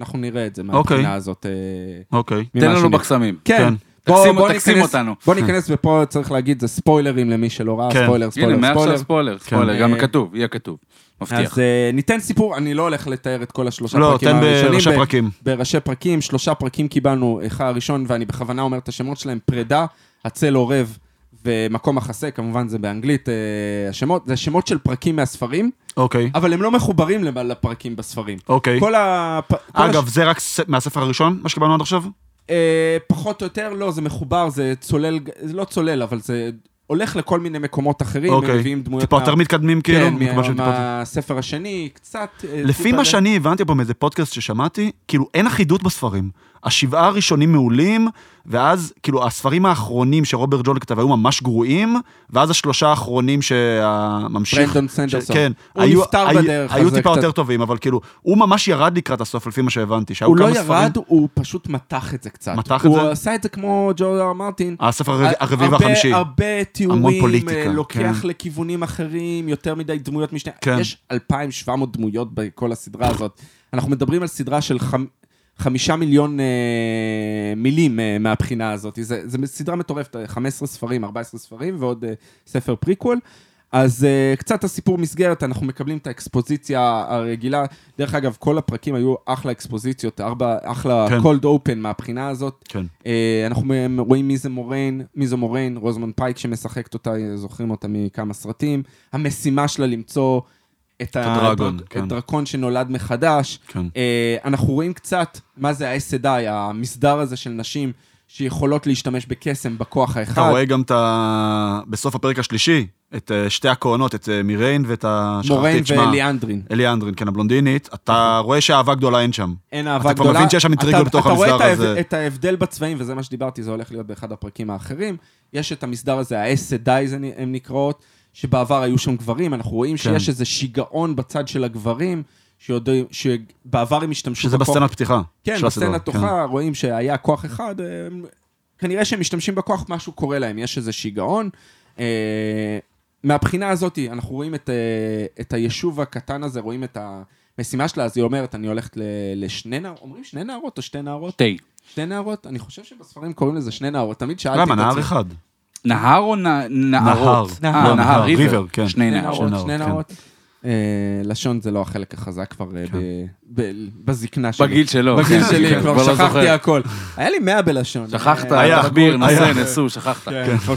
[SPEAKER 2] אנחנו נראה את זה
[SPEAKER 1] אוקיי.
[SPEAKER 2] מהבחינה הזאת. אה,
[SPEAKER 1] אוקיי.
[SPEAKER 3] תן
[SPEAKER 2] ממה
[SPEAKER 3] לנו
[SPEAKER 2] שאני-
[SPEAKER 3] בקסמים.
[SPEAKER 1] כן.
[SPEAKER 2] כן.
[SPEAKER 3] תקסים- תקסים אותנו.
[SPEAKER 2] בוא ניכנס, ופה צריך להגיד, זה ספוילרים למי שלא ראה,
[SPEAKER 1] כן.
[SPEAKER 2] ספוילר,
[SPEAKER 3] הנה,
[SPEAKER 2] ספוילר,
[SPEAKER 3] מעכשיו
[SPEAKER 2] ספוילר.
[SPEAKER 3] ספוילר, ספוילר,
[SPEAKER 2] כן.
[SPEAKER 3] גם
[SPEAKER 2] אה,
[SPEAKER 3] כתוב, יהיה כתוב, מבטיח.
[SPEAKER 2] אז אה, ניתן סיפור, אני לא הולך לתאר את כל השלושה
[SPEAKER 1] לא,
[SPEAKER 2] פרקים
[SPEAKER 1] תן
[SPEAKER 2] הראשונים.
[SPEAKER 1] בראשי
[SPEAKER 2] ב-
[SPEAKER 1] פרקים.
[SPEAKER 2] בראשי פרקים, שלושה פרקים קיבלנו, אחד הראשון, ואני בכוונה אומר את השמות שלהם, פרידה, הצל אורב ומקום החסה, כמובן זה באנגלית, אה, השמות, זה שמות של פרקים מהספרים,
[SPEAKER 1] אוקיי.
[SPEAKER 2] אבל הם לא מחוברים למ- לפרקים בספרים.
[SPEAKER 1] אוקיי.
[SPEAKER 2] כל ה...
[SPEAKER 1] אגב, זה רק ס- מהספר הראשון, מה שקיבלנו עד עכשיו?
[SPEAKER 2] אה, פחות או יותר, לא, זה מחובר, זה צולל, זה לא צולל, אבל זה הולך לכל מיני מקומות אחרים, הם
[SPEAKER 1] אוקיי.
[SPEAKER 2] מביאים דמויות...
[SPEAKER 1] טיפה
[SPEAKER 2] מה-
[SPEAKER 1] יותר מתקדמים כאילו?
[SPEAKER 2] כן,
[SPEAKER 1] מכיוון שהם טיפה-
[SPEAKER 2] מהספר השני, קצת... אה,
[SPEAKER 1] לפי
[SPEAKER 2] טיפה
[SPEAKER 1] מה
[SPEAKER 2] זה.
[SPEAKER 1] שאני הבנתי פה מאיזה פודקאסט ששמעתי, כאילו אין אחידות בספרים. השבעה הראשונים מעולים, ואז כאילו הספרים האחרונים שרוברט ג'ולי כתב היו ממש גרועים, ואז השלושה האחרונים שהממשיך...
[SPEAKER 2] ברנדון
[SPEAKER 1] ש-
[SPEAKER 2] סנדרסון.
[SPEAKER 1] כן.
[SPEAKER 2] הוא
[SPEAKER 1] היו-
[SPEAKER 2] נפטר
[SPEAKER 1] היו-
[SPEAKER 2] בדרך, אז
[SPEAKER 1] היו
[SPEAKER 2] זה
[SPEAKER 1] טיפה
[SPEAKER 2] קצת-
[SPEAKER 1] יותר טובים, אבל כאילו, הוא ממש ירד לקראת הסוף, לפי מה שהבנתי. שהיו
[SPEAKER 2] הוא לא
[SPEAKER 1] כמה
[SPEAKER 2] ירד,
[SPEAKER 1] ספרים-
[SPEAKER 2] הוא פשוט מתח את זה קצת.
[SPEAKER 1] מתח את
[SPEAKER 2] הוא
[SPEAKER 1] זה?
[SPEAKER 2] עשה את זה כמו ג'ו אר מרטין.
[SPEAKER 1] הספר הרב- הרביעי
[SPEAKER 2] הרבה-
[SPEAKER 1] והחמישי.
[SPEAKER 2] הרבה
[SPEAKER 1] המון
[SPEAKER 2] תיאורים,
[SPEAKER 1] פוליטיקה,
[SPEAKER 2] אה, לוקח
[SPEAKER 1] כן.
[SPEAKER 2] לכיוונים אחרים, יותר מדי דמויות משנה.
[SPEAKER 1] כן.
[SPEAKER 2] יש 2,700 דמויות בכל הסדרה הזאת. אנחנו מדברים על סדרה של חמ- חמישה מיליון אה, מילים אה, מהבחינה הזאת. זו סדרה מטורפת, אה, 15 ספרים, 14 ספרים ועוד אה, ספר פריקוול. אז אה, קצת הסיפור מסגרת, אנחנו מקבלים את האקספוזיציה הרגילה. דרך אגב, כל הפרקים היו אחלה אקספוזיציות, ארבע, אחלה
[SPEAKER 1] כן.
[SPEAKER 2] cold open מהבחינה הזאת.
[SPEAKER 1] כן.
[SPEAKER 2] אה, אנחנו מ- רואים מי זה מוריין, מי זו מוריין, רוזמן פייק שמשחקת אותה, אה, זוכרים אותה מכמה סרטים. המשימה שלה למצוא את, ה-
[SPEAKER 1] הדרגון,
[SPEAKER 2] הדרק-
[SPEAKER 1] כן.
[SPEAKER 2] את דרקון שנולד מחדש.
[SPEAKER 1] כן.
[SPEAKER 2] אה, אנחנו רואים קצת מה זה ה-SDI, המסדר הזה של נשים שיכולות להשתמש בקסם, בכוח האחד.
[SPEAKER 1] אתה רואה גם את ה... בסוף הפרק השלישי, את אה, שתי הכהנות, את אה, מיריין ואת ה... שכחתי
[SPEAKER 2] מוריין
[SPEAKER 1] את שמה.
[SPEAKER 2] וליאנדרין.
[SPEAKER 1] אליאנדרין, כן, הבלונדינית.
[SPEAKER 2] נכון.
[SPEAKER 1] אתה רואה שאהבה גדולה אין שם.
[SPEAKER 2] אין אהבה גדולה.
[SPEAKER 1] כבר מבין שיש שם אינטריגות
[SPEAKER 2] אתה-
[SPEAKER 1] בתוך
[SPEAKER 2] אתה
[SPEAKER 1] המסדר
[SPEAKER 2] רואה את
[SPEAKER 1] הזה.
[SPEAKER 2] ההב- את ההבדל בצבעים, וזה מה שדיברתי, זה הולך להיות באחד הפרקים האחרים. יש את המסדר הזה, האסדאי הן נקראות, שבעבר היו שם גברים, אנחנו רואים
[SPEAKER 1] כן.
[SPEAKER 2] שיש איזה שיגעון בצד של הגברים, שיודעים- שבעבר הם השתמשו
[SPEAKER 1] שזה
[SPEAKER 2] בכוח-
[SPEAKER 1] בסצנת פתיחה.
[SPEAKER 2] כן,
[SPEAKER 1] של הסדרה, אה,
[SPEAKER 2] בסצנת תוכה רואים שהיה כוח אחד, אה, הם- כנראה שהם משתמשים בכוח, משהו קורה להם, יש איזה שיגעון. אה, מהבחינה הזאת, אנחנו רואים את, אה, את היישוב הקטן הזה, רואים את המשימה שלה, אז היא אומרת, אני הולכת ל- לשני נערות, אומרים שני נערות או שתי נערות?
[SPEAKER 3] תה.
[SPEAKER 2] שתי נערות? אני חושב שבספרים קוראים לזה שני נערות, תמיד שאלתי
[SPEAKER 1] כן.
[SPEAKER 2] את
[SPEAKER 1] למה,
[SPEAKER 2] עצמי.
[SPEAKER 1] נהר אחד.
[SPEAKER 3] נהר או נע- נערות?
[SPEAKER 1] נהר.
[SPEAKER 3] אה,
[SPEAKER 1] לא,
[SPEAKER 3] נהר,
[SPEAKER 1] נהר,
[SPEAKER 3] ריבר.
[SPEAKER 1] ריבר, כן.
[SPEAKER 2] שני
[SPEAKER 3] שני נהרות.
[SPEAKER 2] נערות,
[SPEAKER 1] נערות,
[SPEAKER 2] שני
[SPEAKER 1] כן.
[SPEAKER 2] נערות. אה, לשון זה לא החלק החזק כבר אה, ב- ב- בזקנה שלי.
[SPEAKER 3] בגיל שלו.
[SPEAKER 2] בגיל
[SPEAKER 3] כן,
[SPEAKER 2] שלי,
[SPEAKER 3] כן,
[SPEAKER 2] כבר
[SPEAKER 3] לא
[SPEAKER 2] שכחתי
[SPEAKER 3] זוכר.
[SPEAKER 2] הכל. היה לי מאה בלשון.
[SPEAKER 3] שכחת,
[SPEAKER 2] אה,
[SPEAKER 1] היה,
[SPEAKER 3] תחביר, נושא,
[SPEAKER 1] היה.
[SPEAKER 3] נסו, שכחת.
[SPEAKER 2] כן, כבר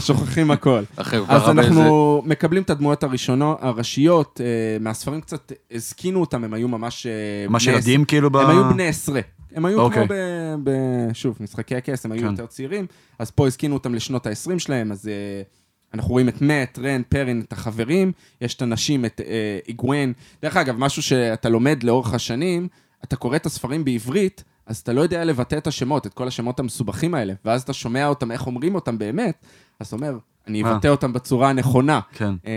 [SPEAKER 1] (laughs)
[SPEAKER 2] שוכחים הכל.
[SPEAKER 3] אחרי כל כך
[SPEAKER 2] אז
[SPEAKER 3] הרבה זה...
[SPEAKER 2] אנחנו מקבלים את הדמויות הראשונות, הראשיות, אה, מהספרים קצת הזקינו אותם, הם היו ממש... אה,
[SPEAKER 1] ממש
[SPEAKER 2] בני
[SPEAKER 1] ילדים כאילו ב...
[SPEAKER 2] הם היו בני עשרה. הם היו כמו
[SPEAKER 1] אוקיי.
[SPEAKER 2] ב... ב- שוב, משחקי הכס, הם היו
[SPEAKER 1] כן.
[SPEAKER 2] יותר צעירים, אז פה הזקינו אותם לשנות ה-20 שלהם, אז אה, אנחנו רואים את מאט, רן, פרין, את החברים, יש את הנשים, את אה, איגוון. דרך אגב, משהו שאתה לומד לאורך השנים, אתה קורא את הספרים בעברית, אז אתה לא יודע לבטא את השמות, את כל השמות המסובכים האלה, ואז אתה שומע אותם, איך אומרים אותם באמת, אז אתה אומר, אני
[SPEAKER 1] אה.
[SPEAKER 2] אבטא אותם בצורה הנכונה.
[SPEAKER 1] כן.
[SPEAKER 2] אה,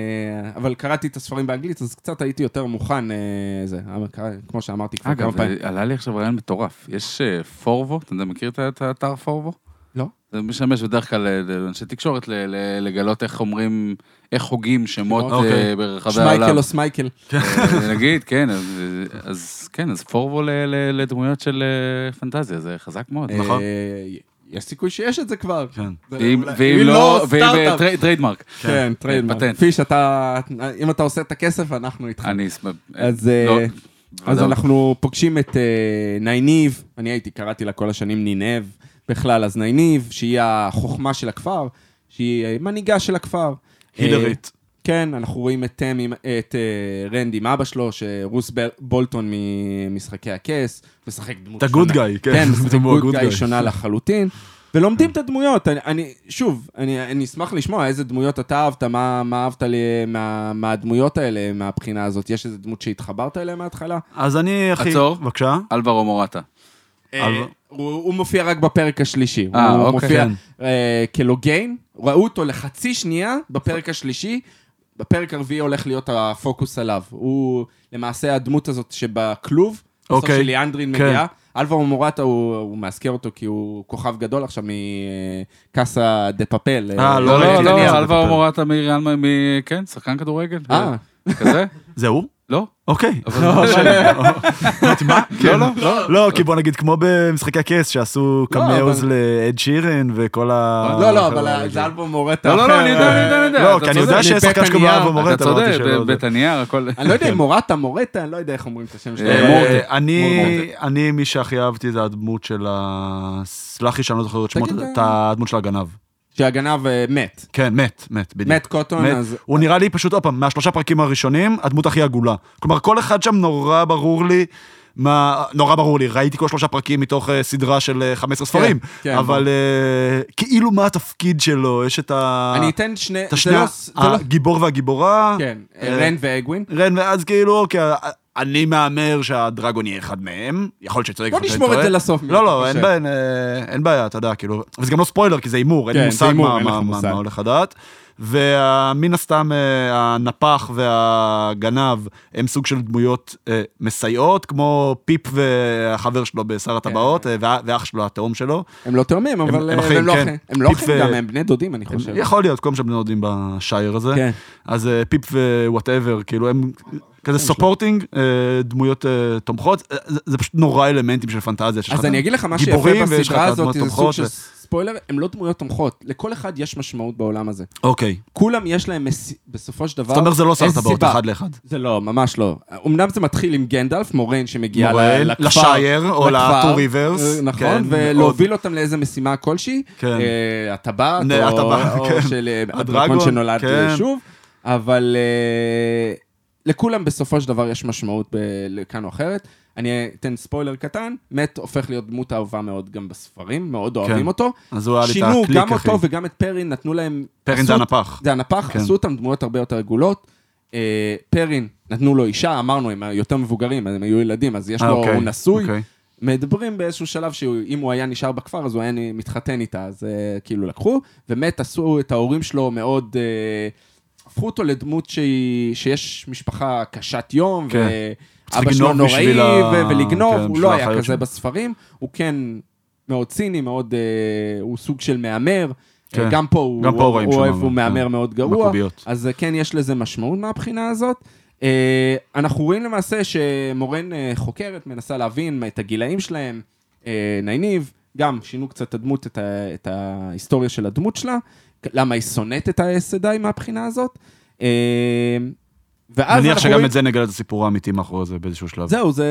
[SPEAKER 2] אבל קראתי את הספרים באנגלית, אז קצת הייתי יותר מוכן, אה, זה, אבל קרא- כמו שאמרתי כבר כמה
[SPEAKER 3] אגב,
[SPEAKER 1] אה,
[SPEAKER 2] פעמים.
[SPEAKER 3] אה, עלה לי עכשיו רעיון מטורף. יש אה, פורבו, אתה יודע, מכיר את- את האתר פורבו?
[SPEAKER 2] לא.
[SPEAKER 3] זה משמש בדרך כלל אה, לאנשי תקשורת ל- ל- לגלות איך אומרים, איך הוגים שמות
[SPEAKER 2] שמות,
[SPEAKER 3] אה,
[SPEAKER 1] אוקיי.
[SPEAKER 3] ברחבי העולם.
[SPEAKER 2] שמייקל או סמייקל.
[SPEAKER 3] אה, נגיד, כן, אז- אז כן, אז פורבו ל- ל- לדמויות של אה, פנטזיה, זה חזק מאוד.
[SPEAKER 1] נכון.
[SPEAKER 2] אה, יש סיכוי שיש את זה כבר.
[SPEAKER 1] כן.
[SPEAKER 2] זה
[SPEAKER 3] ואם
[SPEAKER 2] אולי-
[SPEAKER 3] ואם
[SPEAKER 2] אם
[SPEAKER 3] לא, ואם
[SPEAKER 2] אה, סטארט-אפ.
[SPEAKER 3] טרי- טריידמרק.
[SPEAKER 2] כן, טריידמרק.
[SPEAKER 3] פטנט.
[SPEAKER 2] פיש, אתה, אם אתה עושה את הכסף, אנחנו איתך.
[SPEAKER 3] אני אשמח.
[SPEAKER 2] אז,
[SPEAKER 3] לא,
[SPEAKER 2] אה, אז
[SPEAKER 3] בוודאות.
[SPEAKER 2] אנחנו פוגשים את אה, נייניב, אני הייתי, קראתי לה כל השנים נינב בכלל, אז נייניב, שהיא החוכמה של הכפר, שהיא אה, מנהיגה של הכפר. אה,
[SPEAKER 1] הילרית.
[SPEAKER 2] כן, אנחנו רואים את טם, עם- את אה, רנד עם אבא שלו, שרוס בל- בולטון ממשחקי הכס, משחק דמות
[SPEAKER 1] את ה-good guy, כן.
[SPEAKER 2] כן,
[SPEAKER 1] (laughs) זה דמות
[SPEAKER 2] משחק
[SPEAKER 1] good
[SPEAKER 2] גיא
[SPEAKER 1] guy.
[SPEAKER 2] שונה לחלוטין. ולומדים את הדמויות, אני, אני שוב, אני, אני אשמח לשמוע איזה דמויות אתה אהבת, מה, מה אהבת לי, מה, מהדמויות האלה מהבחינה הזאת. יש איזה דמות שהתחברת אליה מההתחלה?
[SPEAKER 1] אז אני, אחי...
[SPEAKER 3] עצור.
[SPEAKER 1] בבקשה.
[SPEAKER 3] אלברו מורטה.
[SPEAKER 1] אה,
[SPEAKER 2] הוא, הוא מופיע רק בפרק השלישי.
[SPEAKER 3] אה,
[SPEAKER 2] הוא
[SPEAKER 3] אוקיי.
[SPEAKER 2] מופיע
[SPEAKER 1] כן.
[SPEAKER 2] אה, כלוגיין, ראו אותו לחצי שנייה בפרק השלישי, בפרק הרביעי הולך להיות הפוקוס עליו. הוא למעשה הדמות הזאת שבכלוב, בסוף
[SPEAKER 1] אוקיי.
[SPEAKER 2] של ליאנדרין
[SPEAKER 1] כן.
[SPEAKER 2] מגיעה. אלברו מורטה, הוא, הוא מאזכר אותו כי הוא כוכב גדול עכשיו מקאסה דה פאפל.
[SPEAKER 1] אה,
[SPEAKER 3] לא,
[SPEAKER 1] ראיתי
[SPEAKER 3] לא,
[SPEAKER 1] את
[SPEAKER 3] לא,
[SPEAKER 1] הנייר.
[SPEAKER 3] אלברו מורטה מריאן, מ- כן, שחקן כדורגל.
[SPEAKER 2] אה.
[SPEAKER 3] כזה?
[SPEAKER 1] זהו?
[SPEAKER 3] לא?
[SPEAKER 1] אוקיי.
[SPEAKER 3] אבל זה לא משנה.
[SPEAKER 1] לא, לא, לא. לא, כי בוא נגיד, כמו במשחקי הכס, שעשו
[SPEAKER 2] לא,
[SPEAKER 1] קמאוז
[SPEAKER 2] אבל-
[SPEAKER 1] לאד שירן וכל ה...
[SPEAKER 2] לא, לא, אבל זה אלברו מורטה.
[SPEAKER 3] לא, לא, לא,
[SPEAKER 2] אחר.
[SPEAKER 3] אני יודע, אני יודע, אני יודע.
[SPEAKER 1] לא,
[SPEAKER 3] אתה
[SPEAKER 1] כי אני
[SPEAKER 3] צודק.
[SPEAKER 1] יודע שיש שחקן
[SPEAKER 2] מבית
[SPEAKER 1] שקוראים
[SPEAKER 2] הנייר,
[SPEAKER 1] אבו מורט,
[SPEAKER 3] אתה
[SPEAKER 1] אמרתי
[SPEAKER 3] צודק,
[SPEAKER 1] לא שלא.
[SPEAKER 3] ב- בית הנייר, הכל...
[SPEAKER 2] אני לא יודע אם מורטה מורטה, אני לא יודע איך אומרים את השם שלו.
[SPEAKER 3] אה,
[SPEAKER 1] אה,
[SPEAKER 3] מורטה.
[SPEAKER 1] אני, אני, מי שהכי אהבתי זה הדמות של ה... סלח לי שאני לא זוכר את שמות,
[SPEAKER 2] תגיד, אה,
[SPEAKER 1] את הדמות של הגנב.
[SPEAKER 2] שהגנב אה, מת.
[SPEAKER 1] כן, מת, מת, בדיוק.
[SPEAKER 2] מת קוטון,
[SPEAKER 1] מת.
[SPEAKER 2] אז...
[SPEAKER 1] הוא נראה לי פשוט, עוד פעם, מהשלושה פרקים הראשונים, הדמות הכי עגולה. כלומר, כל אחד שם נורא ברור לי, מה, נורא ברור לי, ראיתי כל שלושה פרקים מתוך אה, סדרה של אה, 15 ספרים,
[SPEAKER 2] כן,
[SPEAKER 1] אבל אה, כאילו מה התפקיד שלו, יש את ה...
[SPEAKER 2] אני אתן שני...
[SPEAKER 1] אה, את
[SPEAKER 2] זה
[SPEAKER 1] השני,
[SPEAKER 2] לא... זה לא-
[SPEAKER 1] הגיבור והגיבורה,
[SPEAKER 2] כן,
[SPEAKER 1] אה,
[SPEAKER 2] רן ואגווין.
[SPEAKER 1] רן, ואז כאילו, אוקיי, אני מהמר שהדרגון יהיה אחד מהם, יכול להיות שצריך...
[SPEAKER 2] בוא נשמור את זה לסוף,
[SPEAKER 1] לא, לא,
[SPEAKER 2] בבקשה.
[SPEAKER 1] אין בעיה, אה, אין בעיה, אתה יודע, כאילו... וזה גם לא ספוילר, כי זה הימור, אין
[SPEAKER 2] כן,
[SPEAKER 1] לי
[SPEAKER 2] זה
[SPEAKER 1] מושג
[SPEAKER 2] הימור,
[SPEAKER 1] מה-
[SPEAKER 2] אין לך
[SPEAKER 1] מה- מה
[SPEAKER 2] מושג.
[SPEAKER 1] מה הולך לדעת. ומן הסתם אה, הנפח והגנב הם סוג של דמויות אה, מסייעות, כמו פיפ והחבר שלו בשר
[SPEAKER 2] כן.
[SPEAKER 1] הטבעות, אה, וה- ואח שלו, התאום שלו.
[SPEAKER 2] הם לא תאומים,
[SPEAKER 1] הם-
[SPEAKER 2] אבל
[SPEAKER 1] הם
[SPEAKER 2] הם,
[SPEAKER 1] אחים,
[SPEAKER 2] לא
[SPEAKER 1] כן.
[SPEAKER 2] אחים. הם לא
[SPEAKER 1] פיפ
[SPEAKER 2] אחים
[SPEAKER 1] ו-
[SPEAKER 2] גם, הם בני דודים, אני חושב.
[SPEAKER 1] יכול להיות, כל מיני דודים בשייר הזה.
[SPEAKER 2] כן.
[SPEAKER 1] אז אה, פיפ ווואטאבר, כאילו הם כזה סופורטינג, דמויות אה, תומכות, אה, זה- זה פשוט נורא אלמנטים של פנטזיה. שיש לך
[SPEAKER 2] אז אני אגיד לך מה שיפה
[SPEAKER 1] גיבורים ויש לך אה. את
[SPEAKER 2] בסדרה הזאת,
[SPEAKER 1] הדמויות
[SPEAKER 2] זה סוג
[SPEAKER 1] תומכות
[SPEAKER 2] של
[SPEAKER 1] ו-
[SPEAKER 2] ספוילר, הם לא דמויות תומכות. לכל אחד יש משמעות בעולם הזה.
[SPEAKER 1] אוקיי.
[SPEAKER 2] כולם יש להם, מס- בסופו של דבר,
[SPEAKER 1] זאת אומרת, זה לא שר
[SPEAKER 2] איזה
[SPEAKER 1] טבעות
[SPEAKER 2] סיבה.
[SPEAKER 1] אחד לאחד.
[SPEAKER 2] זה לא, ממש לא. אמנם זה מתחיל עם גנדלף, מוריין שמגיע
[SPEAKER 1] מוריין,
[SPEAKER 2] ל- לכפר.
[SPEAKER 1] לשייר, או ל-Two
[SPEAKER 2] לכפר,
[SPEAKER 1] Rivers.
[SPEAKER 2] אה, נכון,
[SPEAKER 1] כן,
[SPEAKER 2] ולהוביל אותם לאיזה משימה כלשהי.
[SPEAKER 1] כן.
[SPEAKER 2] אה, הטבעת,
[SPEAKER 1] נה,
[SPEAKER 2] או
[SPEAKER 1] הטבעת,
[SPEAKER 2] או
[SPEAKER 1] כן.
[SPEAKER 2] של אה,
[SPEAKER 1] הדרגון,
[SPEAKER 2] הדרקון שנולד אה,
[SPEAKER 1] כן.
[SPEAKER 2] שוב. אבל אה, לכולם בסופו של דבר יש משמעות ב- לכאן או אחרת. אני אתן ספוילר קטן, מת הופך להיות דמות אהובה מאוד גם בספרים, מאוד אוהבים אותו.
[SPEAKER 1] כן. אז הוא היה לי את
[SPEAKER 2] שינו
[SPEAKER 1] הקליק,
[SPEAKER 2] גם
[SPEAKER 1] אחי.
[SPEAKER 2] אותו וגם את פרין, נתנו להם...
[SPEAKER 1] פרין
[SPEAKER 2] עשו
[SPEAKER 1] זה הנפח.
[SPEAKER 2] זה הנפח,
[SPEAKER 1] כן.
[SPEAKER 2] עשו אותם דמויות הרבה יותר עגולות. אה, פרין, נתנו לו אישה, אמרנו, הם יותר מבוגרים, הם היו ילדים, אז יש
[SPEAKER 1] אה,
[SPEAKER 2] לו,
[SPEAKER 1] אוקיי,
[SPEAKER 2] הוא נשוי.
[SPEAKER 1] אוקיי.
[SPEAKER 2] מדברים באיזשהו שלב שאם הוא היה נשאר בכפר, אז הוא היה מתחתן איתה, אז אה, כאילו לקחו, ומת עשו את ההורים שלו מאוד... אה, הפכו אותו לדמות שהיא, שיש משפחה קשת יום,
[SPEAKER 1] כן. צריך
[SPEAKER 2] ואבא שלו
[SPEAKER 1] לגנוב
[SPEAKER 2] נוראי,
[SPEAKER 1] בשביל ה-
[SPEAKER 2] ו- ולגנוב,
[SPEAKER 1] כן,
[SPEAKER 2] הוא
[SPEAKER 1] בשביל
[SPEAKER 2] לא היה
[SPEAKER 1] האחיות
[SPEAKER 2] כזה
[SPEAKER 1] שלו.
[SPEAKER 2] בספרים, הוא כן מאוד ציני, מאוד, אה, הוא סוג של מהמר,
[SPEAKER 1] כן.
[SPEAKER 2] אה, גם פה הוא,
[SPEAKER 1] גם פה
[SPEAKER 2] הוא,
[SPEAKER 1] רואים
[SPEAKER 2] הוא,
[SPEAKER 1] שהוא
[SPEAKER 2] אוהב, הוא
[SPEAKER 1] מהמר,
[SPEAKER 2] מהמר
[SPEAKER 1] כן.
[SPEAKER 2] מאוד גרוע,
[SPEAKER 1] בקוביות.
[SPEAKER 2] אז אה, כן יש לזה משמעות מהבחינה הזאת. אה, אנחנו רואים למעשה שמורן אה, חוקרת, מנסה להבין את הגילאים שלהם, אה, נייניב, גם שינו קצת את הדמות, את, ה, את ההיסטוריה של הדמות שלה, למה היא שונאת את האסדי מהבחינה הזאת. אה, ואז
[SPEAKER 1] נניח
[SPEAKER 2] אנחנו
[SPEAKER 1] שגם
[SPEAKER 2] רואים...
[SPEAKER 1] את זה נגלה את הסיפור האמיתי מאחורי זה באיזשהו שלב.
[SPEAKER 2] זהו, זה...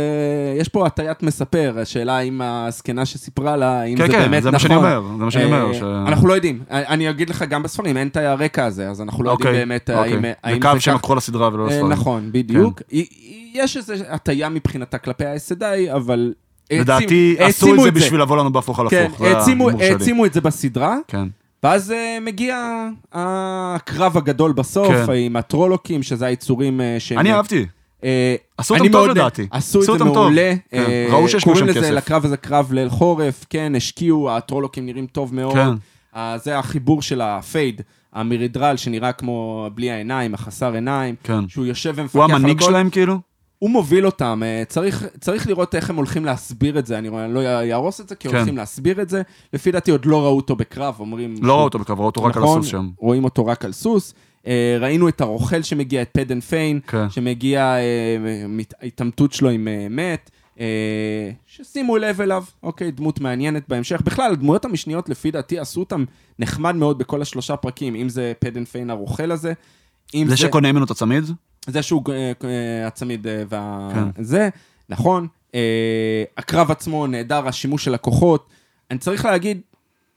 [SPEAKER 2] יש פה הטיית מספר, השאלה אם הזקנה שסיפרה לה, אם
[SPEAKER 1] כן,
[SPEAKER 2] זה
[SPEAKER 1] כן,
[SPEAKER 2] באמת נכון.
[SPEAKER 1] זה מה שאני אומר, זה מה שאני אומר,
[SPEAKER 2] אה,
[SPEAKER 1] ש-
[SPEAKER 2] אנחנו לא יודעים, אה, אני אגיד לך גם בספרים, אין את הרקע הזה, אז אנחנו לא יודעים
[SPEAKER 1] אוקיי,
[SPEAKER 2] באמת
[SPEAKER 1] אוקיי.
[SPEAKER 2] האם
[SPEAKER 1] זה
[SPEAKER 2] האם זה
[SPEAKER 1] קו
[SPEAKER 2] ככה.
[SPEAKER 1] שהם לקחו לסדרה ולא
[SPEAKER 2] אה,
[SPEAKER 1] לספרים.
[SPEAKER 2] נכון, בדיוק. היא- היא- יש איזו הטיה מבחינתה כלפי האסדי, אבל... העצימו-
[SPEAKER 1] לדעתי, עשו את
[SPEAKER 2] העצימו
[SPEAKER 1] זה בשביל לבוא לנו בהפוך על
[SPEAKER 2] כן,
[SPEAKER 1] הפוך. זה
[SPEAKER 2] העצימו-
[SPEAKER 1] ההימור שלי.
[SPEAKER 2] העצימו את זה בסדרה,
[SPEAKER 1] כן.
[SPEAKER 2] ואז אה, מגיע הקרב הגדול בסוף,
[SPEAKER 1] כן.
[SPEAKER 2] עם הטרולוקים, שזה היצורים אה, שהם...
[SPEAKER 1] אני אהבתי.
[SPEAKER 2] אה,
[SPEAKER 1] עשו אותם
[SPEAKER 2] אני
[SPEAKER 1] טוב
[SPEAKER 2] מאוד-
[SPEAKER 1] לדעתי.
[SPEAKER 2] עשו
[SPEAKER 1] עשו
[SPEAKER 2] את זה
[SPEAKER 1] אותם טוב.
[SPEAKER 2] מעולה.
[SPEAKER 1] כן.
[SPEAKER 2] אה,
[SPEAKER 1] ראו שיש
[SPEAKER 2] קוראים
[SPEAKER 1] משם
[SPEAKER 2] לזה
[SPEAKER 1] כסף.
[SPEAKER 2] לקרב הזה קרב ליל חורף, כן, השקיעו, הטרולוקים נראים טוב מאוד.
[SPEAKER 1] כן.
[SPEAKER 2] אה, זה החיבור של הפייד, המרידרל, שנראה כמו בלי העיניים, החסר עיניים.
[SPEAKER 1] כן.
[SPEAKER 2] שהוא יושב ומפקח
[SPEAKER 1] הוא
[SPEAKER 2] על
[SPEAKER 1] המנהיג
[SPEAKER 2] הכל.
[SPEAKER 1] שלהם כאילו?
[SPEAKER 2] הוא מוביל אותם, אה, צריך, צריך לראות איך הם הולכים להסביר את זה, אני רואה- אני לא אהרוס את זה, כי
[SPEAKER 1] כן.
[SPEAKER 2] הולכים להסביר את זה. לפי דעתי עוד לא ראו אותו בקרב, אומרים...
[SPEAKER 1] לא ראו אותו בקו, ראו אותו רק על
[SPEAKER 2] נכון,
[SPEAKER 1] הסוס שם.
[SPEAKER 2] רואים אותו רק על סוס. אה, ראינו את הרוכל שמגיע, את פדן פיין,
[SPEAKER 1] כן.
[SPEAKER 2] שמגיע, אה, מת- ההתעמתות שלו עם אה, מת, אה, ששימו לב אליו, אוקיי, דמות מעניינת בהמשך. בכלל, הדמויות המשניות, לפי דעתי, עשו אותם נחמד מאוד בכל השלושה פרקים, אם זה פדן פיין הרוכל הזה. אם
[SPEAKER 1] זה שקונה ממנו את הצמיד?
[SPEAKER 2] זה שהוא אה, אה, הצמיד אה, וה...
[SPEAKER 1] כן.
[SPEAKER 2] זה, נכון. אה, הקרב עצמו נהדר, השימוש של הכוחות. אני צריך להגיד,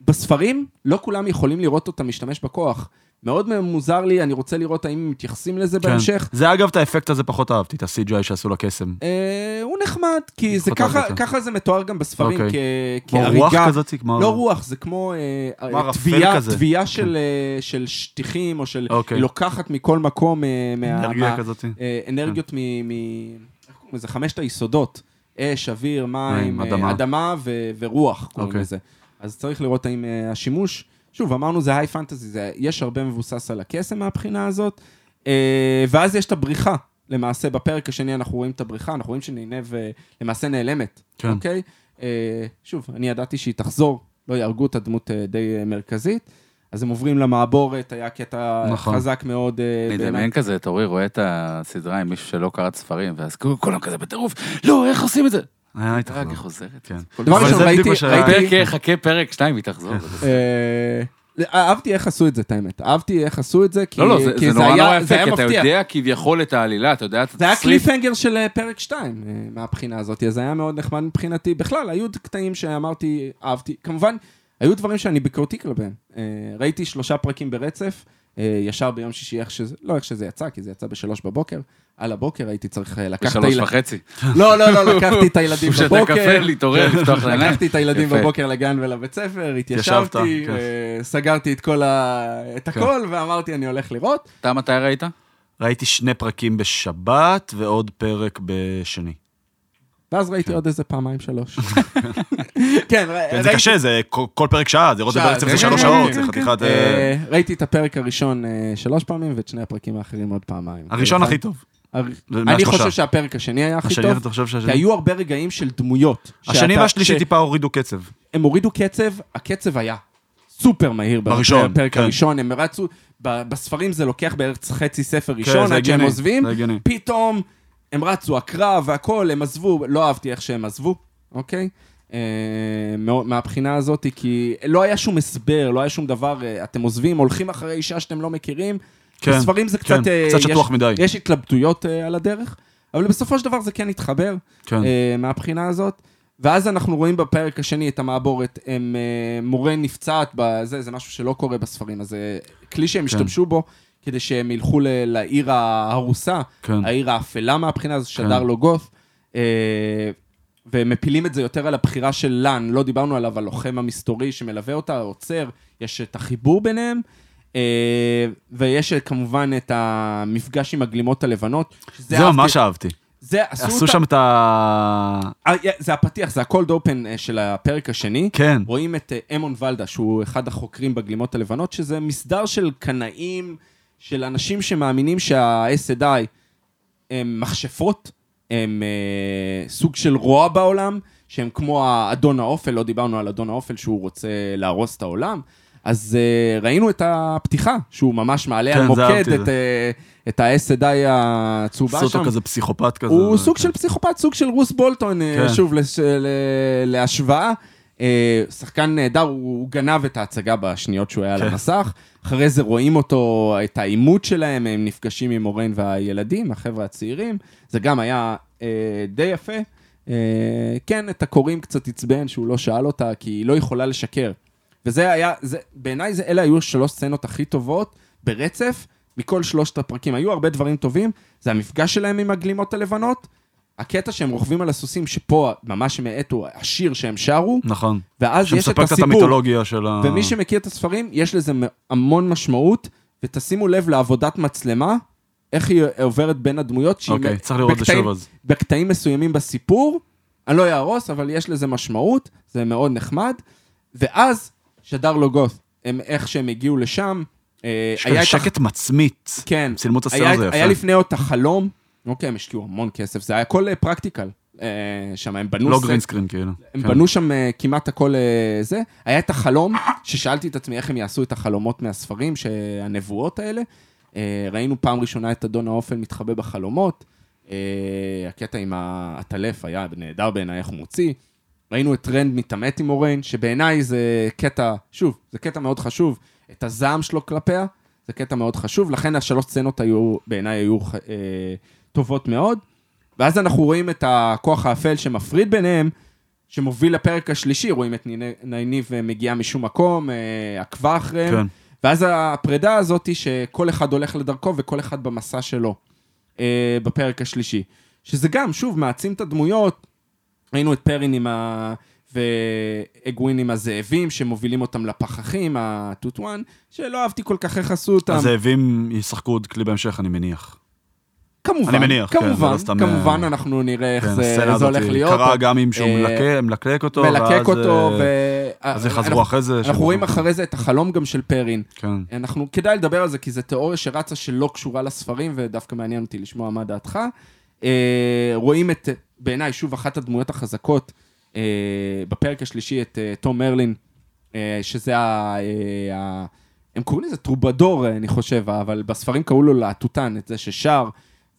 [SPEAKER 2] בספרים לא כולם יכולים לראות אותם משתמש בכוח. מאוד מוזר לי, אני רוצה לראות האם מתייחסים לזה
[SPEAKER 1] כן.
[SPEAKER 2] בהמשך.
[SPEAKER 1] זה אגב, את האפקט הזה פחות אהבתי, את ה-CGI שעשו לקסם.
[SPEAKER 2] אה, הוא נחמד, כי זה
[SPEAKER 1] חוטא
[SPEAKER 2] ככה,
[SPEAKER 1] בזה.
[SPEAKER 2] ככה זה מתואר גם בספרים,
[SPEAKER 1] אוקיי.
[SPEAKER 2] כ-
[SPEAKER 1] כמו
[SPEAKER 2] כהריגה.
[SPEAKER 1] רוח כזאת, כמו-
[SPEAKER 2] לא רוח, זה כמו אה,
[SPEAKER 1] כמו ערפל
[SPEAKER 2] תביעה-
[SPEAKER 1] כזה. כן.
[SPEAKER 2] תביעה של, אה, של שטיחים, או של...
[SPEAKER 1] אוקיי.
[SPEAKER 2] היא לוקחת מכל מקום... אה, מה-
[SPEAKER 1] אנרגיה
[SPEAKER 2] מה-
[SPEAKER 1] כזאת.
[SPEAKER 2] אה, אנרגיות
[SPEAKER 1] כן.
[SPEAKER 2] מ... מ- איך קוראים לזה? חמשת היסודות. אש, אוויר, מים,
[SPEAKER 1] מים,
[SPEAKER 2] אה,
[SPEAKER 1] אדמה.
[SPEAKER 2] אדמה ו- ורוח, קוראים
[SPEAKER 1] אוקיי.
[SPEAKER 2] לזה. אז צריך לראות האם אה, השימוש... שוב, אמרנו זה היי פנטזי, זה- יש הרבה מבוסס על הקסם מהבחינה הזאת. אה, ואז יש את הבריחה. למעשה, בפרק השני אנחנו רואים את הבריחה, אנחנו רואים שניניב אה, למעשה נעלמת,
[SPEAKER 1] כן.
[SPEAKER 2] אוקיי? אה, שוב, אני ידעתי שהיא תחזור, לא יהרגו את הדמות אה, די אה, מרכזית. אז הם עוברים למעבורת, היה קטע
[SPEAKER 1] נכון.
[SPEAKER 2] חזק מאוד. אה,
[SPEAKER 3] אני
[SPEAKER 2] בעיניי.
[SPEAKER 3] מדמיין כזה, אתה רואה, רואה את הסדרה עם מישהו שלא קרא את ספרים, ואז כאילו כולם כזה בטירוף, לא, איך עושים את זה?
[SPEAKER 1] אה, היה
[SPEAKER 3] רק היא
[SPEAKER 1] התאכזרות.
[SPEAKER 3] חוזרת.
[SPEAKER 1] כן.
[SPEAKER 2] דבר
[SPEAKER 1] אבל
[SPEAKER 2] ראשון,
[SPEAKER 1] זה בדיוק
[SPEAKER 2] ראיתי-
[SPEAKER 1] מה ש-
[SPEAKER 2] ראיתי-
[SPEAKER 3] פרק, אה, חכה פרק, שתיים, היא תחזור.
[SPEAKER 2] (laughs) אה, אהבתי איך עשו את זה, את האמת. אהבתי איך עשו את זה, כי
[SPEAKER 3] לא, לא, זה
[SPEAKER 2] כי
[SPEAKER 3] זה נורא
[SPEAKER 2] היה-
[SPEAKER 3] נורא
[SPEAKER 2] זה
[SPEAKER 3] יפה,
[SPEAKER 2] היה
[SPEAKER 3] כי אתה
[SPEAKER 2] מפתיע.
[SPEAKER 3] יודע כביכול את העלילה, אתה יודע את
[SPEAKER 2] זה היה
[SPEAKER 3] התסריט.
[SPEAKER 2] קליפהנגר של אה, פרק 2 מהבחינה הזאת, אז זה היה מאוד נחמד מבחינתי. בכלל, היו קטעים שאמרתי, אהבתי. כמובן, היו דברים שאני ביקורתי כלפיהם. אה, ראיתי שלושה פרקים ברצף, אה, ישר ביום שישי, איך שזה, לא איך שזה יצא, כי זה יצא בשלוש בבוקר. על הבוקר הייתי צריך אה, לקחת את
[SPEAKER 3] בשלוש
[SPEAKER 2] הילדים.
[SPEAKER 3] וחצי.
[SPEAKER 2] לא, לא, לא, לקחתי את הילדים
[SPEAKER 3] שתה קפה,
[SPEAKER 2] בבוקר. כן.
[SPEAKER 3] להתעורר, לפתוח את העיניים.
[SPEAKER 2] לקחתי את הילדים
[SPEAKER 3] יפה.
[SPEAKER 2] בבוקר לגן ולבית ספר,
[SPEAKER 1] התיישבת,
[SPEAKER 2] התיישבתי,
[SPEAKER 1] כן.
[SPEAKER 2] אה, סגרתי את כל ה... את הכל, ואמרתי, אני הולך לראות.
[SPEAKER 3] אתה מתי ראית?
[SPEAKER 1] ראיתי שני פרקים בשבת ועוד פרק בשני. כן,
[SPEAKER 2] ואז ראיתי עוד איזה פעמיים
[SPEAKER 1] (laughs)
[SPEAKER 2] שלוש. כן, ר-
[SPEAKER 1] כן, זה
[SPEAKER 2] ראיתי-
[SPEAKER 1] קשה, זה כל- כל פרק שעה, זה לראות את
[SPEAKER 2] שעה,
[SPEAKER 1] ברצף
[SPEAKER 2] כן,
[SPEAKER 1] זה שלוש
[SPEAKER 2] כן,
[SPEAKER 1] שעות,
[SPEAKER 2] כן,
[SPEAKER 1] זה
[SPEAKER 2] כן,
[SPEAKER 1] חתיכת... אה,
[SPEAKER 2] אה, ראיתי את הפרק הראשון אה, שלוש פעמים, ואת שני הפרקים האחרים עוד פעמיים. כאילו,
[SPEAKER 1] הראשון הכי טוב.
[SPEAKER 2] הר-
[SPEAKER 1] זה
[SPEAKER 2] אני
[SPEAKER 1] מהשלושה.
[SPEAKER 2] חושב שהפרק השני היה הכי
[SPEAKER 1] השני,
[SPEAKER 2] טוב,
[SPEAKER 1] אתה חושב
[SPEAKER 2] כי
[SPEAKER 1] שהשני?
[SPEAKER 2] היו הרבה רגעים של דמויות.
[SPEAKER 1] השני
[SPEAKER 2] שאתה- אה,
[SPEAKER 1] והשלישי
[SPEAKER 2] ש-
[SPEAKER 1] טיפה הורידו קצב.
[SPEAKER 2] הם הורידו קצב, הקצב היה סופר מהיר.
[SPEAKER 1] בראשון,
[SPEAKER 2] בפרק
[SPEAKER 1] כן.
[SPEAKER 2] הראשון, הם רצו, ב- בספרים זה לוקח בערך חצי ספר ראשון
[SPEAKER 1] כן, זה
[SPEAKER 2] עד שהם
[SPEAKER 1] הגיוני,
[SPEAKER 2] עוזבים,
[SPEAKER 1] זה הגיוני.
[SPEAKER 2] פתאום הם רצו, הקרב והכל, הם עזבו, לא אהבתי איך שהם עזבו, אוקיי? אה, מאו- מהבחינה הזאת, כי לא היה שום הסבר, לא היה שום דבר, אה, אתם עוזבים, הולכים אחרי אישה שאתם לא מכירים.
[SPEAKER 1] כן,
[SPEAKER 2] בספרים זה
[SPEAKER 1] כן,
[SPEAKER 2] קצת... אה,
[SPEAKER 1] קצת
[SPEAKER 2] יש-
[SPEAKER 1] שטוח מדי.
[SPEAKER 2] יש התלבטויות אה, על הדרך, אבל בסופו של דבר זה כן התחבר.
[SPEAKER 1] כן.
[SPEAKER 2] אה, מהבחינה הזאת. ואז אנחנו רואים בפרק השני את המעבורת, הם, אה, מורה נפצעת בזה, זה משהו שלא קורה בספרים, אז זה כלי שהם
[SPEAKER 1] כן.
[SPEAKER 2] השתמשו בו כדי שהם ילכו ל- לעיר ההרוסה,
[SPEAKER 1] כן.
[SPEAKER 2] העיר האפלה מהבחינה הזו, שדר לו גוף, אה, ומפילים את זה יותר על הבחירה של לן, לא דיברנו עליו, הלוחם המסתורי שמלווה אותה, עוצר, יש את החיבור ביניהם. אה, ויש אה, כמובן את המפגש עם הגלימות הלבנות. שזה
[SPEAKER 1] זה
[SPEAKER 2] אהבתי-
[SPEAKER 1] ממש אהבתי.
[SPEAKER 2] זה
[SPEAKER 1] עשו
[SPEAKER 2] אותה-
[SPEAKER 1] שם את ה...
[SPEAKER 2] אה, זה הפתיח, זה הקולד אופן של הפרק השני.
[SPEAKER 1] כן.
[SPEAKER 2] רואים את אה, אמון ולדה, שהוא אחד החוקרים בגלימות הלבנות, שזה מסדר של קנאים, של אנשים שמאמינים שה-SDI הם מכשפות, הם אה, סוג של רוע בעולם, שהם כמו האדון האופל, לא דיברנו על אדון האופל שהוא רוצה להרוס את העולם. אז אה, ראינו את הפתיחה, שהוא ממש מעלה
[SPEAKER 1] כן,
[SPEAKER 2] על
[SPEAKER 1] זה
[SPEAKER 2] מוקד
[SPEAKER 1] אהבתי
[SPEAKER 2] את,
[SPEAKER 1] זה.
[SPEAKER 2] אה, את ה-SDI הצהובה שם.
[SPEAKER 1] עשו אותו כזה פסיכופת כזה.
[SPEAKER 2] הוא סוג של פסיכופת, סוג של רוס בולטון, אה,
[SPEAKER 1] כן.
[SPEAKER 2] שוב, לש- ל- להשוואה. אה, שחקן נהדר, הוא הוא גנב את ההצגה בשניות שהוא היה על
[SPEAKER 1] כן.
[SPEAKER 2] המסך. אחרי זה רואים אותו, את העימות שלהם, הם נפגשים עם אורן והילדים, החבר'ה הצעירים. זה גם היה אה, די יפה. אה, כן, את הקוראים קצת עצבן שהוא לא שאל אותה, כי היא לא יכולה לשקר. וזה היה, זה, בעיניי זה, אלה היו שלוש סצנות הכי טובות ברצף מכל שלושת הפרקים. היו הרבה דברים טובים, זה המפגש שלהם עם הגלימות הלבנות, הקטע שהם רוכבים על הסוסים, שפה ממש הם האטו, השיר שהם שרו,
[SPEAKER 1] נכון.
[SPEAKER 2] ואז יש את
[SPEAKER 1] שמספר קצת את
[SPEAKER 2] הסיפור.
[SPEAKER 1] המיתולוגיה של ה...
[SPEAKER 2] ומי שמכיר את הספרים, יש לזה מ- המון משמעות, ותשימו לב לעבודת מצלמה, איך היא עוברת בין הדמויות, שהיא
[SPEAKER 1] אוקיי,
[SPEAKER 2] מ-
[SPEAKER 1] צריך לראות את זה
[SPEAKER 2] בקטעים-
[SPEAKER 1] שוב אז.
[SPEAKER 2] בקטעים מסוימים בסיפור, אני לא אהרוס, אבל יש לזה משמעות, זה מאוד נחמד. ואז שדר לו גות', הם, איך שהם הגיעו לשם. אה,
[SPEAKER 1] יש
[SPEAKER 2] היה
[SPEAKER 1] כאן
[SPEAKER 2] את הח-
[SPEAKER 1] שקט מצמית.
[SPEAKER 2] כן.
[SPEAKER 1] צילמו את הסצנה
[SPEAKER 2] היה-
[SPEAKER 1] הזו
[SPEAKER 2] היה
[SPEAKER 1] יפה.
[SPEAKER 2] לפני עוד את החלום, אוקיי, הם השקיעו המון כסף, זה היה הכל אה, פרקטיקל. אה, שם הם בנו
[SPEAKER 1] לא
[SPEAKER 2] סט-
[SPEAKER 1] גרינסקרין כאילו.
[SPEAKER 2] הם
[SPEAKER 1] כן.
[SPEAKER 2] בנו שם אה, כמעט הכל אה, זה. היה את החלום, ששאלתי את עצמי איך הם יעשו את החלומות מהספרים, שהנבואות האלה. אה, ראינו פעם ראשונה את אדון האופל מתחבא בחלומות. אה, הקטע עם הטלף היה נהדר בעיניי, איך הוא מוציא. ראינו את רנד מתעמת עם אורן, שבעיניי זה קטע, שוב, זה קטע מאוד חשוב. את הזעם שלו כלפיה, זה קטע מאוד חשוב. לכן השלוש סצנות היו, בעיניי היו אה, טובות מאוד. ואז אנחנו רואים את הכוח האפל שמפריד ביניהם, שמוביל לפרק השלישי, רואים את ניני- ניניב אה, מגיעה משום מקום, אה, עקבה אחריהם.
[SPEAKER 1] כן.
[SPEAKER 2] ואז הפרידה הזאת היא שכל אחד הולך לדרכו וכל אחד במסע שלו אה, בפרק השלישי. שזה גם, שוב, מעצים את הדמויות. ראינו את פרין עם ה... והגווין עם הזאבים שמובילים אותם לפחחים, הטוטואן, שלא אהבתי כל כך איך עשו אותם.
[SPEAKER 1] הזאבים ישחקו עוד כלי בהמשך, אני מניח.
[SPEAKER 2] כמובן,
[SPEAKER 1] אני מניח, כן, זה לא
[SPEAKER 2] כמובן,
[SPEAKER 1] סתם,
[SPEAKER 2] כמובן,
[SPEAKER 1] אה,
[SPEAKER 2] אנחנו נראה איך
[SPEAKER 1] כן,
[SPEAKER 2] זה,
[SPEAKER 1] הסצנה
[SPEAKER 2] זה
[SPEAKER 1] הזאת
[SPEAKER 2] הולך להיות.
[SPEAKER 1] קרה גם עם שהוא
[SPEAKER 2] אה,
[SPEAKER 1] מלקק- מלקק אותו,
[SPEAKER 2] מלקק
[SPEAKER 1] ואז,
[SPEAKER 2] אותו,
[SPEAKER 1] אה,
[SPEAKER 2] ו...
[SPEAKER 1] אז הם
[SPEAKER 2] אנחנו-
[SPEAKER 1] חזרו אחרי זה.
[SPEAKER 2] אנחנו
[SPEAKER 1] שהם-
[SPEAKER 2] רואים אחרי זה את החלום גם של פרין.
[SPEAKER 1] כן.
[SPEAKER 2] אנחנו, כדאי לדבר על זה, כי זו תיאוריה שרצה שלא קשורה לספרים, ודווקא מעניין אותי לשמוע מה דעתך. אה, רואים את, בעיניי, שוב, אחת הדמויות החזקות אה, בפרק השלישי, את אה, תום מרלין, אה, שזה ה... אה, ה הם קוראים לזה טרובדור, אה, אני חושב, אבל בספרים קראו לו להטוטן, את זה ששר,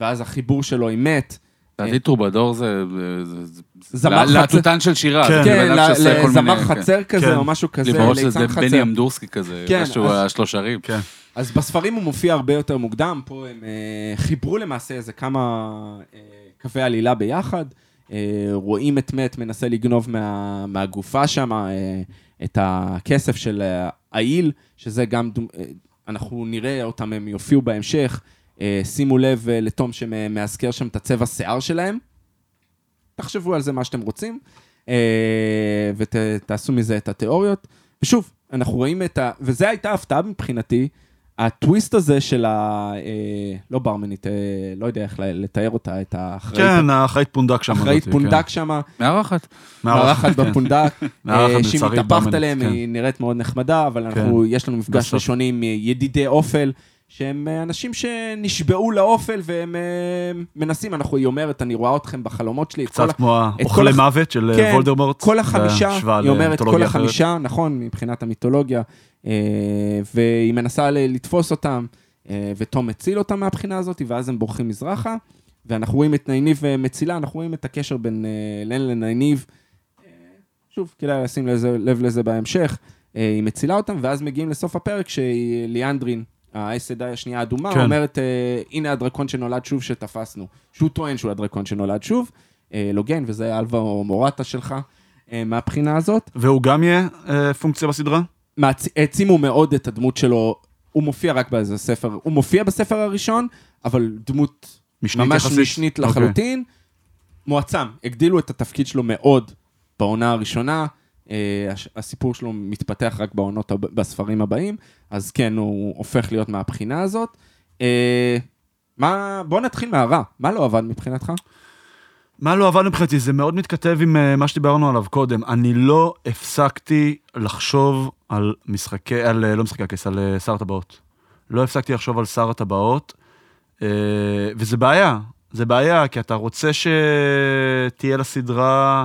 [SPEAKER 2] ואז החיבור שלו עם מת.
[SPEAKER 3] לדעתי טרובדור זה... זה- זה-
[SPEAKER 2] זמר
[SPEAKER 3] לה-
[SPEAKER 2] חצר-
[SPEAKER 3] להטוטן של שירה.
[SPEAKER 1] כן.
[SPEAKER 3] זה בן אדם
[SPEAKER 2] ל-
[SPEAKER 3] שעושה כל
[SPEAKER 2] לזמר
[SPEAKER 3] מיני-
[SPEAKER 2] חצר כזה,
[SPEAKER 1] כן.
[SPEAKER 2] או משהו
[SPEAKER 3] כן.
[SPEAKER 2] כזה,
[SPEAKER 3] לי בראש
[SPEAKER 2] ליצן
[SPEAKER 3] שזה
[SPEAKER 2] חצר.
[SPEAKER 3] בני אמדורסקי כזה,
[SPEAKER 2] כן,
[SPEAKER 3] משהו
[SPEAKER 2] אז-
[SPEAKER 3] השלוש ערים.
[SPEAKER 1] כן.
[SPEAKER 2] אז בספרים הוא מופיע הרבה יותר מוקדם, פה הם אה, חיברו למעשה איזה כמה אה, קווי עלילה ביחד. אה, רואים את מת מנסה לגנוב מה, מהגופה שם אה, את הכסף של אה, העיל, שזה גם, דו, אה, אנחנו נראה אותם, הם יופיעו בהמשך. אה, שימו לב אה, לתום שמאזכר שם את הצבע שיער שלהם. תחשבו על זה מה שאתם רוצים, אה, ותעשו מזה את התיאוריות. ושוב, אנחנו רואים את ה... וזו הייתה הפתעה מבחינתי, הטוויסט הזה של ה... אה, לא ברמנית, אה, לא יודע איך ל- לתאר אותה, את האחראית.
[SPEAKER 1] כן, האחראית פונדק שם.
[SPEAKER 2] אחראית
[SPEAKER 1] הזאתי,
[SPEAKER 2] פונדק שמה,
[SPEAKER 3] מארחת.
[SPEAKER 1] כן. כן.
[SPEAKER 2] מארחת
[SPEAKER 1] (laughs)
[SPEAKER 2] בפונדק,
[SPEAKER 1] מארחת
[SPEAKER 2] אה, שהיא
[SPEAKER 1] לצערי
[SPEAKER 2] מתהפכת
[SPEAKER 1] ברמנית,
[SPEAKER 2] עליהם,
[SPEAKER 1] כן.
[SPEAKER 2] היא נראית מאוד נחמדה, אבל אנחנו, יש לנו מפגש
[SPEAKER 1] בסוף.
[SPEAKER 2] ראשוני עם אה, ידידי אופל, שהם אה, אנשים שנשבעו לאופל והם אה, מנסים, אנחנו, היא אומרת, אני רואה אתכם בחלומות שלי, את כל
[SPEAKER 1] קצת כמו
[SPEAKER 2] כל
[SPEAKER 1] האוכלי
[SPEAKER 2] הח-
[SPEAKER 1] מוות של
[SPEAKER 2] כן,
[SPEAKER 1] אה, וולדמורט.
[SPEAKER 2] כל החמישה,
[SPEAKER 1] בהשוואה
[SPEAKER 2] היא אומרת כל
[SPEAKER 1] למיתולוגיה אחרת.
[SPEAKER 2] החמישה, נכון, מבחינת המיתולוגיה, אה, והיא מנסה ל- לתפוס אותם, אה, ותום מציל אותם מהבחינה הזאת, ואז הם בורחים מזרחה, ואנחנו רואים את נייניב אה, מצילה, אנחנו רואים את הקשר בין אה, לן לנייניב. אה, שוב, כדאי לשים לזה, לב לזה בהמשך. אה, היא מצילה אותם, ואז מגיעים לסוף הפרק, שליאנדרין, האס עדיי השנייה האדומה,
[SPEAKER 1] כן.
[SPEAKER 2] אומרת, אה, הנה הדרקון שנולד שוב שתפסנו. שהוא טוען שהוא הדרקון שנולד שוב. אה, לוגן, וזה אלווה או מורטה שלך, אה, מהבחינה הזאת.
[SPEAKER 1] והוא גם יהיה אה, פונקציה בסדרה?
[SPEAKER 2] מעצ- העצימו מאוד את הדמות שלו, הוא מופיע רק באיזה ספר, הוא מופיע בספר הראשון, אבל דמות
[SPEAKER 1] משנית
[SPEAKER 2] ממש
[SPEAKER 1] יחסית?
[SPEAKER 2] משנית
[SPEAKER 1] אוקיי.
[SPEAKER 2] לחלוטין. מועצם, הגדילו את התפקיד שלו מאוד בעונה הראשונה, אה, הש- הסיפור שלו מתפתח רק בעונות, הב- בספרים הבאים, אז כן, הוא הופך להיות מהבחינה הזאת. אה, מה, בוא נתחיל מהרע, מה לא עבד מבחינתך?
[SPEAKER 1] מה לא עבד מבחינתי? זה מאוד מתכתב עם אה, מה שדיברנו עליו קודם. אני לא הפסקתי לחשוב על משחקי, על, אה, לא משחקי הכס, על אה, שר הטבעות. לא הפסקתי לחשוב על שר הטבעות, אה, וזה בעיה. זה בעיה, כי אתה רוצה שתהיה לסדרה,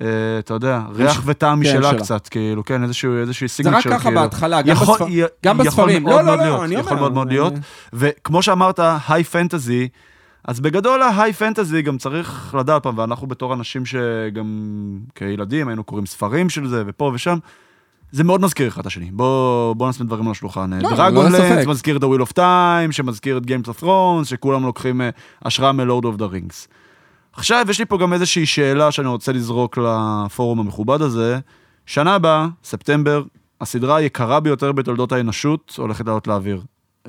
[SPEAKER 1] אה, אתה יודע, ריח וטעם
[SPEAKER 2] כן,
[SPEAKER 1] משלה
[SPEAKER 2] שלה.
[SPEAKER 1] קצת, כאילו, כן, איזשהו, איזשהו
[SPEAKER 2] זה
[SPEAKER 1] סיגנצ'ר,
[SPEAKER 2] רק
[SPEAKER 1] כאילו.
[SPEAKER 2] ככה בהתחלה, גם
[SPEAKER 1] יכול-
[SPEAKER 2] בספר-
[SPEAKER 1] י-
[SPEAKER 2] גם
[SPEAKER 1] יכול
[SPEAKER 2] בספרים.
[SPEAKER 1] מאוד
[SPEAKER 2] לא, לא,
[SPEAKER 1] מאוד
[SPEAKER 2] לא,
[SPEAKER 1] להיות,
[SPEAKER 2] אני אומר.
[SPEAKER 1] יכול מאוד מאוד להיות.
[SPEAKER 2] אני-
[SPEAKER 1] וכמו שאמרת, היי פנטזי, אז בגדול ההיי פנטזי גם צריך לדעת פעם, ואנחנו בתור אנשים שגם כילדים היינו קוראים ספרים של זה, ופה ושם, זה מאוד מזכיר אחד את השני. בוא, בוא נשים דברים על השולחן.
[SPEAKER 2] לא
[SPEAKER 1] דרגונלנס
[SPEAKER 2] ספק.
[SPEAKER 1] מזכיר את ה-Wheel of Time, שמזכיר את Games of Thrones, שכולם לוקחים אה, השראה מ-Lord of the Rings. עכשיו, יש לי פה גם איזושהי שאלה שאני רוצה לזרוק לפורום המכובד הזה. שנה הבאה, ספטמבר, הסדרה היקרה ביותר בתולדות האנושות הולכת לעלות לאוויר.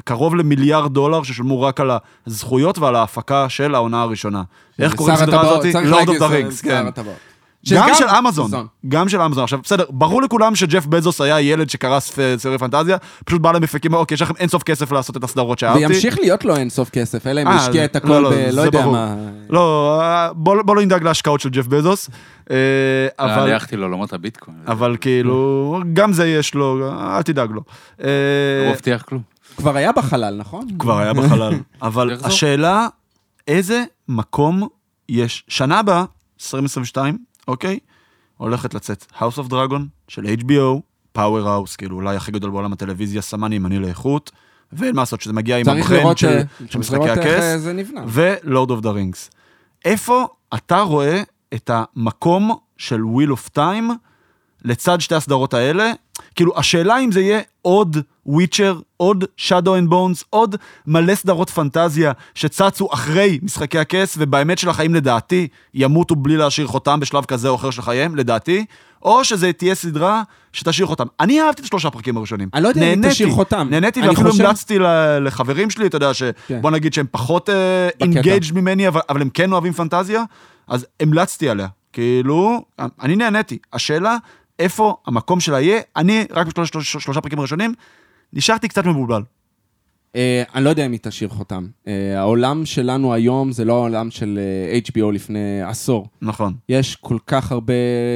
[SPEAKER 1] קרוב למיליארד דולר ששולמו רק על הזכויות ועל ההפקה של העונה הראשונה. איך קוראים
[SPEAKER 2] שר
[SPEAKER 1] לסדרה
[SPEAKER 2] הטבעות,
[SPEAKER 1] הזאת?
[SPEAKER 2] צריך
[SPEAKER 1] Lord
[SPEAKER 2] להגיד,
[SPEAKER 1] of the Rings,
[SPEAKER 2] שר
[SPEAKER 1] כן.
[SPEAKER 2] הטבעות.
[SPEAKER 1] גם
[SPEAKER 2] שגם-
[SPEAKER 1] של אמזון,
[SPEAKER 2] אמזון.
[SPEAKER 1] גם של אמזון. עכשיו, בסדר, ברור לכולם שג'ף בזוס היה ילד שקרא ספ- ספרי פנטזיה, פשוט בא למפיקים, אוקיי, יש לכם אין סוף כסף לעשות את הסדרות שאהבתי.
[SPEAKER 2] וימשיך להיות לו אין סוף כסף, אלא אם
[SPEAKER 1] אה,
[SPEAKER 2] הוא השקיע את
[SPEAKER 1] לא,
[SPEAKER 2] הכל
[SPEAKER 1] לא,
[SPEAKER 2] ב...
[SPEAKER 1] זה
[SPEAKER 2] לא יודע
[SPEAKER 1] ברור.
[SPEAKER 2] מה.
[SPEAKER 1] לא, אה, בוא בוא לא נדאג להשקעות של ג'ף בזוס, אה,
[SPEAKER 3] אבל...
[SPEAKER 1] אבל...
[SPEAKER 3] הלכתי לעולמות הביטקוין.
[SPEAKER 1] אבל כאילו, גם זה יש לו, אל תדאג לו. אה,
[SPEAKER 3] הוא הבטיח לא כלום.
[SPEAKER 2] כבר היה בחלל, נכון?
[SPEAKER 1] כבר היה בחלל. אבל
[SPEAKER 3] תחזור.
[SPEAKER 1] השאלה, איזה מקום יש? שנה הבאה, 2022, אוקיי? הולכת לצאת House of Dragon של HBO, Power House, כאילו אולי הכי גדול בעולם הטלוויזיה, סמן ימני לאיכות, ואין מה לעשות, שזה מגיע עם
[SPEAKER 2] צריך
[SPEAKER 1] המחן
[SPEAKER 2] לראות
[SPEAKER 1] של
[SPEAKER 2] אה,
[SPEAKER 1] של
[SPEAKER 2] צריך
[SPEAKER 1] משחקי
[SPEAKER 2] לראות איך
[SPEAKER 1] הכס,
[SPEAKER 2] אה, זה נבנה.
[SPEAKER 1] ולורד אוף דה רינגס. איפה אתה רואה את המקום של וויל אוף טיים לצד שתי הסדרות האלה? כאילו, השאלה אם זה יהיה עוד וויצ'ר, עוד שדו אנד בונס, עוד מלא סדרות פנטזיה שצצו אחרי משחקי הכס, ובאמת של החיים לדעתי ימותו בלי להשאיר חותם בשלב כזה או אחר של חייהם, לדעתי, או שזה תהיה סדרה שתשאיר חותם. אני אהבתי את שלושה הפרקים הראשונים.
[SPEAKER 2] אני לא יודע אם היא
[SPEAKER 1] נהניתי,
[SPEAKER 2] תשאיר חותם.
[SPEAKER 1] נהניתי
[SPEAKER 2] אני
[SPEAKER 1] ואפילו
[SPEAKER 2] חושב- כן.
[SPEAKER 1] המלצתי ל- לחברים שלי, אתה יודע, שבוא נגיד שהם פחות אה,
[SPEAKER 2] בקטע.
[SPEAKER 1] engaged ממני, אבל, אבל הם כן אוהבים פנטזיה, אז המלצתי עליה. כאילו, אני נהניתי. השאלה, איפה המקום שלה יהיה? אני, רק בשלוש- שלוש- שלושה פרקים הראשונים, נשארתי קצת מבולבל.
[SPEAKER 2] אה, אני לא יודע אם היא תשאיר חותם. אה, העולם שלנו היום זה לא העולם של אה, HBO לפני עשור.
[SPEAKER 1] נכון.
[SPEAKER 2] יש כל כך הרבה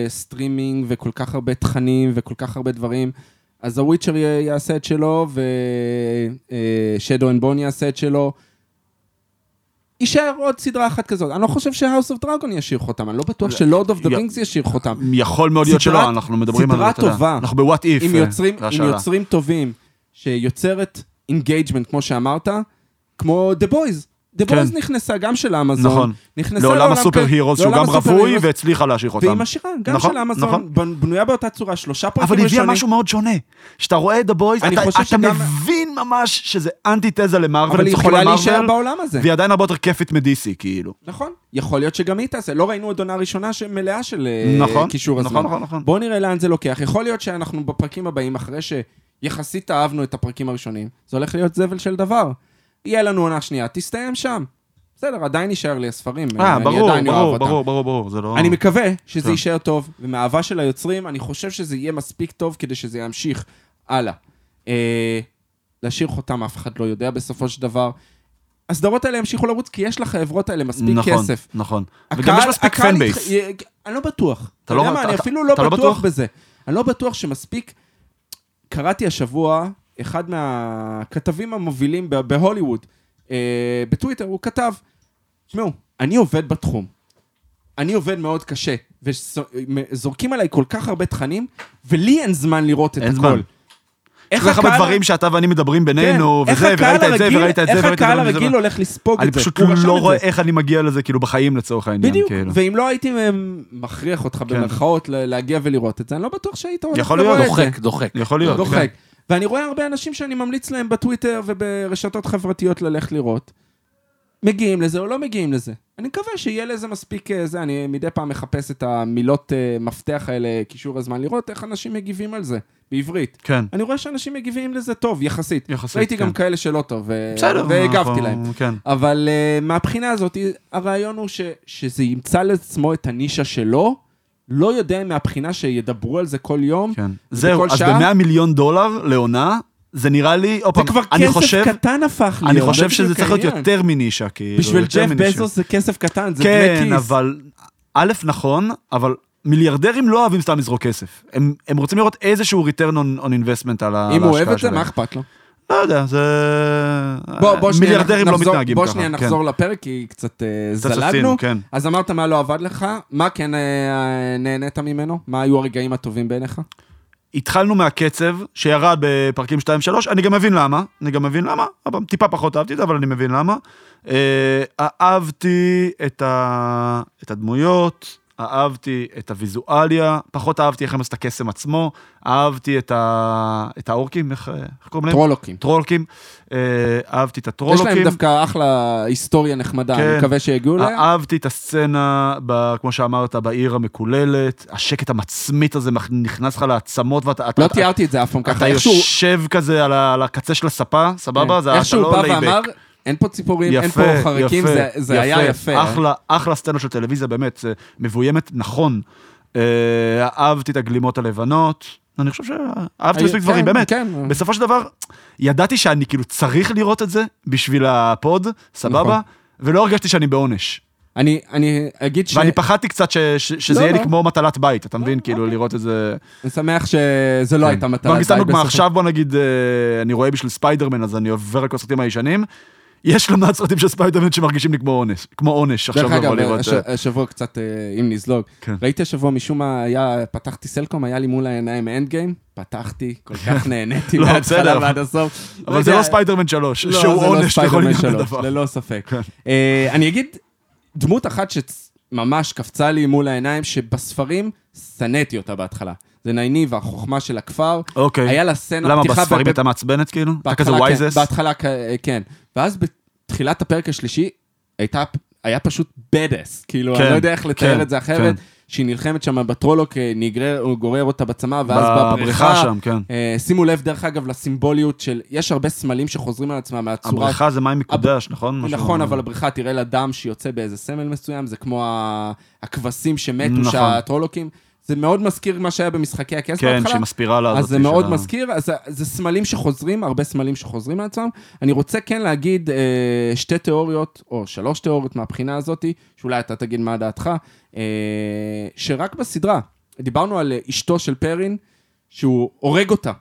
[SPEAKER 2] סטרימינג וכל כך הרבה תכנים וכל כך הרבה דברים. אז הוויצ'ר י- יעשה את שלו, ושדו אנד בון יעשה את שלו. יישאר עוד סדרה אחת כזאת. אני לא חושב שהאוס אוף דרגון ישאיר חותם, אני לא בטוח שלורד אוף דה
[SPEAKER 1] י-
[SPEAKER 2] רינגס ישאיר חותם.
[SPEAKER 1] יכול מאוד להיות
[SPEAKER 2] סדרת-
[SPEAKER 1] שלא, אנחנו מדברים על...
[SPEAKER 2] סדרה
[SPEAKER 1] אתה יודע,
[SPEAKER 2] טובה.
[SPEAKER 1] אנחנו בוואט איף.
[SPEAKER 2] עם יוצרים, עם יוצרים טובים, שיוצרת אינגייג'מנט, כמו שאמרת, כמו The Boys. The
[SPEAKER 1] כן.
[SPEAKER 2] Boys נכנסה גם של אמזון.
[SPEAKER 1] נכון.
[SPEAKER 2] נכנסה
[SPEAKER 1] לעולם
[SPEAKER 2] לעולם
[SPEAKER 1] הסופר
[SPEAKER 2] כ-
[SPEAKER 1] הירו, שהוא
[SPEAKER 2] לעולם
[SPEAKER 1] גם רווי,
[SPEAKER 2] הסופר-הירוס,
[SPEAKER 1] והצליחה להשאיר אותם.
[SPEAKER 2] והיא משאירה, גם
[SPEAKER 1] נכון,
[SPEAKER 2] של אמזון,
[SPEAKER 1] נכון.
[SPEAKER 2] בנ- בנויה באותה צורה, שלושה פרקים
[SPEAKER 1] אבל היא
[SPEAKER 2] ראשונים.
[SPEAKER 1] הביאה משהו מאוד שונה. כשאתה רואה את The Boys,
[SPEAKER 2] אני
[SPEAKER 1] אתה,
[SPEAKER 2] חושב
[SPEAKER 1] אתה
[SPEAKER 2] שגם-
[SPEAKER 1] מבין ממש שזה אנטיתזה למרוויל,
[SPEAKER 2] אבל היא
[SPEAKER 1] צוחקים
[SPEAKER 2] יכולה
[SPEAKER 1] על
[SPEAKER 2] להישאר
[SPEAKER 1] מארוול,
[SPEAKER 2] בעולם הזה.
[SPEAKER 1] והיא עדיין הרבה יותר כיפית מדיסי, כאילו.
[SPEAKER 2] נכון, יכול להיות שגם היא תעשה, לא ראינו עוד עונה ראשונה שמלאה של אה,
[SPEAKER 1] נכון,
[SPEAKER 2] קישור הזמן.
[SPEAKER 1] נכון, נכון, נכון.
[SPEAKER 2] בואו נראה לאן זה לוקח. יכול להיות שאנחנו בפרקים הבאים, אחרי שיחסית אהבנו את הפרקים הראשונים, זה הולך להיות זבל של דבר. יהיה לנו עונה שנייה, תסתיים שם. בסדר, עדיין יישאר לי הספרים.
[SPEAKER 1] אה,
[SPEAKER 2] אני
[SPEAKER 1] ברור,
[SPEAKER 2] עדיין אוהב
[SPEAKER 1] ברור,
[SPEAKER 2] אותם.
[SPEAKER 1] ברור, ברור, ברור, זה לא...
[SPEAKER 2] אני מקווה שזה
[SPEAKER 1] כן.
[SPEAKER 2] יישאר טוב, ומהאהבה של היוצרים, אני חושב שזה יהיה מספיק טוב כדי שזה ימשיך הלאה. אה, להשאיר חותם, אף אחד לא יודע בסופו של דבר. הסדרות האלה ימשיכו לרוץ, כי יש לחברות האלה מספיק
[SPEAKER 1] נכון,
[SPEAKER 2] כסף.
[SPEAKER 1] נכון. וגם יש
[SPEAKER 2] הקהל-
[SPEAKER 1] מספיק
[SPEAKER 2] הקהל
[SPEAKER 1] פן
[SPEAKER 2] נדח-
[SPEAKER 1] בייס.
[SPEAKER 2] י- אני לא בטוח. אתה
[SPEAKER 1] לא-
[SPEAKER 2] יודע מה,
[SPEAKER 1] אתה-
[SPEAKER 2] אני
[SPEAKER 1] אתה-
[SPEAKER 2] אפילו לא
[SPEAKER 1] אתה לא
[SPEAKER 2] בטוח
[SPEAKER 1] בטוח?
[SPEAKER 2] בזה. אני לא בטוח שמספיק... קראתי השבוע, אחד מהכתבים המובילים ב- בהוליווד, אה, בטוויטר, הוא כתב, תשמעו, אני עובד בתחום. אני עובד מאוד קשה, וזורקים עליי כל כך הרבה תכנים, ולי אין זמן לראות את
[SPEAKER 1] אין
[SPEAKER 2] הכל.
[SPEAKER 1] זמן. יש כל כך הרבה
[SPEAKER 2] הקהל-
[SPEAKER 1] דברים שאתה ואני מדברים בינינו,
[SPEAKER 2] כן, איך
[SPEAKER 1] וזה, וראית
[SPEAKER 2] הקהל
[SPEAKER 1] את זה,
[SPEAKER 2] הרגיל-
[SPEAKER 1] וראית את זה,
[SPEAKER 2] איך
[SPEAKER 1] וראית את זה,
[SPEAKER 2] הקהל
[SPEAKER 1] וראית את זה.
[SPEAKER 2] הרגיל הולך לספוג
[SPEAKER 1] אני
[SPEAKER 2] את זה.
[SPEAKER 1] פשוט
[SPEAKER 2] הוא רשם
[SPEAKER 1] לא
[SPEAKER 2] את
[SPEAKER 1] רואה
[SPEAKER 2] זה.
[SPEAKER 1] איך אני מגיע לזה, כאילו, בחיים לצורך העניין,
[SPEAKER 2] בדיוק,
[SPEAKER 1] כאילו. כן.
[SPEAKER 2] ואם לא הייתי אה, מכריח אותך במרכאות ל- להגיע ולראות את זה, אני לא בטוח שהיית הולך
[SPEAKER 1] יכול
[SPEAKER 2] ורואה
[SPEAKER 1] להיות,
[SPEAKER 2] את זה.
[SPEAKER 3] דוחק, דוחק.
[SPEAKER 1] יכול להיות. כן.
[SPEAKER 2] דוחק. ואני רואה הרבה אנשים שאני ממליץ להם בטוויטר וברשתות חברתיות ללכת לראות. מגיעים לזה או לא מגיעים לזה. אני מקווה שיהיה לזה מספיק אה, זה, אני מדי פעם מחפש את המילות אה, מפתח האלה, קישור הזמן, לראות איך אנשים מגיבים על זה, בעברית.
[SPEAKER 1] כן.
[SPEAKER 2] אני רואה שאנשים מגיבים לזה טוב, יחסית.
[SPEAKER 1] יחסית,
[SPEAKER 2] ראיתי
[SPEAKER 1] כן.
[SPEAKER 2] גם כאלה שלא טוב, ו-
[SPEAKER 1] בסדר.
[SPEAKER 2] והגבתי
[SPEAKER 1] אנחנו-
[SPEAKER 2] להם.
[SPEAKER 1] כן.
[SPEAKER 2] אבל uh, מהבחינה הזאת, הרעיון הוא ש, שזה ימצא לעצמו את הנישה שלו, לא יודע אם מהבחינה שידברו על זה כל יום.
[SPEAKER 1] כן.
[SPEAKER 2] ובכל
[SPEAKER 1] זהו, אז
[SPEAKER 2] שעה-
[SPEAKER 1] ב-100 מיליון דולר לעונה, זה נראה לי, עוד
[SPEAKER 2] זה
[SPEAKER 1] פעם,
[SPEAKER 2] כבר
[SPEAKER 1] אני
[SPEAKER 2] כסף
[SPEAKER 1] חושב,
[SPEAKER 2] קטן הפך להיות.
[SPEAKER 1] אני
[SPEAKER 2] זה
[SPEAKER 1] חושב שזה
[SPEAKER 2] בדיוק
[SPEAKER 1] צריך להיות
[SPEAKER 2] העניין.
[SPEAKER 1] יותר מנישה, כאילו.
[SPEAKER 2] בשביל
[SPEAKER 1] יותר
[SPEAKER 2] ג'ף
[SPEAKER 1] מנישה.
[SPEAKER 2] בזוס זה כסף קטן, זה דמי
[SPEAKER 1] כן,
[SPEAKER 2] כיס.
[SPEAKER 1] אבל א', נכון, אבל מיליארדרים לא אוהבים סתם לזרוק כסף. הם הם רוצים לראות איזשהו return on- on investment על ה- על ההשקעה שלהם.
[SPEAKER 2] אם הוא אוהב את זה, מה אכפת לו?
[SPEAKER 1] לא יודע, זה...
[SPEAKER 2] בוא, בוא שנייה,
[SPEAKER 1] מיליארדרים לא
[SPEAKER 2] נחזור-
[SPEAKER 1] מתנהגים ככה.
[SPEAKER 2] בוא שנייה
[SPEAKER 1] כן.
[SPEAKER 2] נחזור לפרק, כי קצת אה,
[SPEAKER 1] קצת
[SPEAKER 2] זלגנו.
[SPEAKER 1] עשינו, כן.
[SPEAKER 2] אז אמרת מה לא עבד לך, מה כן אה, נהנית ממנו? מה היו הרגעים הטובים בעיניך?
[SPEAKER 1] כן. התחלנו מהקצב שירד בפרקים 2-3, אני גם מבין למה, אני גם מבין למה, אבל טיפה פחות אהבתי את זה, אבל אני מבין למה. אה, אהבתי את, ה... את הדמויות, אהבתי את הוויזואליה, פחות אהבתי איך הם עשו את הקסם עצמו, אהבתי את, ה... את האורקים, איך, איך קוראים להם?
[SPEAKER 2] טרולוקים.
[SPEAKER 1] טרולקים. אה, אהבתי את
[SPEAKER 2] יש
[SPEAKER 1] הטרולוקים.
[SPEAKER 2] להם דווקא אחלה היסטוריה נחמדה, אני
[SPEAKER 1] כן.
[SPEAKER 2] מקווה שיגיעו אליה.
[SPEAKER 1] אהבתי את הסצנה, ב, כמו שאמרת, בעיר המקוללת, השקט המצמית הזה מכ- נכנס לך לעצמות, ואתה...
[SPEAKER 2] לא
[SPEAKER 1] אתה-
[SPEAKER 2] תיארתי את זה אף פעם ככה,
[SPEAKER 1] אתה
[SPEAKER 2] איכשהו...
[SPEAKER 1] יושב כזה על ה- על הקצה של הספה, סבבה? זה אתה
[SPEAKER 2] איכשהו
[SPEAKER 1] לא
[SPEAKER 2] כן. בא
[SPEAKER 1] לייבק.
[SPEAKER 2] ואמר, אין פה ציפורים, אין פה חרקים, זה- זה היה יפה. אה?
[SPEAKER 1] אחלה, אחלה סצנה של טלוויזיה, באמת, זה מבוימת נכון. אה, אהבתי את הגלימות הלבנות, אני חושב שאהבתי
[SPEAKER 2] היה-
[SPEAKER 1] מספיק דברים,
[SPEAKER 2] כן,
[SPEAKER 1] באמת.
[SPEAKER 2] כן.
[SPEAKER 1] בסופו של דבר, ידעתי שאני כאילו צריך לראות את זה בשביל הפוד,
[SPEAKER 2] נכון.
[SPEAKER 1] סבבה? ולא הרגשתי שאני בעונש.
[SPEAKER 2] אני- אני אגיד ש...
[SPEAKER 1] ואני פחדתי קצת ש- ש-
[SPEAKER 2] לא,
[SPEAKER 1] שזה יהיה לי
[SPEAKER 2] לא. אה, אוקיי.
[SPEAKER 1] כמו מטלת בית, אתה מבין? כאילו, לראות את זה...
[SPEAKER 2] אני שמח שזה לא הייתה מטרה.
[SPEAKER 1] כן. בוא נסתם
[SPEAKER 2] די,
[SPEAKER 1] דוגמה,
[SPEAKER 2] בסופו-
[SPEAKER 1] עכשיו בוא נגיד, אה, אני רואה בשביל ספיידרמן, אז אני עובר על כל הסרטים הישנים. יש לא מעט סרטים של ספיידרמן שמרגישים לי כמו עונש, כמו עונש עכשיו
[SPEAKER 2] דרך
[SPEAKER 1] לבוא
[SPEAKER 2] אגב,
[SPEAKER 1] לראות.
[SPEAKER 2] הש-
[SPEAKER 1] אה,
[SPEAKER 2] השבוע קצת, אה, אם נזלוג,
[SPEAKER 1] כן.
[SPEAKER 2] ראיתי השבוע משום מה, היה, פתחתי סלקום, היה לי מול העיניים אנד גיים, פתחתי, כל
[SPEAKER 1] (laughs)
[SPEAKER 2] כך נהניתי
[SPEAKER 1] לא,
[SPEAKER 2] מההתחלה
[SPEAKER 1] בסדר,
[SPEAKER 2] ועד הסוף.
[SPEAKER 1] אבל זה לא
[SPEAKER 2] יודע,
[SPEAKER 1] ספיידרמן 3,
[SPEAKER 2] לא,
[SPEAKER 1] שהוא
[SPEAKER 2] זה לא
[SPEAKER 1] עונש לכל
[SPEAKER 2] ספיידרמן
[SPEAKER 1] עניין
[SPEAKER 2] שלוש,
[SPEAKER 1] הדבר.
[SPEAKER 2] ללא ספק.
[SPEAKER 1] כן.
[SPEAKER 2] אה, אני אגיד, דמות אחת שממש קפצה לי מול העיניים, שבספרים שנאתי אותה בהתחלה. זה נייני והחוכמה של הכפר.
[SPEAKER 1] אוקיי.
[SPEAKER 2] היה לה סצנה
[SPEAKER 1] למה,
[SPEAKER 2] פתיחה...
[SPEAKER 1] בספרים
[SPEAKER 2] ב-
[SPEAKER 1] הייתה מעצבנת כאילו? אתה
[SPEAKER 2] בהתחלה
[SPEAKER 1] כזה
[SPEAKER 2] כן,
[SPEAKER 1] וייזס?
[SPEAKER 2] בהתחלה כ- כן. ואז בתחילת הפרק השלישי, הייתה, היה פשוט בדס. כאילו,
[SPEAKER 1] כן,
[SPEAKER 2] אני לא יודע איך לתאר
[SPEAKER 1] כן,
[SPEAKER 2] את זה אחרת. שהיא נלחמת שם בטרולוק, אה, נגרר, הוא גורר אותה בצמא, ואז בבריכה.
[SPEAKER 1] בבריכה שם, כן.
[SPEAKER 2] אה, שימו לב, דרך אגב, לסימבוליות של... יש הרבה סמלים שחוזרים על עצמם מהצורה
[SPEAKER 1] הבריכה זה מים מקודש, נכון? משהו-
[SPEAKER 2] נכון, אבל הבריכה, תראה לה דם שיוצא באיזה סמל מסוים, זה כמו ה- הכבשים שמתו,
[SPEAKER 1] נכון.
[SPEAKER 2] שהטרולוקים. זה מאוד מזכיר מה שהיה במשחקי הכס
[SPEAKER 1] כן,
[SPEAKER 2] בהתחלה.
[SPEAKER 1] שהיא מספירה לה.
[SPEAKER 2] אז
[SPEAKER 1] הזאת
[SPEAKER 2] זה
[SPEAKER 1] של
[SPEAKER 2] מאוד
[SPEAKER 1] ה-
[SPEAKER 2] מזכיר, אז זה- זה סמלים שחוזרים, הרבה סמלים שחוזרים על עצמם. אני רוצה כן להגיד אה, שתי תיאוריות, או שלוש תיאוריות מהבחינה הזאת, שאולי אתה תגיד מה דעתך, אה, שרק בסדרה, דיברנו על אה, אשתו של פרין, שהוא הורג אותה.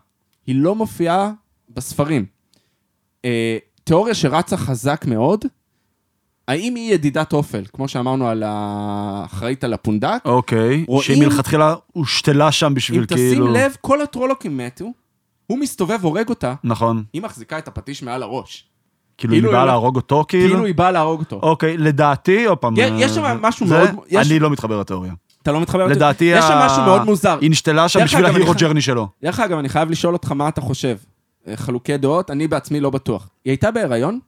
[SPEAKER 2] היא לא מופיעה בספרים. אה, תיאוריה שרצה חזק מאוד, האם היא ידידת אופל, כמו שאמרנו על האחראית על הפונדק?
[SPEAKER 1] אוקיי,
[SPEAKER 2] רואים-
[SPEAKER 1] שהיא מלכתחילה הושתלה שם
[SPEAKER 2] אם
[SPEAKER 1] בשביל
[SPEAKER 2] תשים
[SPEAKER 1] כאילו...
[SPEAKER 2] לב, כל הטרולוקים מתו, הוא מסתובב, הורג אותה,
[SPEAKER 1] נכון.
[SPEAKER 2] היא מחזיקה את הפטיש מעל הראש.
[SPEAKER 1] כאילו היא
[SPEAKER 2] כאילו
[SPEAKER 1] באה
[SPEAKER 2] היא-
[SPEAKER 1] להרוג אותו כאילו?
[SPEAKER 2] כאילו היא באה להרוג אותו.
[SPEAKER 1] אוקיי, לדעתי, עוד פעם...
[SPEAKER 2] יש- יש
[SPEAKER 1] אה,
[SPEAKER 2] שם משהו
[SPEAKER 1] זה-
[SPEAKER 2] מאוד- יש-
[SPEAKER 1] אני לא מתחבר לתיאוריה.
[SPEAKER 2] אתה לא מתחבר?
[SPEAKER 1] לדעתי...
[SPEAKER 2] יש שם
[SPEAKER 1] ה-
[SPEAKER 2] משהו מאוד מוזר.
[SPEAKER 1] היא נשתלה שם
[SPEAKER 2] דרך
[SPEAKER 1] בשביל
[SPEAKER 2] אגב, אני
[SPEAKER 1] ההירו
[SPEAKER 2] ח-
[SPEAKER 1] ג'רני שלו.
[SPEAKER 2] דרך אגב, אני חייב לשאול אותך מה אתה חושב. אה, חילוקי דעות, אני בעצמי לא בטוח. היא הייתה בהיריון?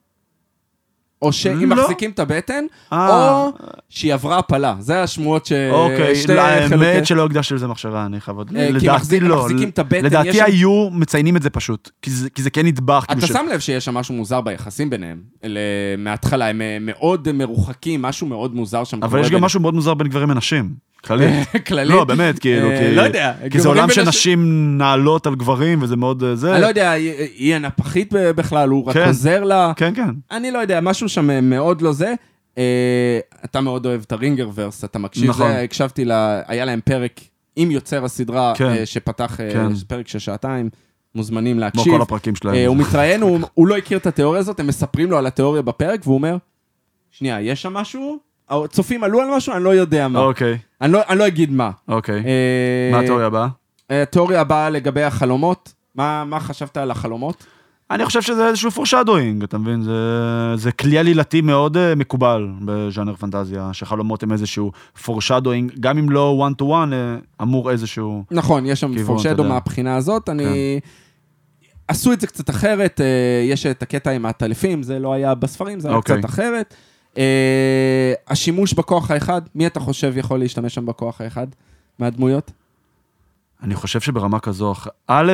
[SPEAKER 2] או שאם
[SPEAKER 1] לא.
[SPEAKER 2] מחזיקים את הבטן,
[SPEAKER 1] אה.
[SPEAKER 2] או שהיא עברה הפלה. זה השמועות ש...
[SPEAKER 1] אוקיי,
[SPEAKER 2] אה, שתי
[SPEAKER 1] לא,
[SPEAKER 2] חילוקי-
[SPEAKER 1] האמת שלא הקדשתי לזה מחשבה, אני חייב...
[SPEAKER 2] אה, כי
[SPEAKER 1] לדעתי
[SPEAKER 2] מחזיק-
[SPEAKER 1] לא.
[SPEAKER 2] מחזיקים את הבטן, יש
[SPEAKER 1] לדעתי
[SPEAKER 2] שם-
[SPEAKER 1] היו מציינים את זה פשוט. כי זה- כי זה כן נדבך. כאילו
[SPEAKER 2] אתה
[SPEAKER 1] ש-
[SPEAKER 2] שם לב שיש שם משהו מוזר ביחסים ביניהם. ל- מההתחלה, הם אה, מאוד מרוחקים, משהו מאוד מוזר שם.
[SPEAKER 1] אבל
[SPEAKER 2] קורה
[SPEAKER 1] יש גם
[SPEAKER 2] ביניהם.
[SPEAKER 1] משהו מאוד מוזר בין גברים לנשים. כללית.
[SPEAKER 2] (laughs) כללית.
[SPEAKER 1] לא, באמת, כאילו,
[SPEAKER 2] אה,
[SPEAKER 1] כי...
[SPEAKER 2] לא יודע,
[SPEAKER 1] כי זה
[SPEAKER 2] גברים
[SPEAKER 1] עולם
[SPEAKER 2] ונשים-
[SPEAKER 1] שנשים נעלות על גברים, וזה מאוד אה, זה.
[SPEAKER 2] אני לא יודע, היא- היא הנפחית ב- בכלל, הוא רק
[SPEAKER 1] כן.
[SPEAKER 2] עוזר לה.
[SPEAKER 1] כן, כן.
[SPEAKER 2] אני לא יודע, משהו שם אה, מאוד לא זה. אה, אתה מאוד אוהב את הרינגרוורס, אתה מקשיב.
[SPEAKER 1] נכון.
[SPEAKER 2] זה, הקשבתי ל... היה להם פרק עם יוצר הסדרה,
[SPEAKER 1] כן.
[SPEAKER 2] אה, שפתח אה,
[SPEAKER 1] כן.
[SPEAKER 2] פרק של שעתיים, מוזמנים
[SPEAKER 1] כמו
[SPEAKER 2] להקשיב.
[SPEAKER 1] כל הפרקים
[SPEAKER 2] אה, הוא
[SPEAKER 1] שלהם.
[SPEAKER 2] מתראיין, הוא- הוא לא הכיר את התיאוריה הזאת, הם מספרים לו על התיאוריה בפרק, והוא אומר, שנייה, יש שם משהו? הצופים עלו על משהו? אני לא יודע מה.
[SPEAKER 1] אוקיי,
[SPEAKER 2] אני לא- אני לא אגיד מה.
[SPEAKER 1] אוקיי.
[SPEAKER 2] אה,
[SPEAKER 1] מה התיאוריה הבאה?
[SPEAKER 2] אה, התיאוריה הבאה לגבי החלומות. מה מה חשבת על החלומות?
[SPEAKER 1] אני חושב שזה איזשהו פורשדוינג, אתה מבין? זה- זה כלי עלילתי מאוד אה, מקובל בז'אנר פנטזיה, שחלומות הם איזשהו פורשדוינג, גם אם לא one to one, אה, אמור איזשהו...
[SPEAKER 2] נכון, יש שם
[SPEAKER 1] כיוון, אתה
[SPEAKER 2] פורשדו
[SPEAKER 1] יודע. כן.
[SPEAKER 2] מהבחינה הזאת. אני... עשו את זה קצת אחרת, אה, יש את הקטע עם הטלפים, זה לא היה בספרים, זה היה
[SPEAKER 1] אוקיי.
[SPEAKER 2] קצת אחרת. אה, השימוש בכוח האחד, מי אתה חושב יכול להשתמש שם בכוח האחד? מהדמויות?
[SPEAKER 1] אה. אני חושב שברמה כזו, אח- א',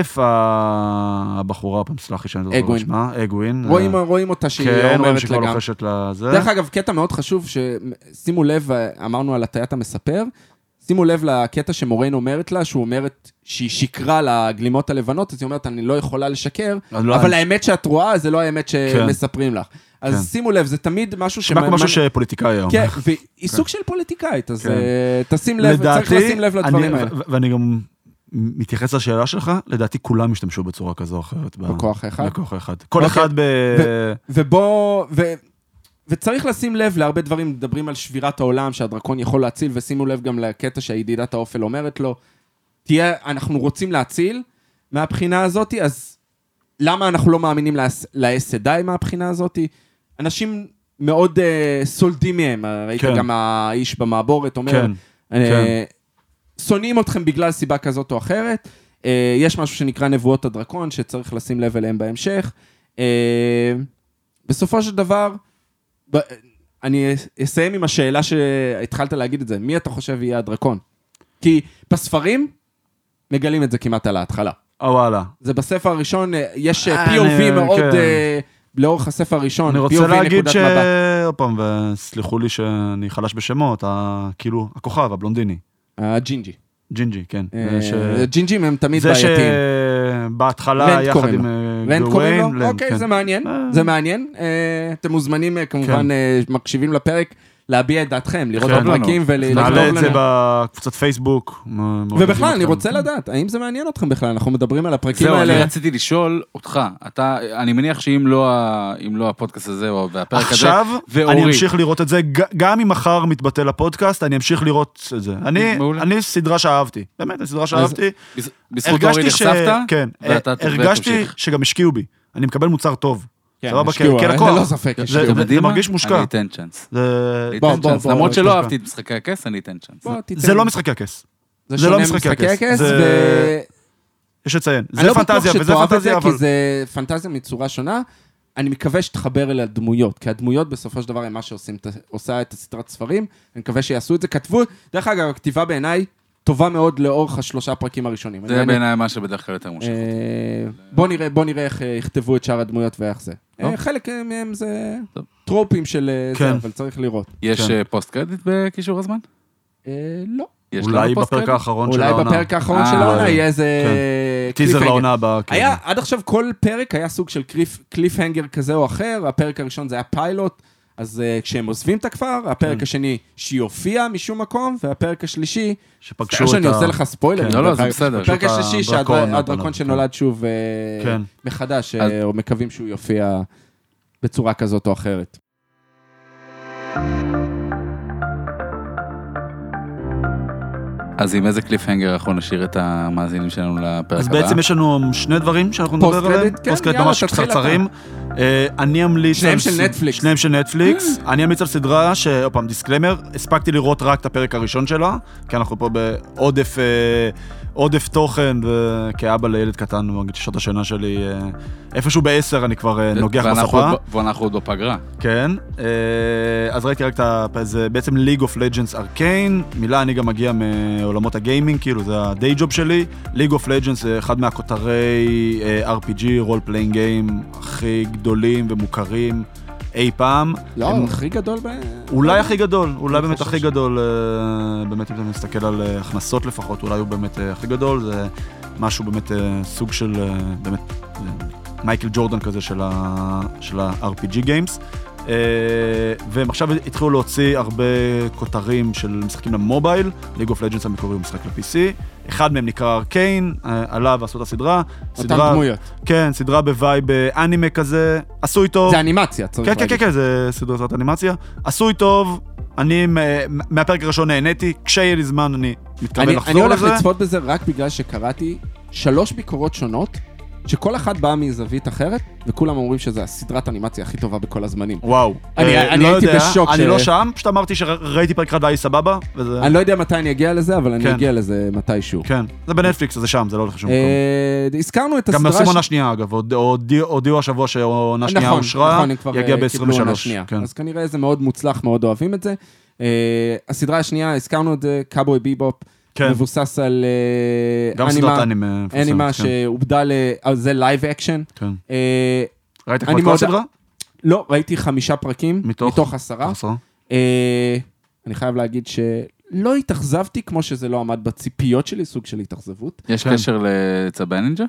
[SPEAKER 1] ה- הבחורה, פעם סלח לי שאני לא זוכר את
[SPEAKER 2] אגווין.
[SPEAKER 1] שמה, אגווין.
[SPEAKER 2] רואים-
[SPEAKER 1] אה,
[SPEAKER 2] רואים אותה שהיא
[SPEAKER 1] כן, רואים
[SPEAKER 2] אומרת
[SPEAKER 1] שכבר
[SPEAKER 2] לה גם.
[SPEAKER 1] לוחשת לזה.
[SPEAKER 2] דרך אגב, קטע מאוד חשוב, ששימו לב, אמרנו על הטיית המספר, שימו לב לקטע שמוריין אומרת לה, שהוא אומרת שהיא שיקרה לגלימות הלבנות, אז היא אומרת, אני לא יכולה לשקר,
[SPEAKER 1] אז לא,
[SPEAKER 2] אבל
[SPEAKER 1] אני-
[SPEAKER 2] האמת שאת רואה, זה לא האמת שמספרים לך.
[SPEAKER 1] כן.
[SPEAKER 2] אז שימו לב, זה תמיד משהו ש...
[SPEAKER 1] נשמע כמו משהו שפוליטיקאי היום.
[SPEAKER 2] כן, והיא סוג של פוליטיקאית, אז
[SPEAKER 1] כן.
[SPEAKER 2] אה, תשים לב, צריך לשים לב לדברים
[SPEAKER 1] אני-
[SPEAKER 2] האלה.
[SPEAKER 1] ו- ו- ואני גם מתייחס לשאלה שלך, לדעתי כולם השתמשו בצורה כזו או אחרת. ב-
[SPEAKER 2] בכוח האחד.
[SPEAKER 1] בכוח האחד. כל
[SPEAKER 2] אוקיי.
[SPEAKER 1] אחד ב...
[SPEAKER 2] ו- ובוא, ו... וצריך לשים לב להרבה דברים, מדברים על שבירת העולם, שהדרקון יכול להציל, ושימו לב גם לקטע שהידידת האופל אומרת לו, תהיה, אנחנו רוצים להציל מהבחינה הזאת, אז למה אנחנו לא מאמינים לאס- ל-SDI מהבחינה הזאת? אנשים מאוד אה, סולדים מהם, ראית
[SPEAKER 1] כן.
[SPEAKER 2] גם האיש במעבורת אומר,
[SPEAKER 1] כן.
[SPEAKER 2] אה, שונאים אתכם בגלל סיבה כזאת או אחרת. אה, יש משהו שנקרא נבואות הדרקון, שצריך לשים לב אליהם בהמשך. אה, בסופו של דבר, ב- אה, אני אסיים עם השאלה שהתחלת להגיד את זה, מי אתה חושב יהיה הדרקון? כי בספרים מגלים את זה כמעט על ההתחלה.
[SPEAKER 1] אה, וואלה.
[SPEAKER 2] זה בספר הראשון, אה, יש אה,
[SPEAKER 1] אני-
[SPEAKER 2] POV מאוד,
[SPEAKER 1] כן.
[SPEAKER 2] אה, לאורך הספר הראשון,
[SPEAKER 1] אני
[SPEAKER 2] POV
[SPEAKER 1] רוצה להגיד
[SPEAKER 2] נקודת
[SPEAKER 1] ש...
[SPEAKER 2] מבט.
[SPEAKER 1] עוד פעם, וסלחו לי שאני חלש בשמות, ה- כאילו, הכוכב, הבלונדיני.
[SPEAKER 2] הג'ינג'י.
[SPEAKER 1] ג'ינג'י, כן.
[SPEAKER 2] אה,
[SPEAKER 1] ש-
[SPEAKER 2] ג'ינג'ים הם תמיד
[SPEAKER 1] זה
[SPEAKER 2] בעייתיים.
[SPEAKER 1] שבהתחלה,
[SPEAKER 2] לנד
[SPEAKER 1] יחד
[SPEAKER 2] קוראים
[SPEAKER 1] עם
[SPEAKER 2] לו.
[SPEAKER 1] אה, גוויין,
[SPEAKER 2] רנד קוראים לו?
[SPEAKER 1] לנד,
[SPEAKER 2] אוקיי,
[SPEAKER 1] כן.
[SPEAKER 2] זה מעניין,
[SPEAKER 1] אה.
[SPEAKER 2] זה מעניין. אה, אתם מוזמנים, אה, כמובן,
[SPEAKER 1] כן.
[SPEAKER 2] אה, מקשיבים לפרק, להביע את דעתכם, לראות את
[SPEAKER 1] כן.
[SPEAKER 2] הפרקים ולכתוב
[SPEAKER 1] נעלה את זה
[SPEAKER 2] לנו.
[SPEAKER 1] בקבוצת פייסבוק. מ- מעודדים
[SPEAKER 2] ובכלל, אני
[SPEAKER 1] אתכם.
[SPEAKER 2] רוצה לדעת, האם זה מעניין אתכם בכלל? אנחנו מדברים על הפרקים
[SPEAKER 3] זהו, אני
[SPEAKER 2] האלה.
[SPEAKER 3] רציתי לשאול אותך, אתה, אני מניח שאם לא, ה- אם לא הפודקאסט הזה, או והפרק הזה,
[SPEAKER 1] עכשיו,
[SPEAKER 3] ואורי.
[SPEAKER 1] אני אמשיך לראות את זה, ג- גם אם מחר מתבטל הפודקאסט, אני אמשיך לראות את זה. אני,
[SPEAKER 3] מעולה.
[SPEAKER 1] אני סדרה שאהבתי, באמת, אני סדרה שאהבתי.
[SPEAKER 3] בז- בזכות אורי נחשפת,
[SPEAKER 1] כן,
[SPEAKER 3] ואתה
[SPEAKER 1] אה, הרגשתי
[SPEAKER 3] ותמשיך.
[SPEAKER 1] שגם השקיעו בי, אני מקבל מוצר טוב.
[SPEAKER 2] כן,
[SPEAKER 1] סבבה,
[SPEAKER 2] השקיעו,
[SPEAKER 1] כן,
[SPEAKER 2] אה,
[SPEAKER 1] כלקוח.
[SPEAKER 2] ללא ספק,
[SPEAKER 1] זה-
[SPEAKER 2] השקיעו.
[SPEAKER 1] זה-
[SPEAKER 2] אתם
[SPEAKER 3] יודעים
[SPEAKER 1] זה
[SPEAKER 3] מה?
[SPEAKER 1] מרגיש מושקע. אה,
[SPEAKER 3] אני אתן צ'אנס.
[SPEAKER 1] זה-
[SPEAKER 3] אני
[SPEAKER 2] בוא,
[SPEAKER 3] אתן
[SPEAKER 2] בוא,
[SPEAKER 3] צ'אנס.
[SPEAKER 2] בוא,
[SPEAKER 3] למרות
[SPEAKER 2] בוא,
[SPEAKER 3] שלא
[SPEAKER 1] בוא.
[SPEAKER 3] אהבתי את משחקי הכס, אני אתן צ'אנס.
[SPEAKER 2] בוא, תיתן.
[SPEAKER 1] זה לא משחקי הכס.
[SPEAKER 2] זה
[SPEAKER 1] זה
[SPEAKER 2] שונה
[SPEAKER 1] לא משחקי
[SPEAKER 2] משחקי
[SPEAKER 1] הכס,
[SPEAKER 2] הכס,
[SPEAKER 1] זה-
[SPEAKER 2] ו-
[SPEAKER 1] יש לציין,
[SPEAKER 2] אני
[SPEAKER 1] זה
[SPEAKER 2] לא בטוח
[SPEAKER 1] פנטזיה, וזה
[SPEAKER 2] שתאהב את זה,
[SPEAKER 1] פנטזיה, אבל...
[SPEAKER 2] כי זה פנטזיה מצורה שונה. אני מקווה שתחבר אל הדמויות, כי הדמויות בסופו של דבר הן מה שעושה את הסדרת ספרים. אני מקווה שיעשו את זה. כתבו, דרך אגב, הכתיבה בעיניי טובה מאוד לאורך השלושה פרקים הראשונים.
[SPEAKER 3] זה
[SPEAKER 2] אני-
[SPEAKER 3] בעיניי מה שבדרך כלל יותר מושך.
[SPEAKER 2] אה, בוא נראה, בוא נראה איך אה, יכתבו את שאר הדמויות ואיך זה. אה,
[SPEAKER 3] טוב.
[SPEAKER 2] חלק אה, מהם זה
[SPEAKER 3] טוב.
[SPEAKER 2] טרופים של אה, זה,
[SPEAKER 1] כן.
[SPEAKER 2] אבל צריך לראות.
[SPEAKER 3] יש
[SPEAKER 1] כן.
[SPEAKER 3] אה, פוסט קרדיט בקישור הזמן?
[SPEAKER 2] אה, לא.
[SPEAKER 3] יש
[SPEAKER 1] אולי
[SPEAKER 3] לנו פוסט
[SPEAKER 1] בפרק
[SPEAKER 3] קרדיט?
[SPEAKER 1] האחרון של
[SPEAKER 2] אולי
[SPEAKER 1] העונה.
[SPEAKER 2] בפרק האחרון
[SPEAKER 3] אה,
[SPEAKER 2] של העונה
[SPEAKER 1] אולי.
[SPEAKER 2] יהיה איזה...
[SPEAKER 1] כן.
[SPEAKER 2] אה,
[SPEAKER 1] טיזר
[SPEAKER 2] cliffhanger.
[SPEAKER 1] לעונה הבאה. כן.
[SPEAKER 2] היה, עד עכשיו כל פרק היה סוג של קליף, קליפהנגר כזה או אחר, הפרק הראשון זה היה פיילוט, אז uh, כשהם עוזבים את הכפר, הפרק
[SPEAKER 1] כן.
[SPEAKER 2] השני שהיא הופיעה משום מקום, והפרק השלישי,
[SPEAKER 1] שפגשו
[SPEAKER 2] סליחה
[SPEAKER 1] את
[SPEAKER 2] אה, שאני
[SPEAKER 1] ה-
[SPEAKER 2] עושה לך ספוילר,
[SPEAKER 1] כן.
[SPEAKER 3] לא, לא,
[SPEAKER 2] דרך
[SPEAKER 3] זה
[SPEAKER 2] אגב.
[SPEAKER 3] בסדר.
[SPEAKER 2] הפרק
[SPEAKER 1] פשוט
[SPEAKER 2] השלישי
[SPEAKER 1] הדרקון,
[SPEAKER 2] שהדרקון
[SPEAKER 1] אבל-
[SPEAKER 2] שנולד שוב אה,
[SPEAKER 1] כן.
[SPEAKER 2] מחדש,
[SPEAKER 3] אז-
[SPEAKER 2] אה, או מקווים שהוא יופיע בצורה כזאת או אחרת.
[SPEAKER 3] אז עם איזה קליפהנגר אנחנו נשאיר את המאזינים שלנו לפרק הבא?
[SPEAKER 1] אז בעצם יש לנו שני דברים שאנחנו
[SPEAKER 2] פוסט
[SPEAKER 1] נדבר עליהם.
[SPEAKER 2] קרדיט? כן,
[SPEAKER 1] פוסט קרדיט
[SPEAKER 2] יאללה,
[SPEAKER 1] ממש
[SPEAKER 2] תתחיל אתה.
[SPEAKER 1] קצרצרים. אה, אני אמליץ...
[SPEAKER 2] שניהם
[SPEAKER 1] על
[SPEAKER 2] של
[SPEAKER 1] ס-
[SPEAKER 2] נטפליקס.
[SPEAKER 1] שניהם של
[SPEAKER 2] (laughs)
[SPEAKER 1] נטפליקס. אני אמליץ על סדרה, שעוד פעם, דיסקלמר, הספקתי לראות רק את הפרק הראשון שלה, כי אנחנו פה בעודף אה, עודף תוכן, וכאבא לילד קטן, הוא מרגיש שעות השינה שלי, אה, איפשהו בעשר אני כבר אה, נוגח
[SPEAKER 3] ואנחנו
[SPEAKER 1] בספה.
[SPEAKER 3] עוד ב- ואנחנו עוד בפגרה.
[SPEAKER 1] כן, אה, אז ראיתי רק את ה... זה בעצם League of Legends Arcane, מילה אני גם מגיע מעולמות הגיימינג, כאילו זה הדיי ג'וב שלי. League of Legends זה אחד מהכותרי אה, RPG, רול פליינג גיים, הכי גדולים ומוכרים אי פעם.
[SPEAKER 2] לא,
[SPEAKER 1] הם-
[SPEAKER 2] הוא הכי גדול ב...
[SPEAKER 1] אולי הכי גדול,
[SPEAKER 2] כן,
[SPEAKER 1] אולי באמת
[SPEAKER 2] חושב
[SPEAKER 1] הכי
[SPEAKER 2] ש-
[SPEAKER 1] גדול, אה, באמת אם אתה מסתכל על אה, הכנסות לפחות, אולי הוא באמת אה, הכי גדול, זה משהו באמת אה, סוג של, אה, באמת, אה, מייקל ג'ורדן כזה של ה- של ה-RPG Games. אה, והם עכשיו התחילו להוציא הרבה כותרים של משחקים למובייל, ליג אוף לג'נס המקורי הוא משחק ל-PC, אחד מהם נקרא ארקיין, אה, עליו עשו את הסדרה.
[SPEAKER 2] אותן
[SPEAKER 1] סדרה-
[SPEAKER 2] דמויות.
[SPEAKER 1] כן, סדרה בווייב אה, אנימה כזה, עשו איתו...
[SPEAKER 2] זה אנימציה, צריך
[SPEAKER 1] כן,
[SPEAKER 2] להגיד.
[SPEAKER 1] כן, כן, כן, זה סדרת אנימציה. עשוי טוב, אני מ- מהפרק הראשון נהניתי, כשיהיה לי זמן אני מתכוון
[SPEAKER 2] אני, אני
[SPEAKER 1] לחזור
[SPEAKER 2] הולך
[SPEAKER 1] לזה.
[SPEAKER 2] לצפות בזה רק בגלל שקראתי שלוש ביקורות שונות, שכל אחת באה מזווית אחרת, וכולם אומרים שזו הסדרת אנימציה הכי טובה בכל הזמנים.
[SPEAKER 1] וואו.
[SPEAKER 2] אני-
[SPEAKER 1] אה,
[SPEAKER 2] אני
[SPEAKER 1] לא
[SPEAKER 2] הייתי
[SPEAKER 1] יודע,
[SPEAKER 2] בשוק
[SPEAKER 1] אני
[SPEAKER 2] ש-
[SPEAKER 1] לא שם, פשוט אמרתי שראיתי פרק אחד די סבבה, וזה...
[SPEAKER 2] אני לא יודע מתי אני אגיע לזה, אבל
[SPEAKER 1] כן.
[SPEAKER 2] אני אגיע לזה מתישהו.
[SPEAKER 1] כן, זה בנטפליקס, זה שם, זה לא הולך לשום מקום.
[SPEAKER 2] אה, הזכרנו את הסדרה...
[SPEAKER 1] גם עושים
[SPEAKER 2] ש-
[SPEAKER 1] עונה שנייה אגב, עוד- הודיעו הודיעו השבוע שהעונה שנייה
[SPEAKER 2] נכון,
[SPEAKER 1] אושרה,
[SPEAKER 2] נכון, הם כבר,
[SPEAKER 1] יגיע
[SPEAKER 2] אה, קיבלו עונה שנייה.
[SPEAKER 1] ב-23. כן.
[SPEAKER 2] אז כנראה זה מאוד מוצלח, מאוד אוהבים את זה. אה, הסדרה השנייה, הזכרנו את זה, קאבוי ביבופ,
[SPEAKER 1] כן.
[SPEAKER 2] מבוסס על אה,
[SPEAKER 1] גם סדרת אנימה. מפורסמת,
[SPEAKER 2] אנימה
[SPEAKER 1] כן,
[SPEAKER 2] שעובדה ל... אה, זה לייב אקשן.
[SPEAKER 1] כן.
[SPEAKER 2] אה,
[SPEAKER 1] ראית כבר
[SPEAKER 2] אני
[SPEAKER 1] את כל
[SPEAKER 2] מאוד-
[SPEAKER 1] הסדרה?
[SPEAKER 2] לא, ראיתי חמישה פרקים,
[SPEAKER 1] מתוך?
[SPEAKER 2] מתוך עשרה.
[SPEAKER 1] עשרה?
[SPEAKER 2] אה, אני חייב להגיד שלא התאכזבתי כמו שזה לא עמד בציפיות שלי, סוג של התאכזבות.
[SPEAKER 3] יש
[SPEAKER 1] כן.
[SPEAKER 3] קשר לצבי הנינג'ה?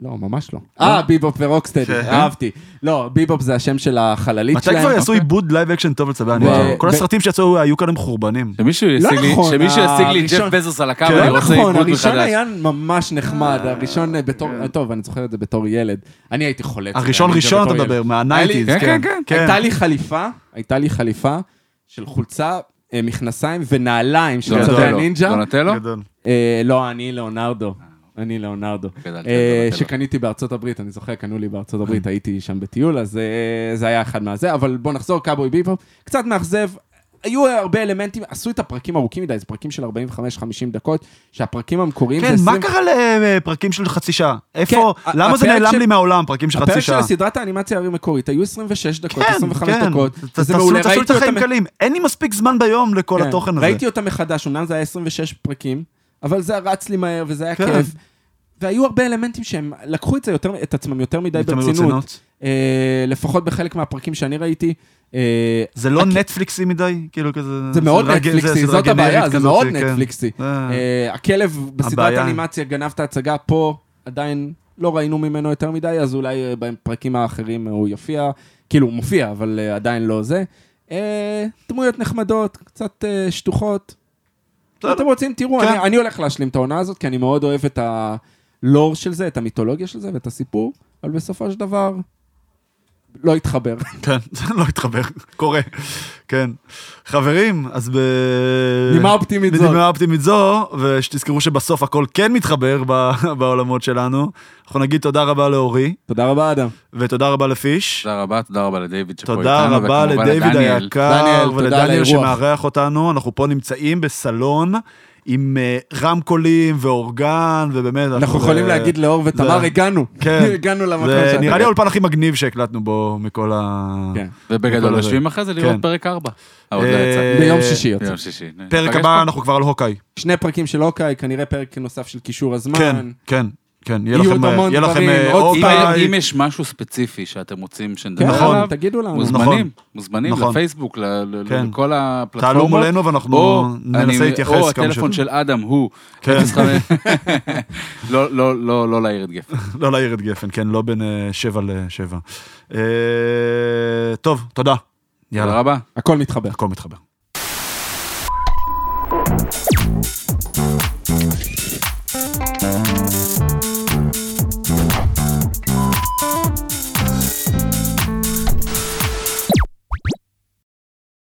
[SPEAKER 2] לא, ממש לא. אה, ביבופ ורוקסטדי,
[SPEAKER 1] כן.
[SPEAKER 2] אהבתי. לא, ביבופ זה השם של החללית
[SPEAKER 1] מתי
[SPEAKER 2] שלהם. אוקיי.
[SPEAKER 1] כבר יעשו עיבוד לייב אקשן טוב לצבי
[SPEAKER 2] וואו.
[SPEAKER 1] אנימה? כל
[SPEAKER 2] ו-
[SPEAKER 1] הסרטים שיצאו היו כאן הם חורבנים.
[SPEAKER 3] שמישהו ישיג לי,
[SPEAKER 2] נכון,
[SPEAKER 3] שמישהו ישיג לי את
[SPEAKER 2] הראשון-
[SPEAKER 3] ג'ף בזוס על הקו,
[SPEAKER 1] לא כן.
[SPEAKER 3] אני
[SPEAKER 2] לא
[SPEAKER 3] רוצה
[SPEAKER 2] נכון,
[SPEAKER 3] עיבוד
[SPEAKER 2] הראשון
[SPEAKER 3] מחדש.
[SPEAKER 2] היה ממש נחמד, הראשון אה, בתור, אה, טוב, אני זוכר את זה בתור ילד. אני הייתי חולה. צבי
[SPEAKER 1] הראשון
[SPEAKER 2] הנינג'ה
[SPEAKER 1] ראשון אתה
[SPEAKER 2] בתור
[SPEAKER 1] מדבר,
[SPEAKER 2] ילד.
[SPEAKER 1] מהניינטיז,
[SPEAKER 3] היה לי-
[SPEAKER 1] כן.
[SPEAKER 3] כן, כן,
[SPEAKER 2] הייתה לי חליפה, הייתה לי חליפה של חולצה, אה, מכנסיים ונעליים של
[SPEAKER 1] גדול.
[SPEAKER 2] צבי
[SPEAKER 3] דונטלו,
[SPEAKER 2] הנינג'ה.
[SPEAKER 3] דונטלו?
[SPEAKER 1] גדול.
[SPEAKER 2] אה, לא, אני
[SPEAKER 1] אה,
[SPEAKER 2] לאונרדו.
[SPEAKER 1] אוקיי.
[SPEAKER 2] אני לאונרדו.
[SPEAKER 3] גדלתי
[SPEAKER 2] אה,
[SPEAKER 3] על דונטלו.
[SPEAKER 2] שקניתי בארצות הברית, אני זוכר, קנו לי בארצות הברית,
[SPEAKER 1] אה.
[SPEAKER 2] הייתי שם בטיול, אז אה, זה היה אחד מהזה, אבל בוא נחזור, קאבוי ביפו, קצת מאכזב. היו הרבה אלמנטים, עשו את הפרקים ארוכים מדי, זה פרקים של 45-50 דקות, שהפרקים המקוריים
[SPEAKER 1] כן,
[SPEAKER 2] זה
[SPEAKER 1] מה
[SPEAKER 2] 20
[SPEAKER 1] קרה לפרקים של חצי שעה? איפה,
[SPEAKER 2] ה-
[SPEAKER 1] למה זה
[SPEAKER 2] הפרק
[SPEAKER 1] נעלם
[SPEAKER 2] של-
[SPEAKER 1] לי מהעולם, פרקים של חצי
[SPEAKER 2] הפרק של
[SPEAKER 1] שעה?
[SPEAKER 2] סדרת האנימציה המקורית היו 26 דקות,
[SPEAKER 1] כן,
[SPEAKER 2] 25
[SPEAKER 1] כן.
[SPEAKER 2] דקות.
[SPEAKER 1] ת-
[SPEAKER 2] זה
[SPEAKER 1] תעשו-
[SPEAKER 2] מעולה,
[SPEAKER 1] תעשו לי את
[SPEAKER 2] ראיתי אותם-
[SPEAKER 1] החיים קלים, אין לי מספיק זמן ביום לכל
[SPEAKER 2] כן.
[SPEAKER 1] התוכן הזה.
[SPEAKER 2] ראיתי אותה מחדש, אמנם זה היה 26 פרקים, אבל זה רץ לי מהר וזה היה
[SPEAKER 1] כן.
[SPEAKER 2] כיף. והיו הרבה אלמנטים שהם לקחו את, זה יותר, את עצמם יותר מדי
[SPEAKER 1] יותר
[SPEAKER 2] ברצינות,
[SPEAKER 1] מרצינות.
[SPEAKER 2] אה, לפחות בחלק מהפרקים שאני ראיתי. אה,
[SPEAKER 1] זה לא
[SPEAKER 2] הכ-
[SPEAKER 1] נטפליקסי מדי? כאילו כזה...
[SPEAKER 2] זה מאוד
[SPEAKER 1] סדרה ג- זה
[SPEAKER 2] נטפליקסי,
[SPEAKER 1] סדרה
[SPEAKER 2] זאת
[SPEAKER 1] גנרית
[SPEAKER 2] הבעיה, זה
[SPEAKER 1] כזאת,
[SPEAKER 2] מאוד
[SPEAKER 1] כן.
[SPEAKER 2] נטפליקסי.
[SPEAKER 1] אה.
[SPEAKER 2] אה, הכלב בסדרת
[SPEAKER 1] הבעיה.
[SPEAKER 2] אנימציה גנב את ההצגה, פה עדיין לא ראינו ממנו יותר מדי, אז אולי אה, בפרקים האחרים הוא יופיע, כאילו הוא מופיע, אבל אה, עדיין לא זה. אה, דמויות נחמדות, קצת אה, שטוחות.
[SPEAKER 1] בסדר.
[SPEAKER 2] אתם רוצים, תראו,
[SPEAKER 1] כן.
[SPEAKER 2] אני- אני הולך להשלים את העונה הזאת, כי אני מאוד אוהב את הלור של זה, את המיתולוגיה של זה ואת הסיפור, אבל בסופו של דבר, לא התחבר.
[SPEAKER 1] (laughs) כן, זה לא התחבר, קורה. כן. חברים, אז ב...
[SPEAKER 2] נימה אופטימית זאת.
[SPEAKER 1] בנימה אופטימית זו, ושתזכרו שבסוף הכל כן מתחבר ב- (laughs) בעולמות שלנו. אנחנו נגיד (laughs) תודה רבה לאורי,
[SPEAKER 2] תודה רבה, אדם.
[SPEAKER 1] ותודה רבה לפיש.
[SPEAKER 3] תודה רבה, תודה רבה לדייוויד שפה איתנו,
[SPEAKER 1] תודה רבה
[SPEAKER 3] וכמובן
[SPEAKER 1] לדייוויד
[SPEAKER 3] לדניאל.
[SPEAKER 2] דניאל,
[SPEAKER 1] היקר
[SPEAKER 2] תודה על
[SPEAKER 1] ולדניאל
[SPEAKER 2] האירוח.
[SPEAKER 1] שמארח אותנו. אנחנו פה נמצאים בסלון עם אה, רמקולים ואורגן, ובאמת...
[SPEAKER 2] אנחנו יכולים
[SPEAKER 1] אה,
[SPEAKER 2] להגיד לאור ותמר,
[SPEAKER 1] זה-
[SPEAKER 2] הגענו.
[SPEAKER 1] כן.
[SPEAKER 2] (laughs) הגענו למקום
[SPEAKER 1] זה
[SPEAKER 2] שאתה...
[SPEAKER 1] נראה לי האולפן הכי מגניב שהקלטנו בו מכל ה...
[SPEAKER 2] כן.
[SPEAKER 1] בכל
[SPEAKER 3] ובגדול,
[SPEAKER 1] הזה.
[SPEAKER 3] יושבים אחרי זה לראות
[SPEAKER 1] כן.
[SPEAKER 3] פרק 4. אה, עוד לא
[SPEAKER 1] אה,
[SPEAKER 3] יצא.
[SPEAKER 2] ביום שישי יוצא.
[SPEAKER 3] ביום שישי.
[SPEAKER 1] פרק
[SPEAKER 3] ניפגש
[SPEAKER 1] הבא
[SPEAKER 3] פה.
[SPEAKER 1] אנחנו כבר על הוקאי.
[SPEAKER 2] שני פרקים של אוקיי, כנראה פרק נוסף של קישור הזמן.
[SPEAKER 1] כן, כן, כן. יהיה
[SPEAKER 2] יהיו
[SPEAKER 1] לכם,
[SPEAKER 2] עוד
[SPEAKER 1] אה,
[SPEAKER 2] המון
[SPEAKER 1] יהיה לכם
[SPEAKER 2] דברים,
[SPEAKER 1] אה,
[SPEAKER 2] עוד
[SPEAKER 3] אם-
[SPEAKER 1] הוקאי.
[SPEAKER 3] אם יש משהו ספציפי שאתם רוצים שנדבר
[SPEAKER 2] כן,
[SPEAKER 1] נכון.
[SPEAKER 2] אבל
[SPEAKER 3] עליו,
[SPEAKER 2] תגידו לנו.
[SPEAKER 1] נכון.
[SPEAKER 3] מוזמנים, מוזמנים
[SPEAKER 1] נכון.
[SPEAKER 3] לפייסבוק, ל- ל-
[SPEAKER 1] כן.
[SPEAKER 3] לכל הפלטפורמות.
[SPEAKER 1] תעלו מולנו ואנחנו
[SPEAKER 3] או אני-
[SPEAKER 1] ננסה להתייחס
[SPEAKER 3] או
[SPEAKER 1] כמה
[SPEAKER 3] הטלפון
[SPEAKER 1] ש-
[SPEAKER 3] של אדם הוא.
[SPEAKER 1] כן.
[SPEAKER 3] 05. לא, לא, לא, לא להעיר את גפן.
[SPEAKER 1] לא להעיר את גפן, כן, לא בין אה, שבע לשבע. אה, טוב, תודה.
[SPEAKER 3] תודה
[SPEAKER 1] יאללה,
[SPEAKER 3] רבה.
[SPEAKER 2] הכל מתחבר.
[SPEAKER 1] הכל מתחבר.